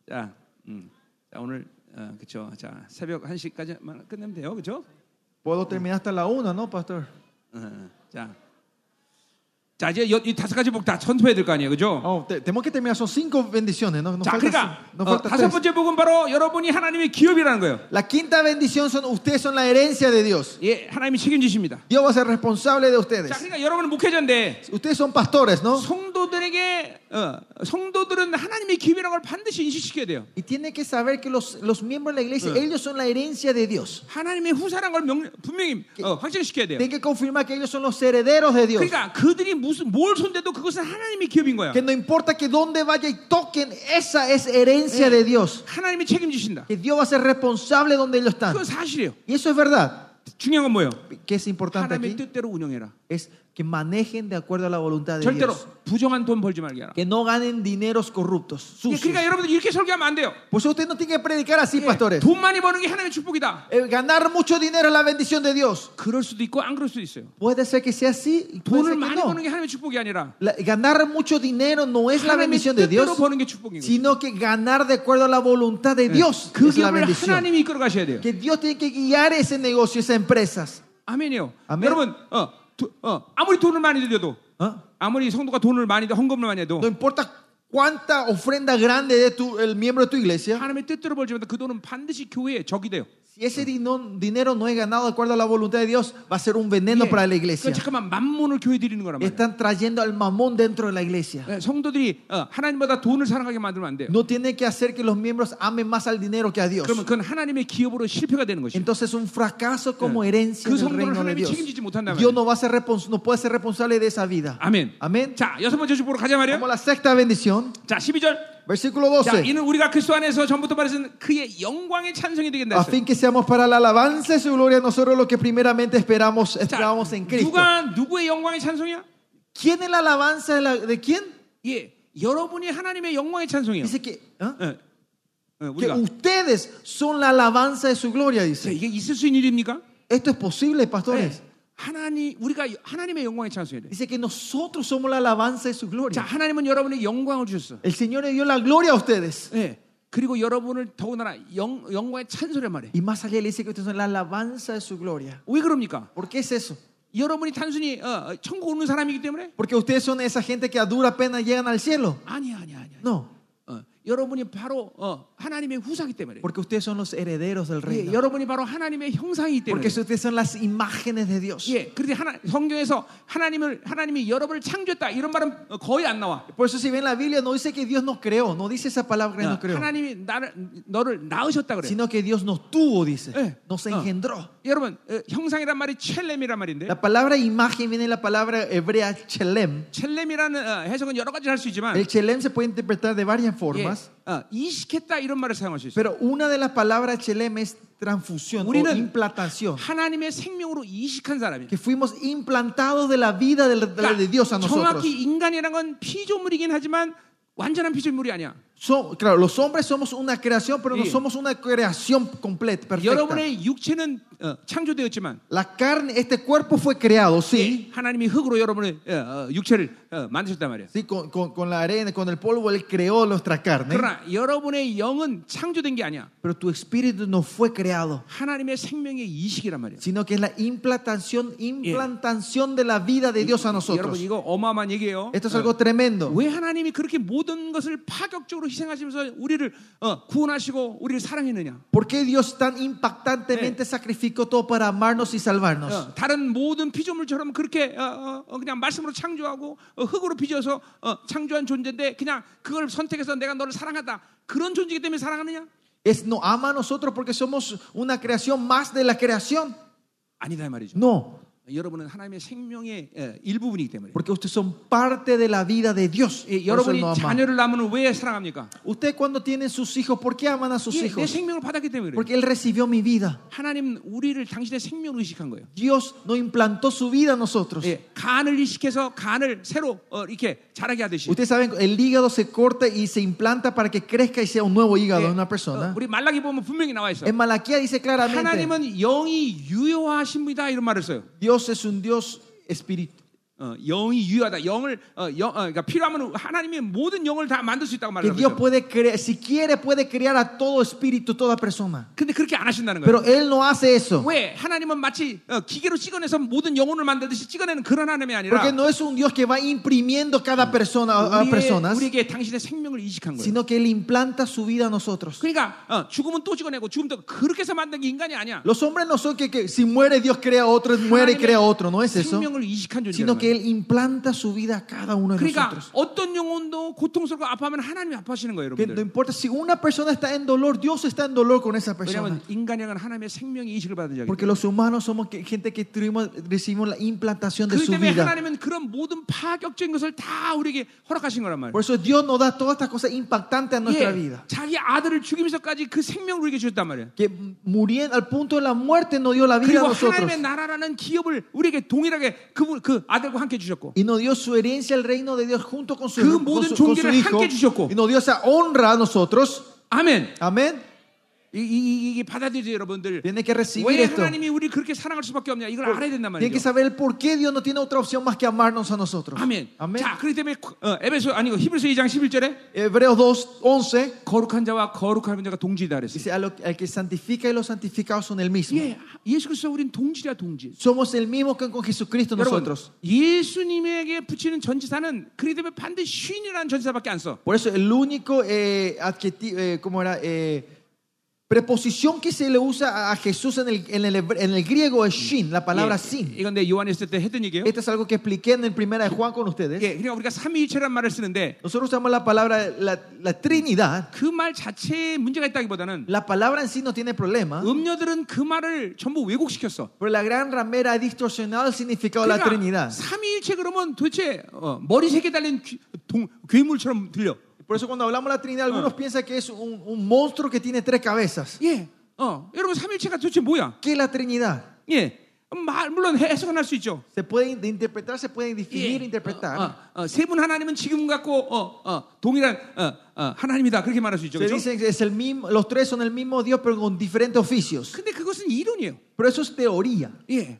자, 음. 자 오늘 어, 그렇죠. 자, 새벽 1시까지만 끝내면 돼요. 그렇죠?
Puedo terminar hasta la 1, ¿no, pastor?
어, 자. 자, 이제 여- 이 다섯 가지 복 다 선포해야 될 거 아니에요. 그렇죠?
Oh, te- tenemos que terminar. Son 5 bendiciones. No, nos
자, 그러니까
falta, cin- nos
어,
falta
다섯
tres.
번째 복은 바로 여러분이 하나님의 기업이라는 거예요.
La quinta bendición son ustedes son la herencia de Dios.
예, 하나님이 책임지십니다.
Dios va a ser responsable de
자,
ustedes.
그러니까 여러분은 목회자인데
Ustedes son pastores, ¿no?
성도들에게 어, 성도들은 하나님의 기업이라는 걸 반드시 인식시켜야 돼요.
Y tiene que saber que los, los miembros de la iglesia, ellos son la herencia de Dios.
하나님의 후사라는 걸 명, 분명히 어, 확정시켜야 돼요.
Tienen que confirmar que ellos son los herederos de Dios.
그러니까 그들이 무슨 뭘 손대도 그것은 하나님의 기업인 거야.
Que no importa que donde vaya y toquen, esa es herencia de Dios.
하나님이 책임지신다.
Que Dios va a ser responsable donde ellos están.
그건 사실이에요.
Y eso es verdad.
중요한 건 뭐예요?
Que es importante
하나님의
aquí
뜻대로 운영해라.
es que manejen de acuerdo a la voluntad de
절대로
Dios.
부정한 돈 벌지 말게 하라.
Que no ganen dineros corruptos.
예,
sucios.
그러니까 여러분들 이렇게 설교하면 안 돼요.
Por eso usted no tiene que predicar así, pastores.
돈 많이 버는 게 하나님의 축복이다.
Eh, Ganar mucho dinero es la bendición de Dios.
그럴 수도 있고 안 그럴 수도 있어요.
Puede ser que sea así. y
돈을
Puede ser que
많이
no.
버는 게 하나님의 축복이 아니라
La- ganar mucho dinero no es la
하나님의
bendición de
뜻대로
Dios,
버는 게 축복인 거예요.
sino que ganar de acuerdo a la voluntad
Eh.
de Dios
그
es la
기업을
bendición.
하나님이 이끌어 가셔야 돼요.
Que Dios tiene que guiar ese negocio, esas empresas.
아멘이요.
아멘.
여러분, 어, 두- 어, 아무리 돈을 많이 들여도
¿Ah?
아무리 성도가 돈을 많이 내- 헌금을 많이 해도
No importa cuánta ofrenda grande de tu, el miembro de tu iglesia,
하나님의 뜻대로 벌지 못한 그 돈은 반드시 교회의 적이 돼요.
si ese dino- dinero no es ganado de acuerdo a la voluntad de Dios, va a ser un veneno para la iglesia.
그러니까 잠깐만 만문을 교회 드리는 거란 말이에요.
Están trayendo al mamón dentro de la iglesia.
예, 성도들이 어, 하나님보다 돈을 사랑하게 만들면 안 돼요.
No tiene que hacer que los miembros amen más al dinero que a Dios.
그러면 그건 하나님의 기업으로 실패가 되는 것이에요.
Entonces un fracaso como herencia
그
en el
성도를
reino de
하나님이
Dios.
책임지지 못한다면
Dios no va a ser respons- no puede ser responsable de esa vida.
아멘.
Amén.
자, 여섯 번째 주보로 가자 말이에요.
Como la sexta bendición,
자, 12절.
versículo
자,
12.
이는 우리가 그리스도 안에서 전부터 말했은 그의 영광의 찬송이 되겠다
A
했어요.
fin que seamos para la alabanza de su gloria nosotros lo que primeramente esperamos,
자,
esperamos en Cristo.
누가 누구의 영광의 찬송이야?
¿Quién es la alabanza de, la- de quién?
예, 여러분이 하나님의 영광의 찬송이에요.
Dice que, ¿ah?
예, 예,
que
우리가
ustedes son la alabanza de su gloria,
자,
dice.
이게 있을 수 있는 일입니까?
Esto es posible, pastores.
예, 하나님 우리가 하나님의 영광의 찬송이래.
Dice que nosotros somos la alabanza de su
자,
gloria.
하나님은 여러분의 영광을 주셨어.
El Señor le dio la gloria a ustedes.
예. 그리고 여러분을 더군다나 영, 영광의 찬송이란 말이에요.
Y más allá le dice que ustedes son la alabanza de su gloria.
왜 그럽니까?
¿Por qué es eso?
여러분이 단순히 어, 천국 오는 사람이기 때문에?
Porque ustedes son esa gente que a dura pena llegan al cielo.
아니야, 아니야, 아니야.
No.
어, 여러분이 바로 어, 하나님의 후사기 때문에.
Porque ustedes son los herederos del
예,
reino.
여러분이 바로 하나님의 형상이기 때문에.
Porque ustedes son las imágenes de Dios.
예, 그런데 하나, 성경에서 하나님을 하나님이 여러분을 창조했다 이런 말은 어, 거의 안 나와.
Por eso si ven la Biblia no dice que Dios nos creó, no dice esa palabra que nos creó,
어, 하나님이 나를 너를 낳으셨다 그래.
sino que Dios nos tuvo, dice,
Eh.
nos
Ah.
engendró.
여러분 어, 형상이란 말이 첼렘이란 말인데
La palabra imagen viene de la palabra hebrea chelem.
첼렘이라는 어, 해석은 여러 가지 를 할 수 네, 있지만
El chelem se puede interpretar de varias
예,
formas,
어, 이식했다 이런 말을 사용할 수 있어요.
pero una de las palabras chelem es transfusión o
Uri는-
implantación,
하나님의 생명으로 이식한 사람이.
que fuimos implantados de la vida del- de, la de Dios a nosotros.
정확히 인간이란 건 피조물이긴 하지만 완전한 피조물이 아니야.
So- claro, los hombres somos una creación, pero no
Sí.
somos una creación completa, perfecta.
여러분의 육체는 어, 창조되었지만
La carne, este cuerpo fue creado, sí.
예, 하나님이 흙으로 여러분의 어, 어, 육체를 어, 만드셨단 말이야.
Sí, con, con- con la arena, con el polvo, Él creó nuestra carne.
그러나 여러분의 영은 창조된 게 아니야.
Pero tu espíritu no fue creado,
하나님의 생명의 이식이란 말이야.
sino que es la implantación, implantación de la vida de Dios a
여러분
nosotros.
이거 어마어마한 얘기예요.
Esto es algo tremendo.
왜 하나님이 그렇게 모든 것을 파격적으로 희생하시면서 우리를 어, 구원하시고 우리를 사랑했느냐?
¿Por qué Dios tan impactantemente sacrificó todo para amarnos y salvarnos?
어, 다른 모든 피조물처럼 그렇게 어, 어, 어, 그냥 말씀으로 창조하고 어, 흙으로 빚어서 어, 창조한 존재인데 그냥 그걸 선택해서 내가 너를 사랑하다 그런 존재이기 때문에 사랑하느냐?
Es, no ama a nosotros porque somos una creación más de la creación.
아니다 이 말이죠.
No,
여러분은 하나님의 생명의 어, 일부분이기 때문에
porque ustedes son parte de la vida de Dios.
예,
Por eso
여러분이
Él no ama.
자녀를 낳으면 왜 사랑합니까?
Usted cuando tienen sus hijos, ¿por qué aman a sus
예, 내
hijos?
생명을 받았기 때문에 그래요.
Porque Él recibió mi vida.
하나님 우리를 당신의 생명으로 이식한 거예요.
Dios nos implantó su vida a nosotros.
예, 간을 이식해서 간을 새로 어, 이렇게 자라게 하듯이.
Ustedes saben, el hígado se corta y se implanta para que crezca y sea un nuevo hígado
예,
en una
어,
persona.
우리 말라기 보면 분명히 나와 있어. 요
En Malaquía dice claramente,
하나님은 영이 유효하신 분이다 이런 말을 써요.
Dios es un Dios espiritual.
어, 영이 유효하다. 영을 어, 영, 어, 그러니까 필요하면 하나님의 모든 영을 다 만들 수 있다고
Que
말을
Dios
하죠.
puede crear, si quiere puede crear a todo espíritu, toda persona.
근데 그렇게 안 하신다는 거예요.
Pero Él no hace eso.
왜 하나님은 마치 어, 기계로 찍어내서 모든 영혼을 만들듯이 찍어내는 그런 하나님이
Porque
아니라
no es un Dios que va imprimiendo cada persona a- a
우리의,
아, personas,
우리에게 당신의 생명을 이식한 거예요.
sino que Él implanta su vida a nosotros.
그러니까 어, 죽으면 또 찍어내고 죽으면 또 그렇게 해서 만든 게 인간이 아니야.
Los hombres no son que, que si muere Dios crea otro, muere y
하나님의
crea otro, no es eso.
생명을 이식한 존재라는
Sino que
거예요.
Él implanta su vida a cada uno de
그러니까
nosotros.
어떤 영혼도 고통스럽고 아파하면 하나님이 아파하시는 거예요,
Que no
여러분들.
importa si una persona está en dolor, Dios está en dolor con esa persona.
왜냐하면 인간이란 하나님의 생명의 이식을 받은 자기
Porque
때문에.
los humanos somos que- gente que tuvimos- recibimos la implantación de
그
su
때문에
vida.
하나님은 그런 모든 파격적인 것을 다 우리에게 허락하신 거란 말이에요.
Por eso Dios nos da todas estas cosas impactantes a nuestra
예,
vida.
자기 아들을 죽이면서까지 그 생명을 우리에게 주셨단 말이에요.
Que muriendo al punto de la muerte nos dio la vida a
그리고
nosotros.
하나님의 나라라는 기업을 우리에게 동일하게 그분 그 아들과 함께 주셨고
Y nos dio su herencia al reino de Dios junto con su,
그
con su-
모든
con su
존귀를
hijo.
함께 주셨고.
Y nos dio esa honra a nosotros.
아멘.
Amén.
이, 이, 이, 게 받아들이세요, 여러분들.
Tiene que recibir
왜
esto.
하나님이 우리 그렇게 사랑할 수밖에 없냐? 이걸 알아야 된단
Tiene que
말이죠.
saber el por qué Dios no tiene otra opción más que amarnos a nosotros.
아멘. 자, 그렇기 때문에 어, 에베소 아니고 히브리서 2장 11절에
Hebreos 2, 11.
거룩한 자와 거룩한 자가 동지다 그랬어요.
Dice, a lo- al que santifica y los santificados son el mismo.
예, 예수 그리스도 우린 동지야 동지.
Somos el mismo que con Jesucristo
여러분,
nosotros.
예수님에게 붙이는 전지사는 그렇기 때문에 반드시 쉰이라는 전지사밖에 안 써.
Por eso el único eh, adjetivo, eh, ¿cómo era? Eh, preposición que se le usa a Jesús en el, en el, hebre- en el griego es shin, la palabra sin.
예, 이건 내 요한이 있을 때 했던 얘기예요.
Esto es algo que expliqué en el primera de Juan con ustedes.
예, 그러니까 우리가 삼위일체란 말을 쓰는데
Nosotros usamos la palabra, la, la Trinidad.
그 말 자체에 문제가 있다기보다는
La palabra en sí no tiene problema,
Uh. 음녀들은 그 말을 전부 왜곡시켰어.
pero la gran ramera ha distorsionado el significado de la
그러니까
Trinidad.
삼위일체 그러면 도대체 어, 머리 세 개 달린 귀- 동- 괴물처럼 들려.
Por eso cuando hablamos de la Trinidad, algunos piensan que es un- un monstruo que tiene tres cabezas.
예, 어, 여러분 삼위일체가 도대체 뭐야?
¿Qué es la Trinidad?
예, 말 물론 해석은 할 수 있죠.
Se puede in- de interpretar, se puede definir, interpretar.
어, Ah, 세 분 하나님은 지금 갖고 어, 어, 동일한 어, 어, 하나님이다 그렇게 말할 수 있죠.
Se
그렇죠?
dice que es el mismo, los tres son el mismo Dios, pero con diferentes oficios.
근데 그것은 이론이에요.
Pero eso es teoría.
예.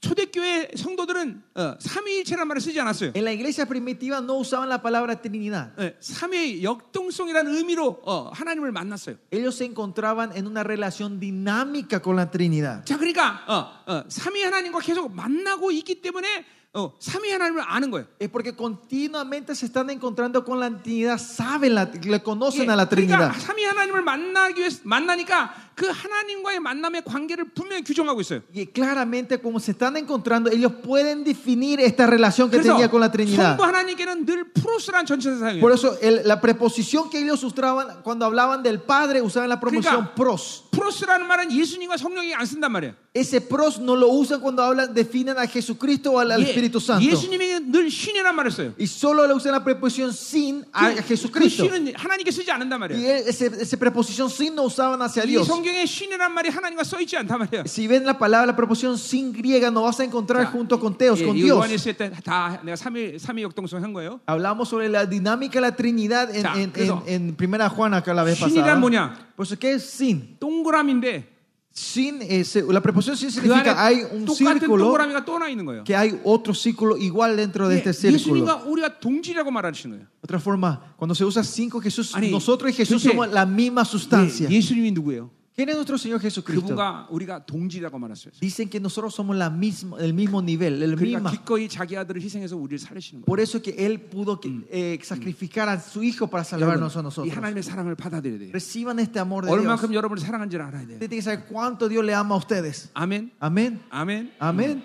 초대교회 성도들은 어, 삼위일체란 말을 쓰지 않았어요.
En la iglesia primitiva no usaban la palabra Trinidad.
예, 삼위 역동성이라는 의미로 어, 하나님을 만났어요.
Ellos se encontraban en una relación dinámica con la Trinidad.
자, 그러니까 어, 어, 삼위 하나님과 계속 만나고 있기 때문에 어, 삼위 하나님을 아는 거예요.
Es porque continuamente se están encontrando con la Trinidad, saben, la, le
예,
conocen a la Trinidad.
그러니까 삼위 하나님을 만나기 위해 만나니까 그 하나님과의 만남의 관계를 분명히 규정하고 있어요.
Y claramente como se están encontrando, ellos pueden definir esta relación que
그래서
tenía con la Trinidad.
성부 하나님께는 늘 프로스라는 전체사
Por
사용해요.
eso el- la preposición que ellos usaban cuando hablaban del Padre, usaban la promoción
Kika.
pros.
프로스라는 말은 예수님과 성령이 안 쓴단 말이에요.
Ese pros no lo usan cuando hablan, definen a Jesucristo o al, al Espíritu Santo.
예, 수님이늘 신이란 말을 써요.
Y solo le usan la preposición sin a
그
Jesucristo.
신은 하나님께 쓰지 않는단
Y
말이에요.
él- ese, esa preposición sin no usaban hacia
이
예, Dios.
성경에 신이란 말이 하나님과 써 있지 않단 말이에요.
Si ven la palabra, la preposición sin griega, no vas a encontrar
자,
junto con Teos,
예,
con
이거
Dios.
요한일서 때다 내가 삼위 삼위 역동성 한 거예요.
Hablamos sobre la dinámica de la Trinidad en,
자,
en,
그래서
en- en primera Juan acá la vez
신이란
pasada.
뭐냐?
Pues ¿qué es sin?
동그라미인데
Sin es- la preposición sin
그 안에
significa hay un
똑같은
círculo
동그라미가 또 하나 있는 거예요.
que hay otro círculo igual dentro de
예,
este círculo.
예수님과 우리가 동질이라고 말하시는 거예요.
Otra forma, cuando se usa cinco Jesús,
아니,
nosotros y Jesús
도대체
somos la misma sustancia.
예, 예수님이 누구예요?
¿Quién es nuestro Señor Jesucristo?
그분과 우리가 동질이라고 말했어요.
Dicen que nosotros somos la misma, el mismo nivel, el
그러니까
misma.
기꺼이 자기 아들을 희생해서 우리를 살리시는 거예요.
Por eso que Él pudo que- eh, sacrificar a su Hijo para salvarnos a
이
nosotros.
하나님의 사랑을 받아들여야 돼요.
Reciban este amor de Dios.
얼만큼 여러분을 사랑한지를 알아야 돼요.
Ustedes tienen que saber cuánto Dios le ama a ustedes.
아멘.
Amén.
아멘.
Amén.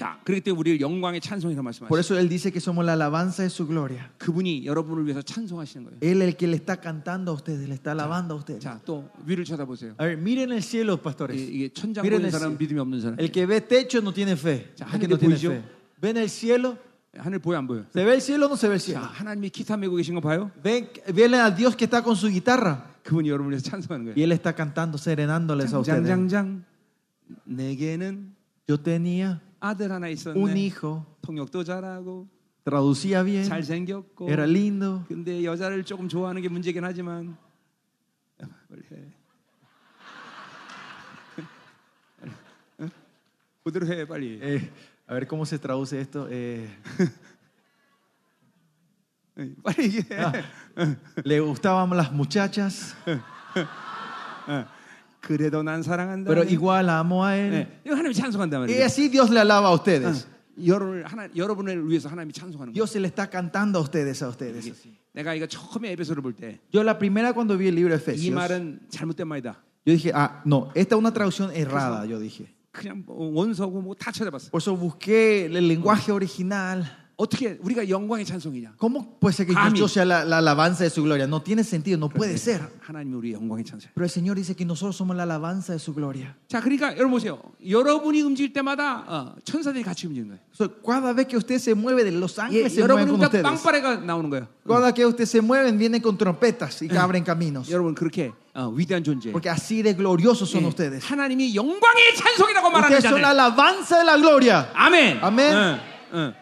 자, 그렇기 때문에 우리를 영광의 찬송이라고
Por
말씀하셨어요.
eso Él dice que somos la alabanza de su gloria.
그분이 여러분을 위해서 찬송하시는 거예요.
Él es el que le está cantando a ustedes, le está alabando a ustedes.
자, 또 위를 쳐다보세요.
A ver, miren el cielo,
이-
pastores.
이게 천장 보는
미련의
사람
씨.
믿음이 없는 사람.
El que ve techo no tiene fe.
자,
El que
하늘이
no tiene
보이죠?
fe. ¿Ven el cielo?
예, 하늘 보여 안 보여?
¿Se ve el cielo o no se ve el
자,
cielo?
하나님이 기타 메고 계신 거 봐요?
Ven, ven a Dios que está con su guitarra.
그분이 여러분을 위해서 찬송하는 거예요.
Y Él está cantando, serenándoles a ustedes.
장장장장 내게는
Yo tenía
아들 하나
un
있었네
hijo,
통역도 잘하고
traducía bien,
잘생겼고
era lindo.
근데 여자를 조금 좋아하는 게 문제긴 하지만 빨리 해 그대로 해 빨리
Eh, a ver cómo se traduce esto. Eh,
빨리 얘기해
le gustaban las muchachas,
그래도 난 사랑한다
pero igual la amo a Él.
네. 이거 하나님이 찬송한단
Y
말이에요 어.
así Dios le alaba a ustedes.
Ah. 여러분을, 하나, 여러분을 위해서 하나님이 찬송하는 거예요
Dios se le está cantando a ustedes, a ustedes.
내가 이거 처음에 에베소를 볼 때 이
Yo la primera cuando vi el libro de Efesios,
말은 잘못된 말이다
yo dije, ah, no, esta es una traducción errada, yo dije.
그냥 뭐 원서고 뭐 다 찾아봤어.
Por eso busqué el lenguaje original.
어떻게 우리가 영광의 찬송이냐?
¿Cómo puede ser que
Amén.
yo sea la, la alabanza de su gloria? No tiene sentido, no puede ser.
하나님이 우리 영광의 찬송.
Pero el Señor dice que nosotros somos la alabanza de su gloria.
자, 그러니까 여러분 보세요. 여러분이 움직일 때마다 어, 천사들이 같이 움직이는 거예요.
So, cada vez que usted se mueve, de los
예,
ángeles se mueven con
여러분보다
ustedes.
빵빠레가 나오는 거예요.
Cada vez que usted se mueven, vienen con trompetas y abren caminos.
여러분 그렇게 어, 위대한 존재.
Porque así de gloriosos son
예,
ustedes.
하나님이 영광의 찬송이라고 말하는
Ustedes son la
자들.
alabanza de la gloria.
아멘.
아멘.
응, 응.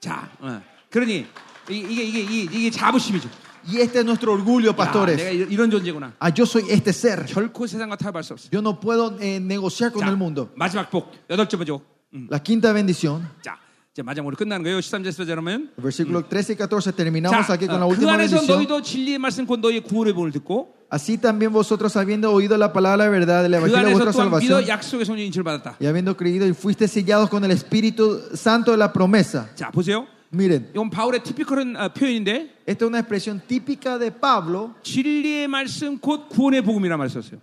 자, 응. 그러니 이, 게 이게 이- 이게 자부심이죠. 야,
Y este es nuestro orgullo,
내가
pastores.
이- 이런 존재구나.
Ah, yo soy este ser.
결코 세상과 타협할 수 없어.
Yo no puedo eh, negociar con
자,
el mundo.
마지막 복 여덟째 복.
La quinta bendición,
자, 이제 마지막으로 끝나는 거예요. 13절 14절 하면
versículos 13 y 14,
자,
terminamos aquí con la
어, 그
última
안에서
bendición.
너희도 진리의 말씀 곧 너희의 구원의 복을 듣고
Así también vosotros, habiendo oído la palabra de verdad del
그
Evangelio de
안에서
vuestra
또한
salvación,
믿어 약속의 성령 인치를 받았다.
y habiendo creído y fuiste sellados con el Espíritu Santo de la promesa.
자, 보세요.
Miren,
이건 바울의 티피컬한 어, 표현인데
esta es una expresión típica de Pablo.
진리의 말씀 곧 구원의 복음이라 말썼어요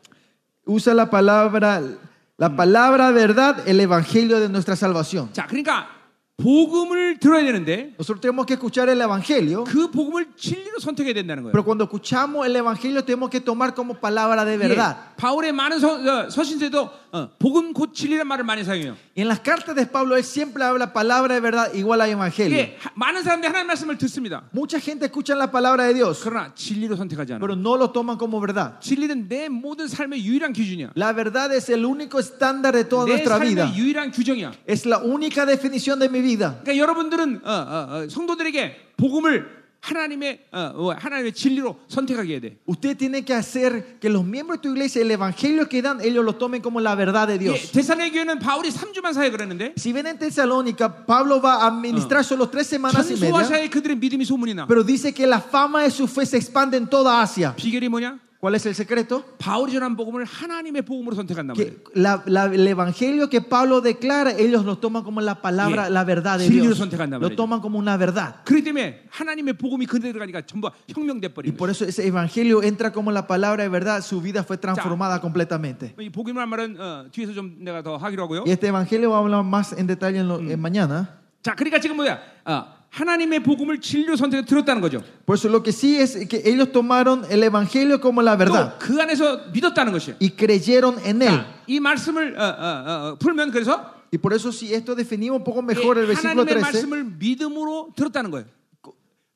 Usa la palabra, la palabra verdad, el Evangelio de nuestra salvación.
자, 그러니까 복음을 들어야 되는데
Nosotros tenemos que escuchar el Evangelio,
그 복음을 진리로 선택해야 된다는 거예요.
pero cuando escuchamos el Evangelio tenemos que tomar como palabra de
예,
verdad.
바울의 많은 서, 신서에도 어, 복음 곧 진리란 말을 많이 사용해요.
Y en las cartas de Pablo él siempre habla palabra de verdad igual a evangelio.
이게 하- 많은 사람들이 하나님 말씀을 듣습니다.
Mucha gente escucha la palabra de Dios,
그러나 진리로 선택하지 않아요.
pero no lo toman como verdad.
진리는 내 모든 삶의 유일한 기준이야.
La verdad es el único estándar de toda
내
nuestra
삶의
vida.
유일한 규정이야.
Es la única definición de mi vida.
그러니까 여러분들은 어, 어, 어, 성도들에게 복음을 하나님의 어, 어, 하나님의 진리로 선택하게 해야 돼.
Usted tiene que hacer que los miembros de tu iglesia, el evangelio que dan, ellos lo tomen como la verdad de
예,
Dios.
대산의 교회는 바울이 3주만 사역 그랬는데
Si ven en Tesalónica, Pablo va a administrar
Ah.
solo tres semanas y media,
전소화사에 그들의 믿음이 소문이 나.
pero dice que la fama de su fe se expande en toda Asia.
비결이 뭐냐?
¿Cuál es el secreto?
바울이 전한 복음을 하나님의 복음으로 선택한단 말이에요.
Que la- la- el evangelio que Pablo declara, ellos lo toman como la palabra,
Sí.
la verdad de
Sí, ellos
Dios.
son tejandables.
Lo toman como una verdad.
그렇기 때문에 하나님의 복음이 그들에 들어가니까 전부 혁명돼
Y
버린
por
거예요.
eso ese evangelio entra como la palabra de verdad, su vida fue transformada completamente.
이 복음이란 말은 어, 뒤에서 좀 내가 더 하기로 하고요.
Y este evangelio vamos a hablar más en detalle en, lo-
Mm.
en mañana.
자, 그러니까 지금 뭐야? 어, 하나님의 복음을 진료 선택에 들었다는 거죠.
Por eso lo que sí es que ellos tomaron el evangelio como la
또
verdad
그 안에서 믿었다는 것이에요.
y creyeron en él.
자, 이 말씀을 어, 어, 어, 풀면 그래서
Y por eso si esto definimos un poco mejor el
예,
versículo
하나님의
13,
말씀을 믿음으로 들었다는 거예요.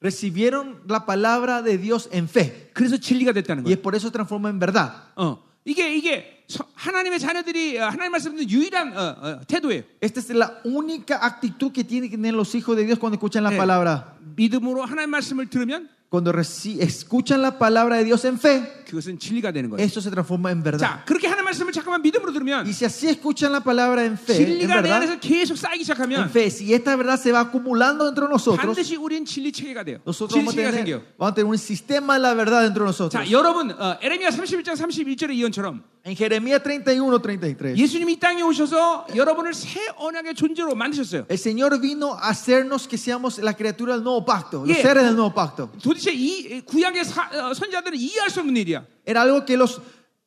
recibieron la palabra de Dios en fe
그래서 진리가 됐다는
y
거예요.
es por eso transforma en verdad.
어, 이게 이게 서- 하나님의 자녀들이 어, 하나님 말씀 듣는 유일한 어, 어, 태도예요.
Esta es la única actitud que tienen que tener los hijos de Dios cuando escuchan la
Eh.
palabra.
믿음으로 하나님 말씀을 들으면
Cuando reci- escuchan la palabra de Dios en fe,
그것은 진리가 되는 거예요.
eso se transforma en verdad.
자, 그렇게 하나님 말씀을 잠깐만 믿음으로 들으면
Y si así escuchan la palabra en fe, en
진리가 내
verdad,
안에서 계속 쌓이기
en
시작하면
fe, si esta verdad se va acumulando dentro de nosotros,
반드시 우린 진리 체계가 돼요.
nosotros
진리
vamos a,
체계가
tener,
생겨요.
vamos a tener un sistema de la verdad dentro de nosotros.
자, 여러분 어, 에레미야 31장 31절의 이언처럼
En Jeremías 31, 33,
예수님이 이 땅에 오셔서 여러분을 새 언약의 존재로 만드셨어요.
el Señor vino a hacernos que seamos la criatura del nuevo pacto, los
Yeah.
seres del nuevo pacto.
도대체 이 구약의 사- 어, 선자들은 이해할 수 없는 일이야.
Era algo que los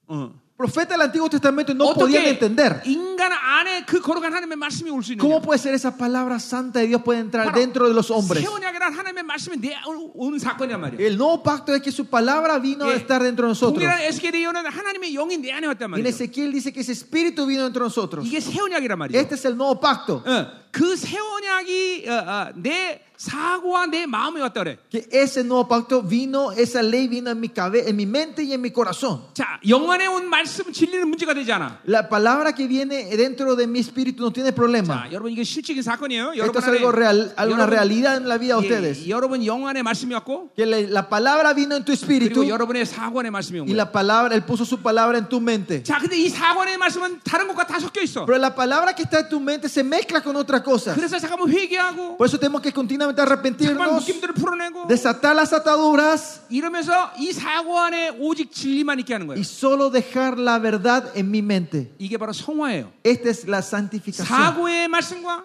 Uh.
profetas del Antiguo Testamento no podían
어떻게
entender.
인간 안에 그 거룩한 하나님의 말씀이 올 수 있는?
¿Cómo puede ser esa palabra santa de Dios puede entrar
Bueno,
dentro de los hombres?
새 언약이란 하나님의 말씀이 내온 사건이란 말이야.
El nuevo pacto es que su palabra vino a
Yeah.
estar dentro de nosotros.
동일한 에스겔이오는 하나님의 영이 내 안에 왔단
Y en
말이야.
Ezequiel dice que ese espíritu vino dentro de nosotros.
이게 새 언약이란 말이야. 어,
Este es el nuevo pacto.
그새 언약이 어, 어, 내 사고와 내 마음에 왔다 그래.
Que ese nuevo pacto vino, esa ley vino en mi cabeza, en mi mente y en mi corazón.
자, 영안에 온 말씀 진리는 문제가 되지 않아.
La palabra que viene dentro de mi espíritu no tiene problema.
자, 여러분 이게 실질적인 사건이에요.
Esto
여러분
es algo real,
안에
una
여러분,
realidad en la vida de
예,
ustedes.
여러분 영안의 말씀이 왔고
Que la, la palabra vino en tu espíritu
그리고 여러분의 사관의 말씀이 온
y
거예요.
la palabra, él puso su palabra en tu mente.
자, 근데 이 사관의 말씀은 다른 것과 다 섞여 있어.
Pero la palabra que está en tu mente se mezcla con otra cosa.
그래서 잠깐만 회개하고
Por eso tenemos que
잠깐만
continuamente arrepentirnos,
묶임들을 풀어내고
desatar las ataduras
이러면서 이 사고 안에 오직 진리만 있게 하는 거예요.
y solo dejar la verdad en mi mente.
이게 바로 성화예요.
Esta es la santificación.
사고의 말씀과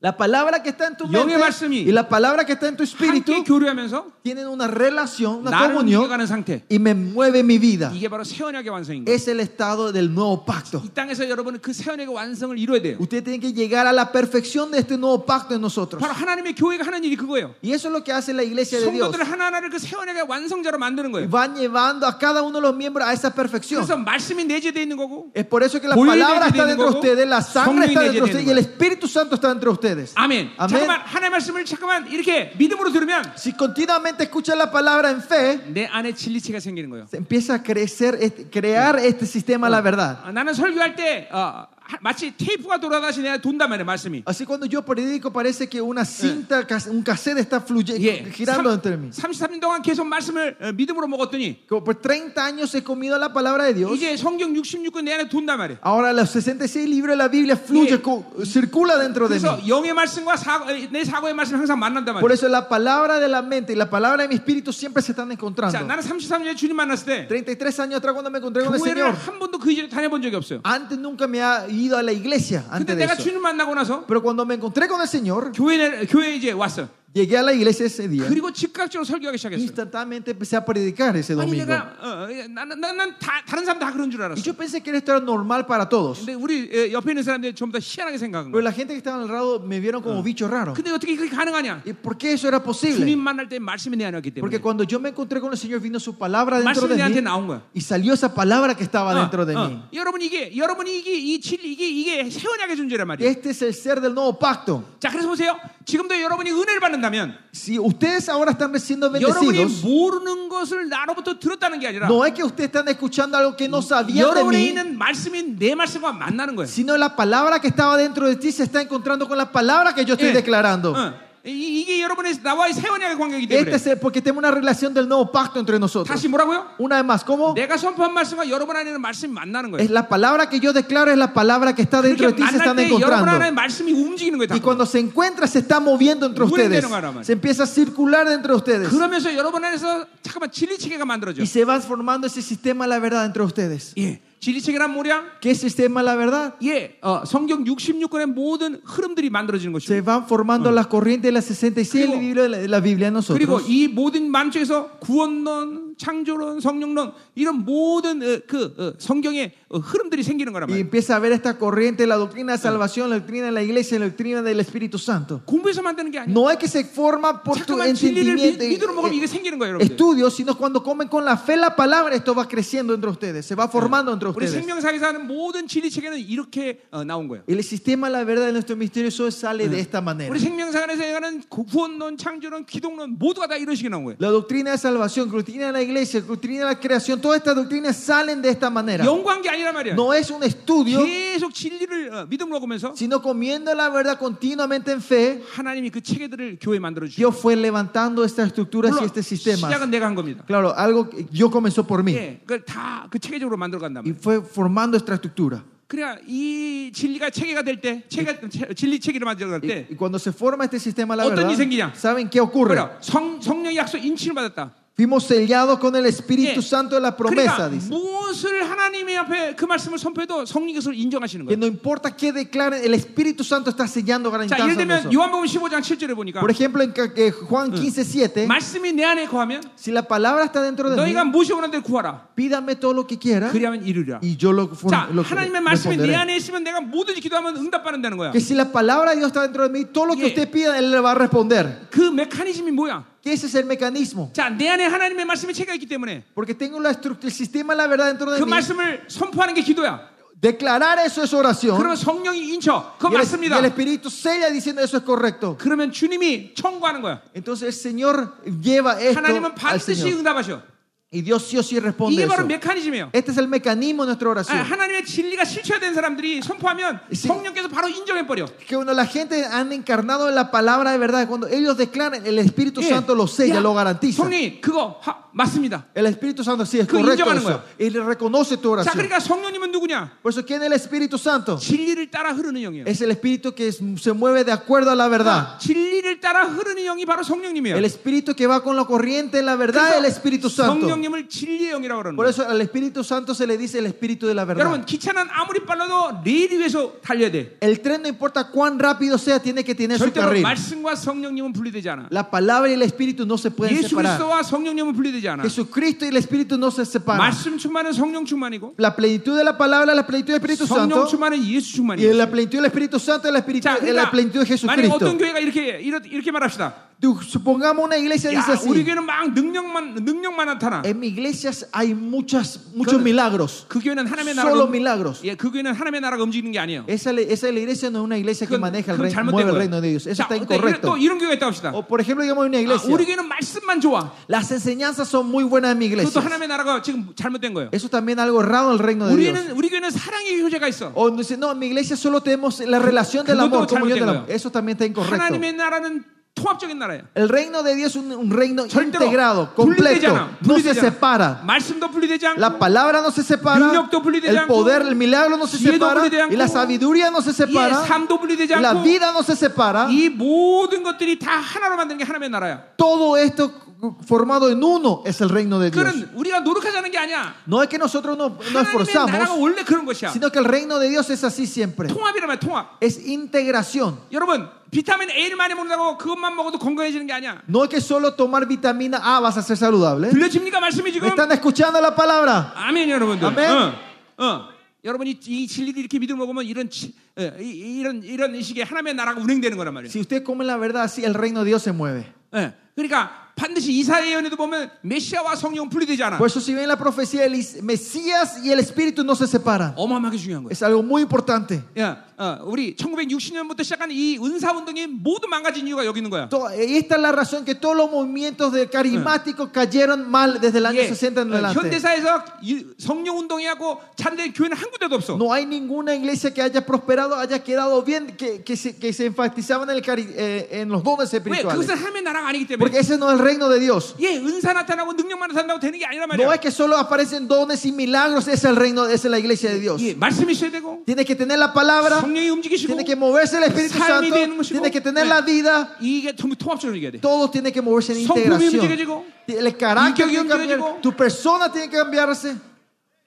La palabra que está en tu
Yo me
mente
balsamí.
y la palabra que está en tu espíritu
함께 교류하면서
tienen una relación, una
나를
comunión
움직여가는 상태.
y me mueve mi vida.
이게 바로 새 언약의 완성인 거예요.
Es el estado del nuevo pacto.
이 땅에서 여러분은 그 새 언약의 완성을 이뤄야 돼요.
Usted tiene que llegar a la perfección de este nuevo pacto en nosotros.
바로 하나님의 교회가 하는 일이 그거예요.
Y eso es lo que hace la iglesia de Dios.
성도들을 하나하나를 그 새 언약의 완성자로 만드는 거예요.
Van llevando a cada uno de los miembros a esa perfección.
그래서 말씀이 내재되어 있는 거고
Es por eso que la
Voy a
palabra
ir
está dentro de
entendiendo,
ustedes, la sangre
son
está dentro de
entendiendo.
ustedes y el Espíritu Santo está dentro de ustedes.
아멘.
아멘.
잠깐만 하나님의 말씀을 잠깐만 이렇게 믿음으로 들으면
Si continuamente escuchan la palabra en fe,
내 안에 진리체가 생기는 거예요.
se empieza a crecer, este- crear este sistema, la verdad.
아, 나는 설교할 때 어, 하- 마치 테이프가 돌아다시 내가 돈단 말이에요 말씀이.
Así cuando yo predico parece que una cinta, cas- un cassette está
예.
fluyendo, girando entre mí.
33년 동안 계속 말씀을 어, 믿음으로 먹었더니
Como por 30 años he comido la palabra de Dios.
이제 성경 66권 내 안에 돈단 말이에요.
Ahora los 66 libros de la Biblia fluye,
Yeah.
co- circula dentro de mí.
그래서 영의 말씀과 사고, 내 사고의 말씀 항상 만난단
Por
말이에요.
eso la palabra de la mente y la palabra de mi espíritu siempre se están
자,
encontrando.
나는 33년에 주님 만났을 때
33 años atrás cuando me encontré con el
교회를
Señor.
한 번도 그 이전에 다녀본 적이 없어요.
Antes nunca me ha ido a la iglesia
근데
antes de
내가
eso.
주님 만나고 나서
Pero cuando me encontré con el Señor,
교회 교회 이제 왔어요.
llegué a la iglesia ese día.
그리고 즉각적으로 설교하기 시작했어요.
Instantáneamente empecé a predicar ese
아니
domingo.
내가 어, 어, 나는 나는 다 다른 사람 다 그런 줄
Y
알았어.
yo pensé que esto era normal para todos.
근데 우리 에, 옆에 있는 사람들이 전부 다 희한하게 생각한
Pero
거야.
la gente que estaba al lado me vieron como bicho raro.
근데 어떻게 그게 가능하냐?
¿Y por qué eso era posible?
주님 만날 때 말씀이 내 안에 왔기 때문에.
Porque cuando yo me encontré con el Señor, vino su palabra dentro
말씀이
de
내한테
mí.
나온 거야.
Y salió esa palabra que estaba
어,
dentro de
어.
mí.
여러분 이게 여러분이 이게 이 진리 이게 이게 새 언약의 존재란 말이에요.
Este es el ser del nuevo pacto.
자, 그래서 보세요. 지금도 여러분이 은혜를 받는다면
Si ustedes ahora están siendo
여러분이
bendecidos,
모르는 것을 나로부터 들었다는 게 아니라
no es que ustedes están escuchando algo que no sabían de
여러분에
mí.
있는 말씀이 내 말씀과 만나는 거예요.
sino la palabra que estaba dentro de ti se está encontrando con la palabra que yo estoy
예.
declarando.
어. 이, 이게 여러분의 나와의 새 언약의 관계이기 때문에
Este es el- porque tenemos una relación del nuevo pacto entre nosotros.
다시 뭐라고요?
Una vez más, ¿cómo?
내가 선포한 말씀과 여러분 안에는 말씀이 만나는
Es
거예요.
la palabra que yo declaro es la palabra que está dentro de
그렇게
ti
만날
se están
때 여러분 안에
encontrando.
말씀이 움직이는 거예요.
Y
자꾸.
cuando se encuentra se está moviendo entre ustedes. Se empieza a circular dentro de ustedes.
그러면서 여러분 안에서 잠깐만 진리 체계가 만들어져.
Y se va formando ese sistema de la verdad entre ustedes.
예, 진리 체계란 뭐냐?
¿Qué sistema de la verdad?
예, 어, 성경 66권의 모든 흐름들이 만들어지는
Se
것이고,
van formando las corrientes de las 66
Crigo.
libros de la- de la Biblia en
그리고
nosotros.
이 모든 만쪽에서 구원론, 창조론, 성령론 이런 모든 어, 그 어, 성경의 어, 흐름들이 생기는 거란 말이에요.
Y empieza a ver esta corriente, la doctrina de salvación, la doctrina de la iglesia, la doctrina del Espíritu Santo.
공부해서 만드는 게 아니에요.
No es que se forma por tu
잠깐만 진리를 믿,
entendimiento y- e
믿음으로 먹으면 이게 생기는 거예요, 여러분.
estudios, sino cuando comen con la fe la palabra, esto va creciendo entre ustedes, se va formando entre
우리
ustedes.
생명사에서 하는 모든 진리 체계는 이렇게 어, na온 거예요.
El sistema, la verdad, de nuestro misterio solo sale de esta manera.
우리 생명사관에서 얘기하는 구- 구원론, 창조론, 기독론 모두가 다 이런 식이 나온 거예요.
La doctrina de salvación, doctrina de la iglesia, doctrina de la creación, todas estas doctrinas salen de esta manera.
연구한 게 아니란 말이야.
No es un estudio,
계속 진리를 어, 믿음으로 먹으면서
sino comiendo la verdad continuamente en fe.
하나님이 그 체계들을 교회에 만들어 주시고
Dios fue levantando estas estructuras y este sistema.
시작은 내가 한 겁니다.
Claro, algo que yo comenzó por mí
예, 그걸 다그 체계적으로 만들어 간다
y
말이야.
fue formando esta estructura.
그래야 이 진리가 체계가 될 때, 체계가 체- 진리 체계를 만들어 갈 때,
Y, y cuando se forma este sistema, la
어떤
verdad,
일이 생기냐?
¿saben qué ocurre?
그래요. 성 성령의 약속 인치를 받았다.
Fuimos sellados con el Espíritu
예.
Santo de la promesa,
그러니까
dice.
무엇을 하나님의 앞에 그 말씀을 선포해도 성령께서 인정하시는
Que
거예요.
no importa qué declaren, el Espíritu Santo está sellando
자, 예를
garantizando.
들면
nosotros.
요한복음 15장 7절에 보니까
Por ejemplo, en ca- que Juan 15, 7,
말씀이 내 안에 거하면
si la palabra está dentro de mí,
너희가 무엇이 원하는데 구하라.
pídame todo lo que quiera
그리하면 네. 이루리라.
y yo lo, for-
자,
lo
하나님의 말씀이 내
responderé.
안에 있으면 내가 뭐든지 기도하면 응답받는다는 거야.
Que si la palabra de Dios está dentro de mí, todo lo que
예.
usted pida, Él le va a responder.
그 메커니즘이 뭐야?
Que ese es el mecanismo.
자, 내 안에 하나님의 말씀이 체가 있기 때문에
Porque tengo la estru- el sistema de la verdad dentro de
그
mí.
말씀을 선포하는 게 기도야.
Declarar eso es oración.
그러면 성령이 인쳐. 그거
Y el, y
맞습니다.
el Espíritu sella diciendo eso es correcto.
그러면 주님이 청구하는 거야.
Entonces el Señor lleva esto
하나님은
al
반드시
Señor.
응답하셔.
Y Dios sí o sí responde
이게 바로
eso.
메커니즘이에요.
Este es el mecanismo de nuestra
아,
oración.
하나님의 진리가 실체화된 사람들이 선포하면
시-
성령께서 바로 인정해버려.
Que cuando la gente han encarnado en la palabra de verdad, cuando ellos declaran, el Espíritu
예.
Santo lo sella,
야,
lo garantiza.
성령이 그거 하- 맞습니다.
El Espíritu Santo sí es
그거
correcto
인정하는
eso.
거야.
Y le reconoce tu
자,
oración.
그러니까 성령님은 누구냐?
Por eso, ¿quién es el Espíritu Santo?
진리를 따라 흐르는 영이에요.
Es el Espíritu que es- se mueve de acuerdo a la
Ah,
verdad.
진리를 따라 흐르는 영이 바로 성령님이에요.
El Espíritu que va con la corriente en la verdad,
그래서
el Espíritu Santo.
성령님을 진리의 영이라고 그러는
Por
거예요.
eso al Espíritu Santo se le dice el Espíritu de la verdad.
여러분 기차는 아무리 빨라도 레일 위에서 달려야 돼.
El tren no importa cuán rápido sea, tiene que tener su
절대로
carril.
말씀과 성령님은 분리되지 않아.
La palabra y el Espíritu no se pueden
예수
separar.
그리스도와 성령님은 분리되지 않아.
Jesucristo y el Espíritu no se separan.
말씀 충만은 성령 충만이고
La plenitud de la palabra, la plenitud del Espíritu
성령
Santo.
충만은 예수
Y
충만이에요.
la plenitud del Espíritu Santo es la, espíritu-
자,
es la
그러니까
plenitud
만약 어떤
de Jesucristo.
교회가 이렇게 이렇- 이렇게 말합시다.
Tú- supongamos una iglesia
야,
dice
우리
así.
교회는 막 능력만 능력만 나타나.
En mi iglesia hay muchas, muchos
Claro.
milagros.
그 교회는 하나님의
Solo
나라가 움-
milagros.
예, 그 교회는 하나님의 나라가 움직이는 게 아니에요.
Esa, le- esa es la iglesia no es una iglesia que
그건,
maneja el
그건
reino, mueve
잘못된
el
거예요.
reino de Dios. Eso
자,
está
어때? 이런-
incorrecto.
또 이런 교회가 있다 합시다.
O por ejemplo, digamos una
아, 우리
iglesia.
교회는 말씀만 좋아.
Las enseñanzas son muy buenas en mi
그것도
iglesia.
하나님의 나라가 지금 잘못된 거예요.
Eso también algo errado en el reino de Dios.
우리는 우리 교회는 사랑의 교제가 있어.
O dice, no, en mi iglesia solo tenemos la relación del
그것도
amor, comunión del
잘못된
amor.
거예요.
Eso también está incorrecto.
하나님의 나라는 통합적인 나라예요.
El reino de Dios es un, un reino
절대로
integrado,
분리되지
completo.
않아.
No se
분리되지 않아.
separa.
말씀도 분리되지 않고
La palabra no se separa.
능력도 분리되지
El
않고,
poder, el milagro no se
지혜도
separa.
분리되지 않고,
Y la sabiduría no se
예,
separa.
삶도 분리되지
La
않고
vida no se separa.
이 모든 것들이 다 하나로 만드는 게 하나님의 나라야.
Todo esto formado en uno es el reino de Dios.
그건 우리가 노력하자는 게 아니야.
No es que nosotros no, no
하나님의 나라가
esforzamos,
원래 그런 것이야.
sino que el reino de Dios es así siempre.
통합이란 말이야. 통합.
Es integración.
여러분 비타민 A를 많이 먹는다고 그것만 먹어도 건강해지는 게 아니야.
No es que solo tomar vitamina A vas a ser saludable.
들려집니까 말씀이 지금?
¿Están escuchando la palabra?
아멘 여러분들.
아멘.
어, 어. 여러분이 이 진리를 이렇게 믿음 먹으면 이런 치- 어, 이, 런 이런 식의 하나님의 나라가 운행되는 거란 말이에요.
Si usted come la verdad así, el reino de Dios se mueve.
예. 그러니까 반드시 이사의 예언에도 보면 메시아와 성령 분리되지 않아.
Por eso si ven la profecía, el is- Mesías y el Espíritu no se separan.
어마어마하게 중요한 거예요.
Es algo muy importante.
야, 어, 우리 1960년부터 시작한 이 은사 운동이 모두 망가진 이유가 여기 있는 거야.
To- y Esta es la razón que todos los movimientos de carismáticos cayeron mal desde el año
예,
60 en
어,
adelante.
현대사에서 이 성령 운동이하고 참된 교회는 한 군데도 없어.
No hay ninguna iglesia que haya prosperado, haya quedado bien, que, que se, que se enfatizaban en, el cari- eh, en los dones
왜?
espirituales.
그것은 하나님의 나라가 아니기 때문에.
Porque ese no es el reino de Dios.
예, 은사 나타나고 능력만 나타나고 되는 게 아니란
No
말이야.
es que solo aparecen dones y milagros, ese es el reino, esa es la iglesia de Dios.
예, 말씀이 있어야 되고
Tiene que tener la palabra,
성령이 움직이시고
tiene que moverse el Espíritu
삶이
Santo,
되는 것이고,
tiene que tener
네.
la vida.
이게 전부 통합적으로 얘기해야 돼.
Todo tiene que moverse en
성품이
integración.
움직여지고,
El carácter
인격이
tiene que cambiar,
움직여지고,
tu persona tiene que cambiarse.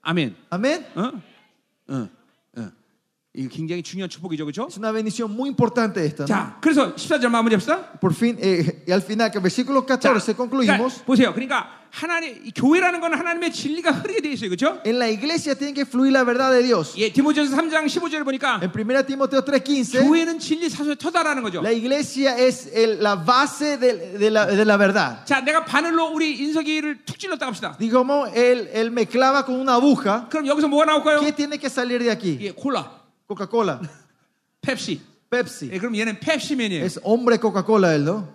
아멘.
Amén.
어? 어. 어. 이거 굉장히 중요한 축복이죠. 그렇죠?
Es una bendición muy importante esta. ¿no?
자, 그래서 14절 마무리합시다.
Por fin, eh, y al final, que versículo
자,
14 concluimos.
그러니까 보세요. 그러니까 하나님 이 교회라는 건 하나님의 진리가 흐르게 돼 있어요. 그렇죠?
En la iglesia tiene que fluir la verdad de Dios.
예, 디모전서 3장 15절을 보니까
En 1 Timoteo 3:15,
교회는 진리 사소의 터다라는 거죠.
la iglesia es el- la base de, de la, de la verdad.
자, 내가 바늘로 우리 인석이를 툭 찔렀다 합시다.
Digamos, él, él me clava con una aguja.
그럼 여기서 뭐가 나올까요?
¿Qué tiene que salir de aquí?
예, 콜라,
Coca-Cola,
펩시. 예,
Pepsi.
그럼 얘는 펩시맨이에요.
Es hombre Coca-Cola él, ¿no?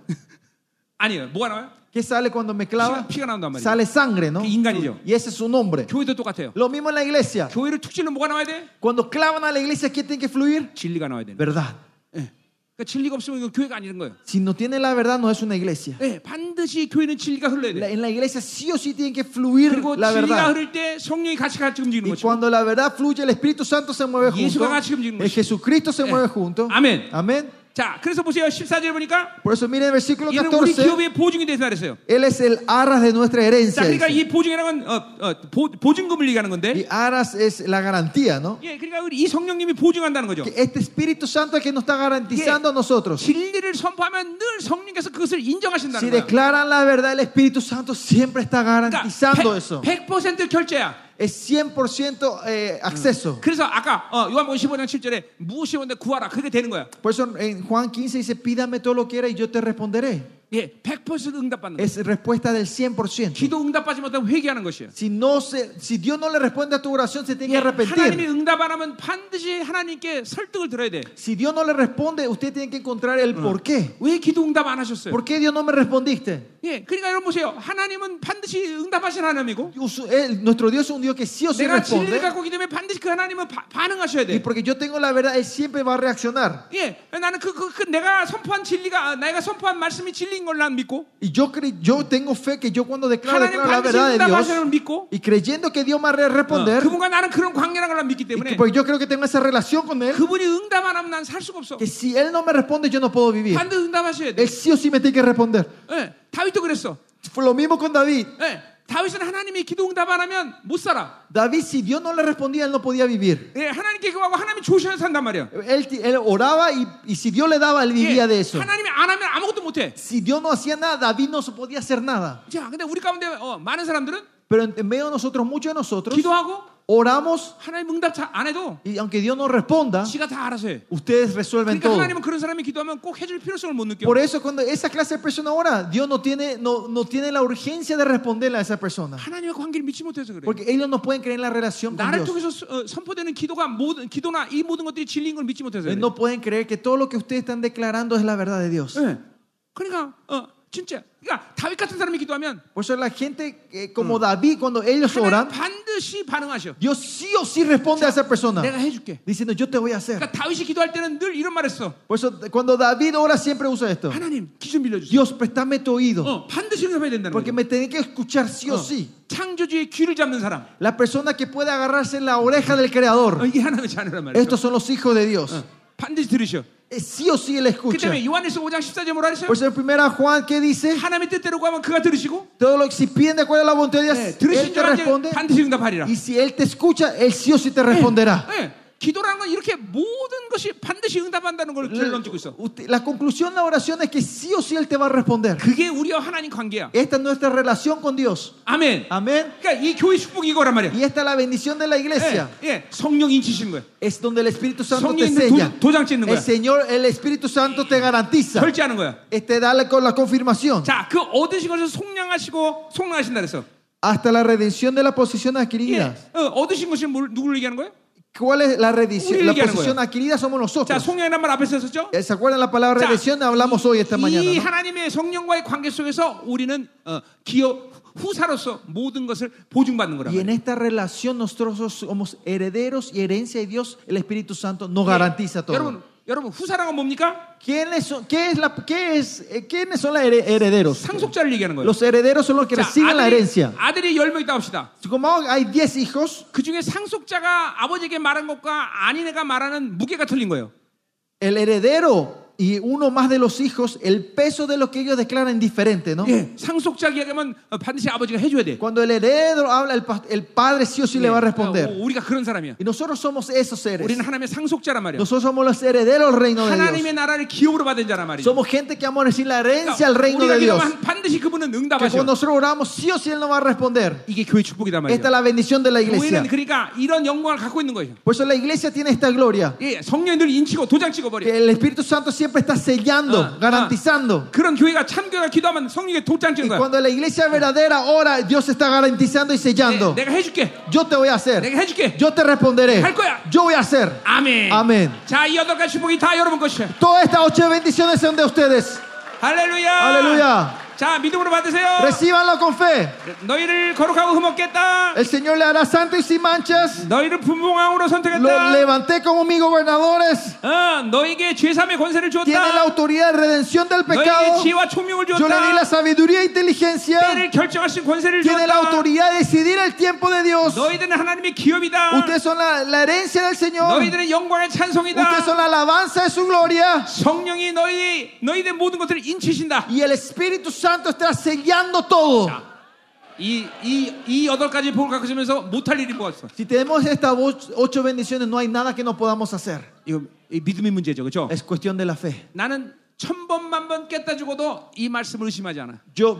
아니에요. 뭐가 나와요?
¿Qué sale cuando me
피가,
clava?
피가 나온단 말이에요.
Sale sangre, ¿no?
Que inganillo.
Y ese es su nombre.
교회도 똑같아요.
Lo mismo en la iglesia.
교회를 툭 찔러 뭐가 나와야 돼?
Cuando clavan a la iglesia, ¿qué tiene que fluir?
진리가 나와야 되는. 거예요.
Verdad.
예. 그러니까 진리가 없으면 이거 교회가 아닌 거예요.
Si no tiene la verdad, no es una iglesia.
예, 반드시 교회는 진리가 흘러야
La-
돼.
en la iglesia sí o sí tiene que fluir
네. 그리고
la
진리가
verdad.
흐를 때 성령이 같이 같이 움직이는
Y
거죠.
cuando la verdad fluye, el Espíritu Santo se mueve junto.
Yesu가 같이 움직이는
El
것이죠.
Jesucristo se
예.
mueve junto.
아멘.
Amén.
자, 그래서 보세요. 14절 보니까
Por eso miren el versículo
이는 우리
14.
기업의 보증이 되다 그랬어요.
Él es el aras de nuestra
자,
herencia.
그러니까
dice.
이 보증이라는 건 어, 어, 보, 보증금을 얘기하는 건데
Y aras es la garantía, ¿no?
예, 그러니까 우리 이 성령님이 보증한다는 거죠.
Que este Espíritu Santo es que nos está garantizando a nosotros.
진리를 선포하면 늘 성령께서 그것을
Si
인정하신다는 거야.
declaran la verdad, el Espíritu Santo siempre está garantizando eso.
그러니까 100, 100% 결제야.
Es 100% eh, acceso.
그래서 아까 어, 요한복음 15장 7절에 무엇이 오는데 구하라. 그게 되는 거야.
Por eso en Juan 15 dice, pídame todo lo que era y yo te responderé.
예, 100% 응답받는 거야.
Es respuesta del 100%.
기도 응답받지 못하면 회개하는 것이야.
Si, no se, si Dios no le responde a tu oración, se tiene que
하나님이
arrepentir.
응답 안 하면 반드시 하나님께 설득을 들어야 돼.
Si Dios no le responde, usted tiene que encontrar el por qué.
왜 기도 응답 안 하셨어요?
¿Por qué Dios no me respondiste?
예, 그러니까 여러분 보세요. 하나님은 반드시 응답하신 하나님이고
Dios- él- nuestro Dios es un Dios que sí o sí
내가 진리를
responde.
갖고 있기 때문에 반드시 그 하나님은 바- 반응하셔야
Y
돼.
porque yo tengo la verdad, Él siempre va a reaccionar.
예, 나는 그, 그, 그 내가 선포한 진리가 아, 내가 선포한 말씀이 진리인 걸 난 믿고
Y yo, cre- yo tengo fe que yo cuando declaro,
하나님
declaro la
반드시
verdad de
응답하시는 걸
Dios
믿고
y creyendo que Dios me va a
어,
responder,
그분과 나는 그런 관계라는 걸 난 믿기
y que-
때문에
porque yo creo que tengo esa relación con Él,
그분이 응답 안 하면 난 살 수가 없어.
que si Él no me responde, yo no puedo vivir.
반드시 응답하셔야 돼.
Él sí o sí me tiene que responder.
예, 다윗도 그랬어.
Fue lo mismo con David.
예, 다윗은 하나님이 기도 응답 안 하면 못 살아.
David, si Dios no le respondía, él no podía vivir.
예, 하나님께 그거하고 하나님이 조셔야 산단 말이야.
Él, él oraba y, y si Dios le daba, él
예,
vivía de eso.
하나님이 안 하면 아무것도 못 해.
Si Dios no hacía nada, David no se podía hacer nada.
자, 근데 우리 가운데 어, 많은 사람들은
Pero en medio de nosotros, muchos de nosotros,
기도하고
oramos
하나님 응답 자- 안 해도
y aunque Dios no responda,
지가 다 알아서 해.
ustedes resuelven
그러니까
todo.
하나님은 그런 사람이 기도하면 꼭 해줄 필요성을 못 느껴.
Por eso, cuando esa clase de persona ora, Dios no tiene, no, no tiene la urgencia de responderle a esa persona.
하나님의 관계를 믿지 못해서 그래.
Porque ellos no pueden creer en la relación con
나를
Dios.
통해서 수- 어, 선포되는 기도가 모든 기도나 이 모든 것들이 진리인 걸 믿지 못해서 그래.
Ellos no pueden creer que todo lo que ustedes están declarando es la verdad de Dios.
예. 그러니까 어, 진짜 그러니까 다윗 같은 사람이 기도하면
Por eso la gente, eh, como David, cuando ellos oran,
하나님 반드시 반응하셔.
Dios sí o sí responde a esa persona
내가 해줄게.
diciendo yo te voy a hacer.
그러니까 다윗이 기도할 때는 늘 이런 말했어.
Por eso cuando David ora siempre usa esto.
하나님 기준 빌려주세요.
Dios, préstame tu oído
어, 반드시 응답해야 된다는
porque
거죠. 어,
me tenés que escuchar sí
Oh.
o sí.
창조주의 귀를 잡는 사람.
La persona que puede agarrarse la oreja del
어,
creador.
이게 하나님의 자녀란 말이에요.
Estos son los hijos de Dios.
반드시 들으셔.
Eh, Sí o sí él
그
escucha.
때문에 요한일서 5장 14절 뭐라 했어요?
Por eso Pues en primera Juan, ¿qué dice?
하나님의 뜻대로 가면 그가 들으시고 네,
Todo lo que si piden de acuerdo a la voluntad de Dios,
들으신
él te
줄
responde.
알지 반드시 응답하리라. Eh,
Y si él te escucha, él sí o sí te responderá.
예, 기도라는 건 이렇게 모든 것이 반드시 응답한다는 걸 결론 짓고 있어.
Usted- la conclusión de la oración es que sí o sí Él te va a responder.
그게 우리와 하나님 관계야.
Esta es nuestra relación con Dios.
아멘.
Amén.
그러니까 이 교회 축복이 이거란 말이야.
Y esta es la bendición de la iglesia.
예, 예, 성령 인치신 거야.
Es donde el Espíritu Santo te
성령 인도
sella.
도- 도장 찍는
El
거야.
Señor, el Espíritu Santo te garantiza.
결제하는 거야.
Eh, Te da la, con la confirmación.
자, 그 얻으신 것을 속량하시고 속량하신다 그래서.
Hasta la redención de las posiciones
예,
adquiridas.
어, 얻으신 것이 뭘, 누구를 얘기하는 거예요?
¿Cuál es la redención?
Uri
La
얘기하는
posición
거예요.
adquirida somos
자,
nosotros.
속량이란 말 앞에 썼었죠?
Eh, ¿Se acuerdan la palabra
자,
redención? Hablamos hoy esta mañana.
이
¿no?
하나님의 성령과의 관계 속에서 우리는 어, 기업 후사로서 모든 것을 보증받는 거라.
Y en esta relación nosotros somos herederos y herencia de Dios, el Espíritu Santo nos garantiza
여러분,
todo.
여러분 후사라는 건 뭡니까?
¿Quiénes son, qué es la, qué es, eh, ¿quiénes son los here- herederos?
상속자를 얘기하는 거예요.
Los herederos son los que
자,
reciben la
아들이,
herencia.
아들이 열명 있다 합시다.
Si Como hay 10 hijos,
그 중에 상속자가 아버지에게 말한 것과 아닌 애가 말하는 무게가 틀린 거예요.
el heredero y uno más de los hijos, el peso de lo que ellos declaran es diferente, ¿no?
예, 상속자 이야기하면 어, 반드시 아버지가 해줘야 돼.
Cuando el heredero habla, el, pa- el padre sí o sí le va a
어,
responder.
우리가 그런 사람이야.
Y nosotros somos esos seres.
우리는 하나님의 상속자란 말이야.
Nosotros somos los herederos del reino de Dios.
하나님의 나라를 기업으로 받은 자란 말이야.
Somos gente que vamos a recibir la herencia al
그러니까
reino
우리가
de Dios.
기도하면 반드시 그분은
Que
응답하셔.
cuando nosotros oramos, sí o sí Él nos va a responder.
이게 교회 축복이단 말이야.
Esta es la bendición de la iglesia.
교회는 그러니까 이런 영광을 갖고 있는 거예요.
Por eso la iglesia tiene esta gloria.
예, 성령들 인치고 도장 찍어버려.
Que el Espíritu Santo siempre está
Ah,
sellando, garantizando.
그런 교회가 참 교회가 기도하면 성령에 도장
Y
찍는 거야.
cuando la iglesia verdadera ora, Dios está garantizando y sellando.
예, 내, 가 해줄게.
Yo te voy a hacer.
내가 해줄게.
Yo te responderé.
Al coya.
Yo voy a hacer.
아멘.
아멘.
자, 이 여덟 가지 축복이 다 여러분 것이야.
Todas estas ocho bendiciones son de ustedes.
할렐루야.
Aleluya.
자, 믿음으로 받으세요.
Recíbanlo con fe.
너희를 거룩하고 흠없겠다.
El Señor le hará santo y sin manchas.
너희를 분봉왕으로
Lo
선택했다.
levanté como mis gobernadores.
어, 너에게 죄삼의 권세를
Tiene
주었다.
la autoridad de redención del
너에게
pecado.
지혜와 총명을
Yo le di
주었다.
la sabiduría e inteligencia.
때를 결정하신 권세를
Tiene la
주었다.
autoridad de decidir el tiempo de Dios.
너희들은 하나님의 기업이다.
Ustedes son la, la herencia del Señor.
너희들은 영광의
Ustedes son
찬송이다.
la alabanza de su gloria.
성령이 너희 너희의 모든 것들을 인치신다.
Y el Espíritu Santo está sellando todo.
이이이 여덟 가지 복을 갖고 있으면서 못할 일이 뭐였어?
Si tenemos estas ocho ocho bendiciones, no hay nada que no podamos hacer.
이거 이 믿음의 문제죠, 그렇죠?
Es cuestión de la fe.
나는 천 번만 번 깼다 죽어도 이 말씀을 의심하지 않아.
Yo,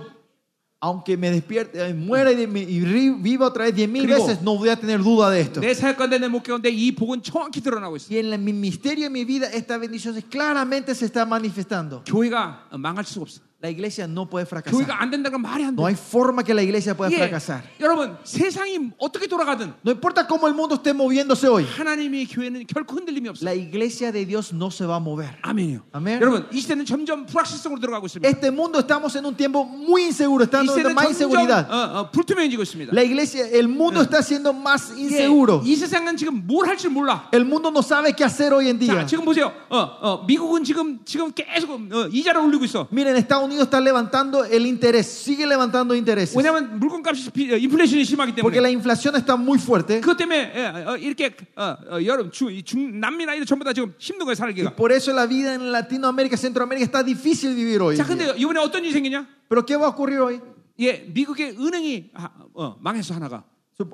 aunque me despierte, eh, muera y, de- y ri- viva otra vez diez mil
Crigo.
veces, no voy a tener duda de esto.
내 사역 가운데 내 목격 가운데 이 복은 정확히 드러나고 있어.
Y en la- mi misterio, en mi vida, esta bendición se- claramente se está manifestando.
교회가 망할 수가 없어.
La iglesia no puede fracasar.
교회가 안 된다는 건 말이 안 돼.
No hay forma que la iglesia pueda
예,
fracasar.
여러분 세상이 어떻게 돌아가든
No importa cómo el mundo esté moviéndose hoy,
하나님의 교회는 결코 흔들림이 없어. 요
la iglesia de Dios no se va a mover.
네. 아멘이요.
아멘.
여러분 이 시대는 점점 불확실성으로 들어가고 있습니다.
Este mundo estamos en un tiempo muy inseguro, está
이
donde
시대는
más
점점
inseguridad.
어, 어, 불투명해지고 있습니다.
La iglesia, el mundo está siendo más
이게
inseguro.
이 세상은 지금 뭘 할 줄 몰라.
El mundo no sabe qué hacer hoy en
자,
día.
지금 보세요. 어, 어, 미국은 지금 지금 계속 어, 이자를 올리고 있어.
Miren, Estados Unidos está levantando el interés, sigue levantando intereses.
왜냐하면 물건값이 비- 어, 인플레이션이 심하기
Porque
때문에.
la inflación está muy fuerte.
그것 때문에 예, 어, 이렇게 어, 어, 여러분 주, 이중 남미 나이들 전부 다 지금 힘든 거예요
Y
살기가.
por eso la vida en Latinoamérica, Centroamérica está difícil vivir hoy.
자,
en día.
근데 이번에 어떤 일이 생기냐?
Pero ¿qué va a ocurrir hoy?
예, 미국의 은행이 아, 어, 망했어 하나가.
Sup-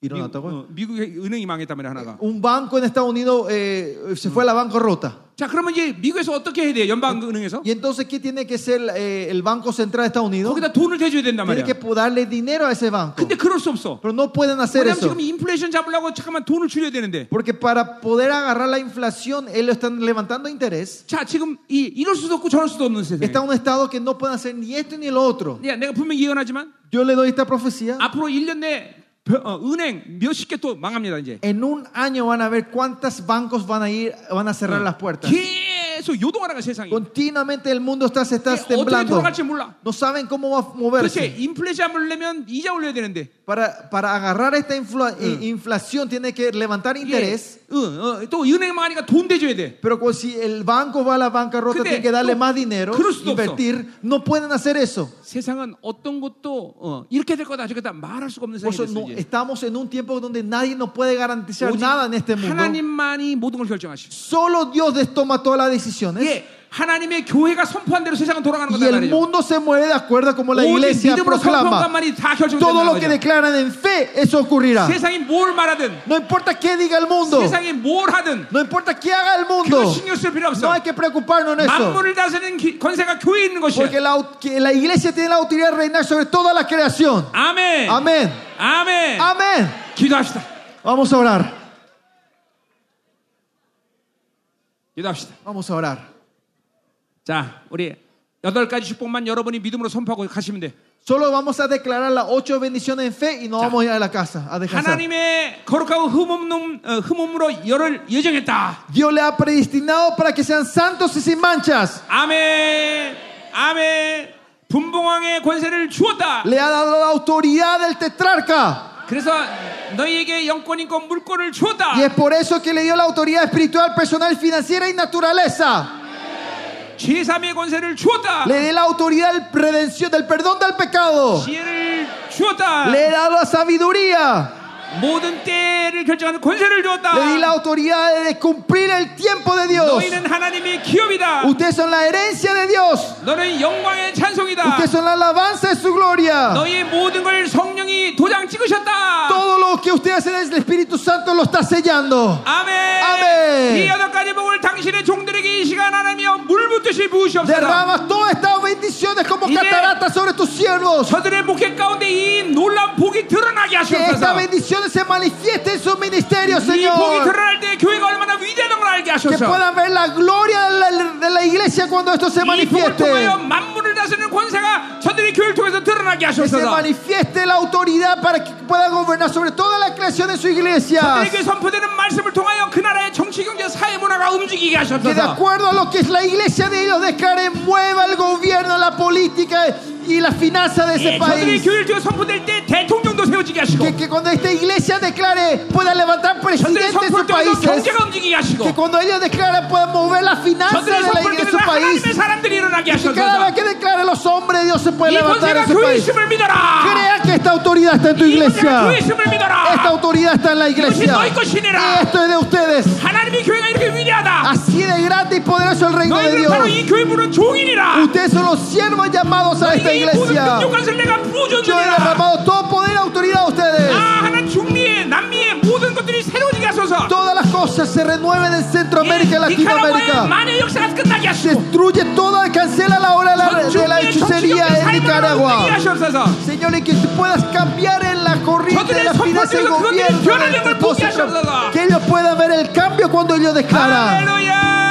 ¿Y no
미,
notó, güey?
국의 은행이 망했다며 하나가.
Un banco en Estados Unidos eh, se fue a la bancarrota.
자, 그러면 이제 미국에서 어떻게 해야 돼요? 연방은행에서?
Y entonces, ¿qué tiene que ser eh, el Banco Central de Estados Unidos?
거기다 돈을 대줘야 된단
Tiene
말이야.
que darle dinero a ese banco.
근데 그럴 수 없어.
Pero no pueden hacer
왜냐면
eso.
지금 인플레이션 잡으려고 잠깐만 돈을 줄여야 되는데.
Porque para poder agarrar la inflación, ellos están levantando interés.
자, 지금 이 이럴 수도 없고 저럴 수도 없는 세상에.
Está un estado que no pueden hacer ni esto ni lo otro.
야, 내가 분명히 예언하지만
Yo le doy esta profecía.
앞으로 1년 내에 벼- 어, 은행 몇십 개 또 망합니다, 이제.
En un año van a ver cuántos bancos van a ir, van a cerrar las puertas.
계속 요동하라가 세상이.
Continuamente el mundo está, se está
이게 어떻게
temblando.
돌아갈지 몰라.
No saben cómo va a
도대체
moverse.
인플레이션 잡으려면 이자 올려야 되는데.
Para, para agarrar esta infla- eh, inflación tiene que levantar
이게,
interés.
어, 어, 또 은행 망하니까 돈 대줘야 돼.
Pero con- si el banco va a la bancarrota,
근데
tiene que darle
또
más dinero,
그럴 수도
invertir. No pueden hacer eso.
세상은 어떤 것도 어, 이렇게 될 거다 저렇게 다 말할 수가 없는
Por eso
세상이
no-
됐어 이제.
estamos en un tiempo donde nadie nos puede garantizar
오직
nada en este mundo.
하나님만이 모든 걸 결정하시오.
Solo Dios toma todas las decisiones.
예, 하나님의 교회가 선포한 대로 세상은 돌아가는
Y
거다
el
말이죠.
mundo se mueve de acuerdo como la
오직
iglesia
믿음으로 선포한
proclama.
것만이 다 결정된다는
Todo lo que
거죠.
declaran en fe, eso ocurrirá.
세상이 뭘 말하든
No importa qué diga el mundo,
세상이 뭘 하든
no importa qué haga el
그거
mundo,
신경 쓸 필요
no
없어.
hay que preocuparnos en eso.
만물을 다스리는 기- 권세가 교회에 있는 것이야.
Porque la, au- que la iglesia tiene la autoridad de reinar sobre toda la creación.
아멘.
Amén.
아멘.
Amén.
기도합시다.
Vamos a orar.
기도합시다.
Vamos a orar.
자, 우리 여덟 가지 축복만 여러분이 믿음으로 선포하고 가시면 돼.
Solo vamos a declarar las ocho bendiciones en fe y nos vamos a ir a la casa a descansar.
하나님의 거룩하고 흠없는 어, 흠없으로 열을 예정했다.
Dios le ha predestinado para que sean santos y sin manchas.
아멘. 아멘. 분봉왕의 권세를 주었다.
Le ha dado la autoridad del tetrarca.
그래서 너희에게 영권 인권 물권을 주었다.
Y es por eso que le dio la autoridad espiritual, personal, financiera y naturaleza.
제3의 권세를 주었다.
Le dio la autoridad del, redención, del perdón del pecado.
지혜를 주었다.
Le he dado la sabiduría.
모든 때를 결정하는 권세를 주었다.
Le di la autoridad de cumplir el tiempo de Dios.
너희는 하나님의 기업이다.
Ustedes son la herencia de Dios.
너는 영광의 찬송이다.
Ustedes son la alabanza de su gloria.
너희의 모든 걸 성령이 도장 찍으셨다.
Todo lo que ustedes hacen es el Espíritu Santo lo está sellando.
아멘.
아멘.
이 여덟 가지 복을 당신의 종들에게 이 시간 하나며 물붓듯이 부으시옵소서.
Derrama todas estas bendiciones como
Y de-
cataratas sobre tus siervos.
저들의 목회 가운데 이 놀라운 복이 드러나게
Que estas
하시옵소서.
bendiciones se manifiesten en sus ministerios,
이 복이
Señor.
드러날 때 교회가 얼마나 위대한 걸 알게
Que
하소서.
puedan ver la gloria de la, de la iglesia cuando esto se
이 복을
manifieste.
통하여 만물을 다스리는 권세가 저들의 교회를 통해서 드러나게
Que se
하소서.
manifieste la autoridad para que pueda gobernar sobre toda la creación de su iglesia.
저들에게 선포되는 말씀을 통하여 그 나라의 정치, 경제, 사회 문화가 움직이게
Que de
하소서.
acuerdo a lo que es la iglesia de ellos declare, mueva el gobierno, la política y la finanza de ese
예, 저들의
país.
교회를 통해 선포될 때 대통령도 세워지게 하시고
Que, que cuando esta iglesia declare, pueda levantar
저들의
presidentes de sus
선포를 통해서
países.
경제가 움직이게 하시고
Que cuando ellos declaren, puedan mover la finanza de
저들의
la
선포를
iglesia de
통해서
su país.
하나님의 사람들이 일어나게
Que cada
하셔서
vez que declaren los hombres, Dios se puede
이
levantar
권세가
en ese
교회의
país.
힘을 믿어라
Crea que esta autoridad está en tu
이 권세가 교회의
iglesia.
힘을
Esta
믿어라
autoridad está en la iglesia.
너희 것이니라.
Y esto es de ustedes.
하나님의 교회가 이렇게 위대하다
Así de grande y poderoso el reino de
너희들은
Dios.
바로 이 교회 부른 종이니라
Ustedes son los siervos llamados a esta
너희에게 이 모든
iglesia.
능력관을 내가
Yo he
부어줬느니라
derramado todo poder y autoridad a
아
ustedes.
하나님 중미의 남미의 모든 것들이 새로워지게 하소서
Todas las cosas se renueven en Centroamérica y
이 니카라과의 네,
Latinoamérica.
만의 역사가 끝나게 하시고
Destruye toda, cancela la hora de
네,
la, de la
전중미의
hechicería
정치경제
en
삶을
Nicaragua.
움직이게 하시옵소서
Señor, y que tú puedas cambiar en la corriente
Nosotros
de la
somos
finanzas del
los que
gobierno.
tienen
de
millones de
todo,
refugiados,
Señor.
Señor.
Que ellos puedan ver el cambio cuando ellos declaran.
할렐루야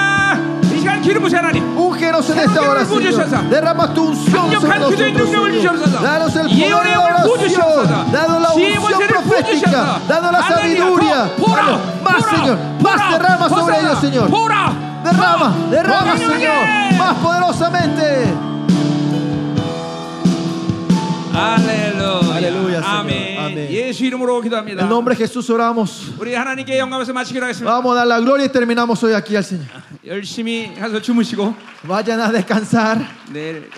이 시간 기름 부세 하나님
Úngenos en esta
Señor,
hora,
que nos
Señor.
puso.
Derrama tu unción
강력한
sobre
기도의
nosotros,
능력을 주시옵소서.
Señor. Danos el
이
poder de
은혜를
la
부어주시옵소서.
oración. Danos la
지혜의
unción
권세를
profética.
부어주시옵소서.
Danos la
하나님,
sabiduría.
더 보라,
Danos Más,
보라,
Señor. Más
보라,
derrama sobre
보라,
ellos, Señor.
보라,
Derrama,
보라,
derrama,
보라,
Señor. Más poderosamente.
할렐루야.
할렐루야, 세요.
아멘.
아멘.
예수 이름으로
En
기도합니다.
el nombre de Jesús oramos.
우리 하나님께 영감해서 마치기로 하겠습니다.
Vamos a dar la gloria y terminamos hoy aquí al Señor.
열심히 가서 주무시고
Vayan a descansar.
내일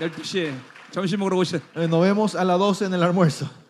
12시에 점심 먹으러 오시죠.
Eh, Nos vemos a las 12 en el almuerzo.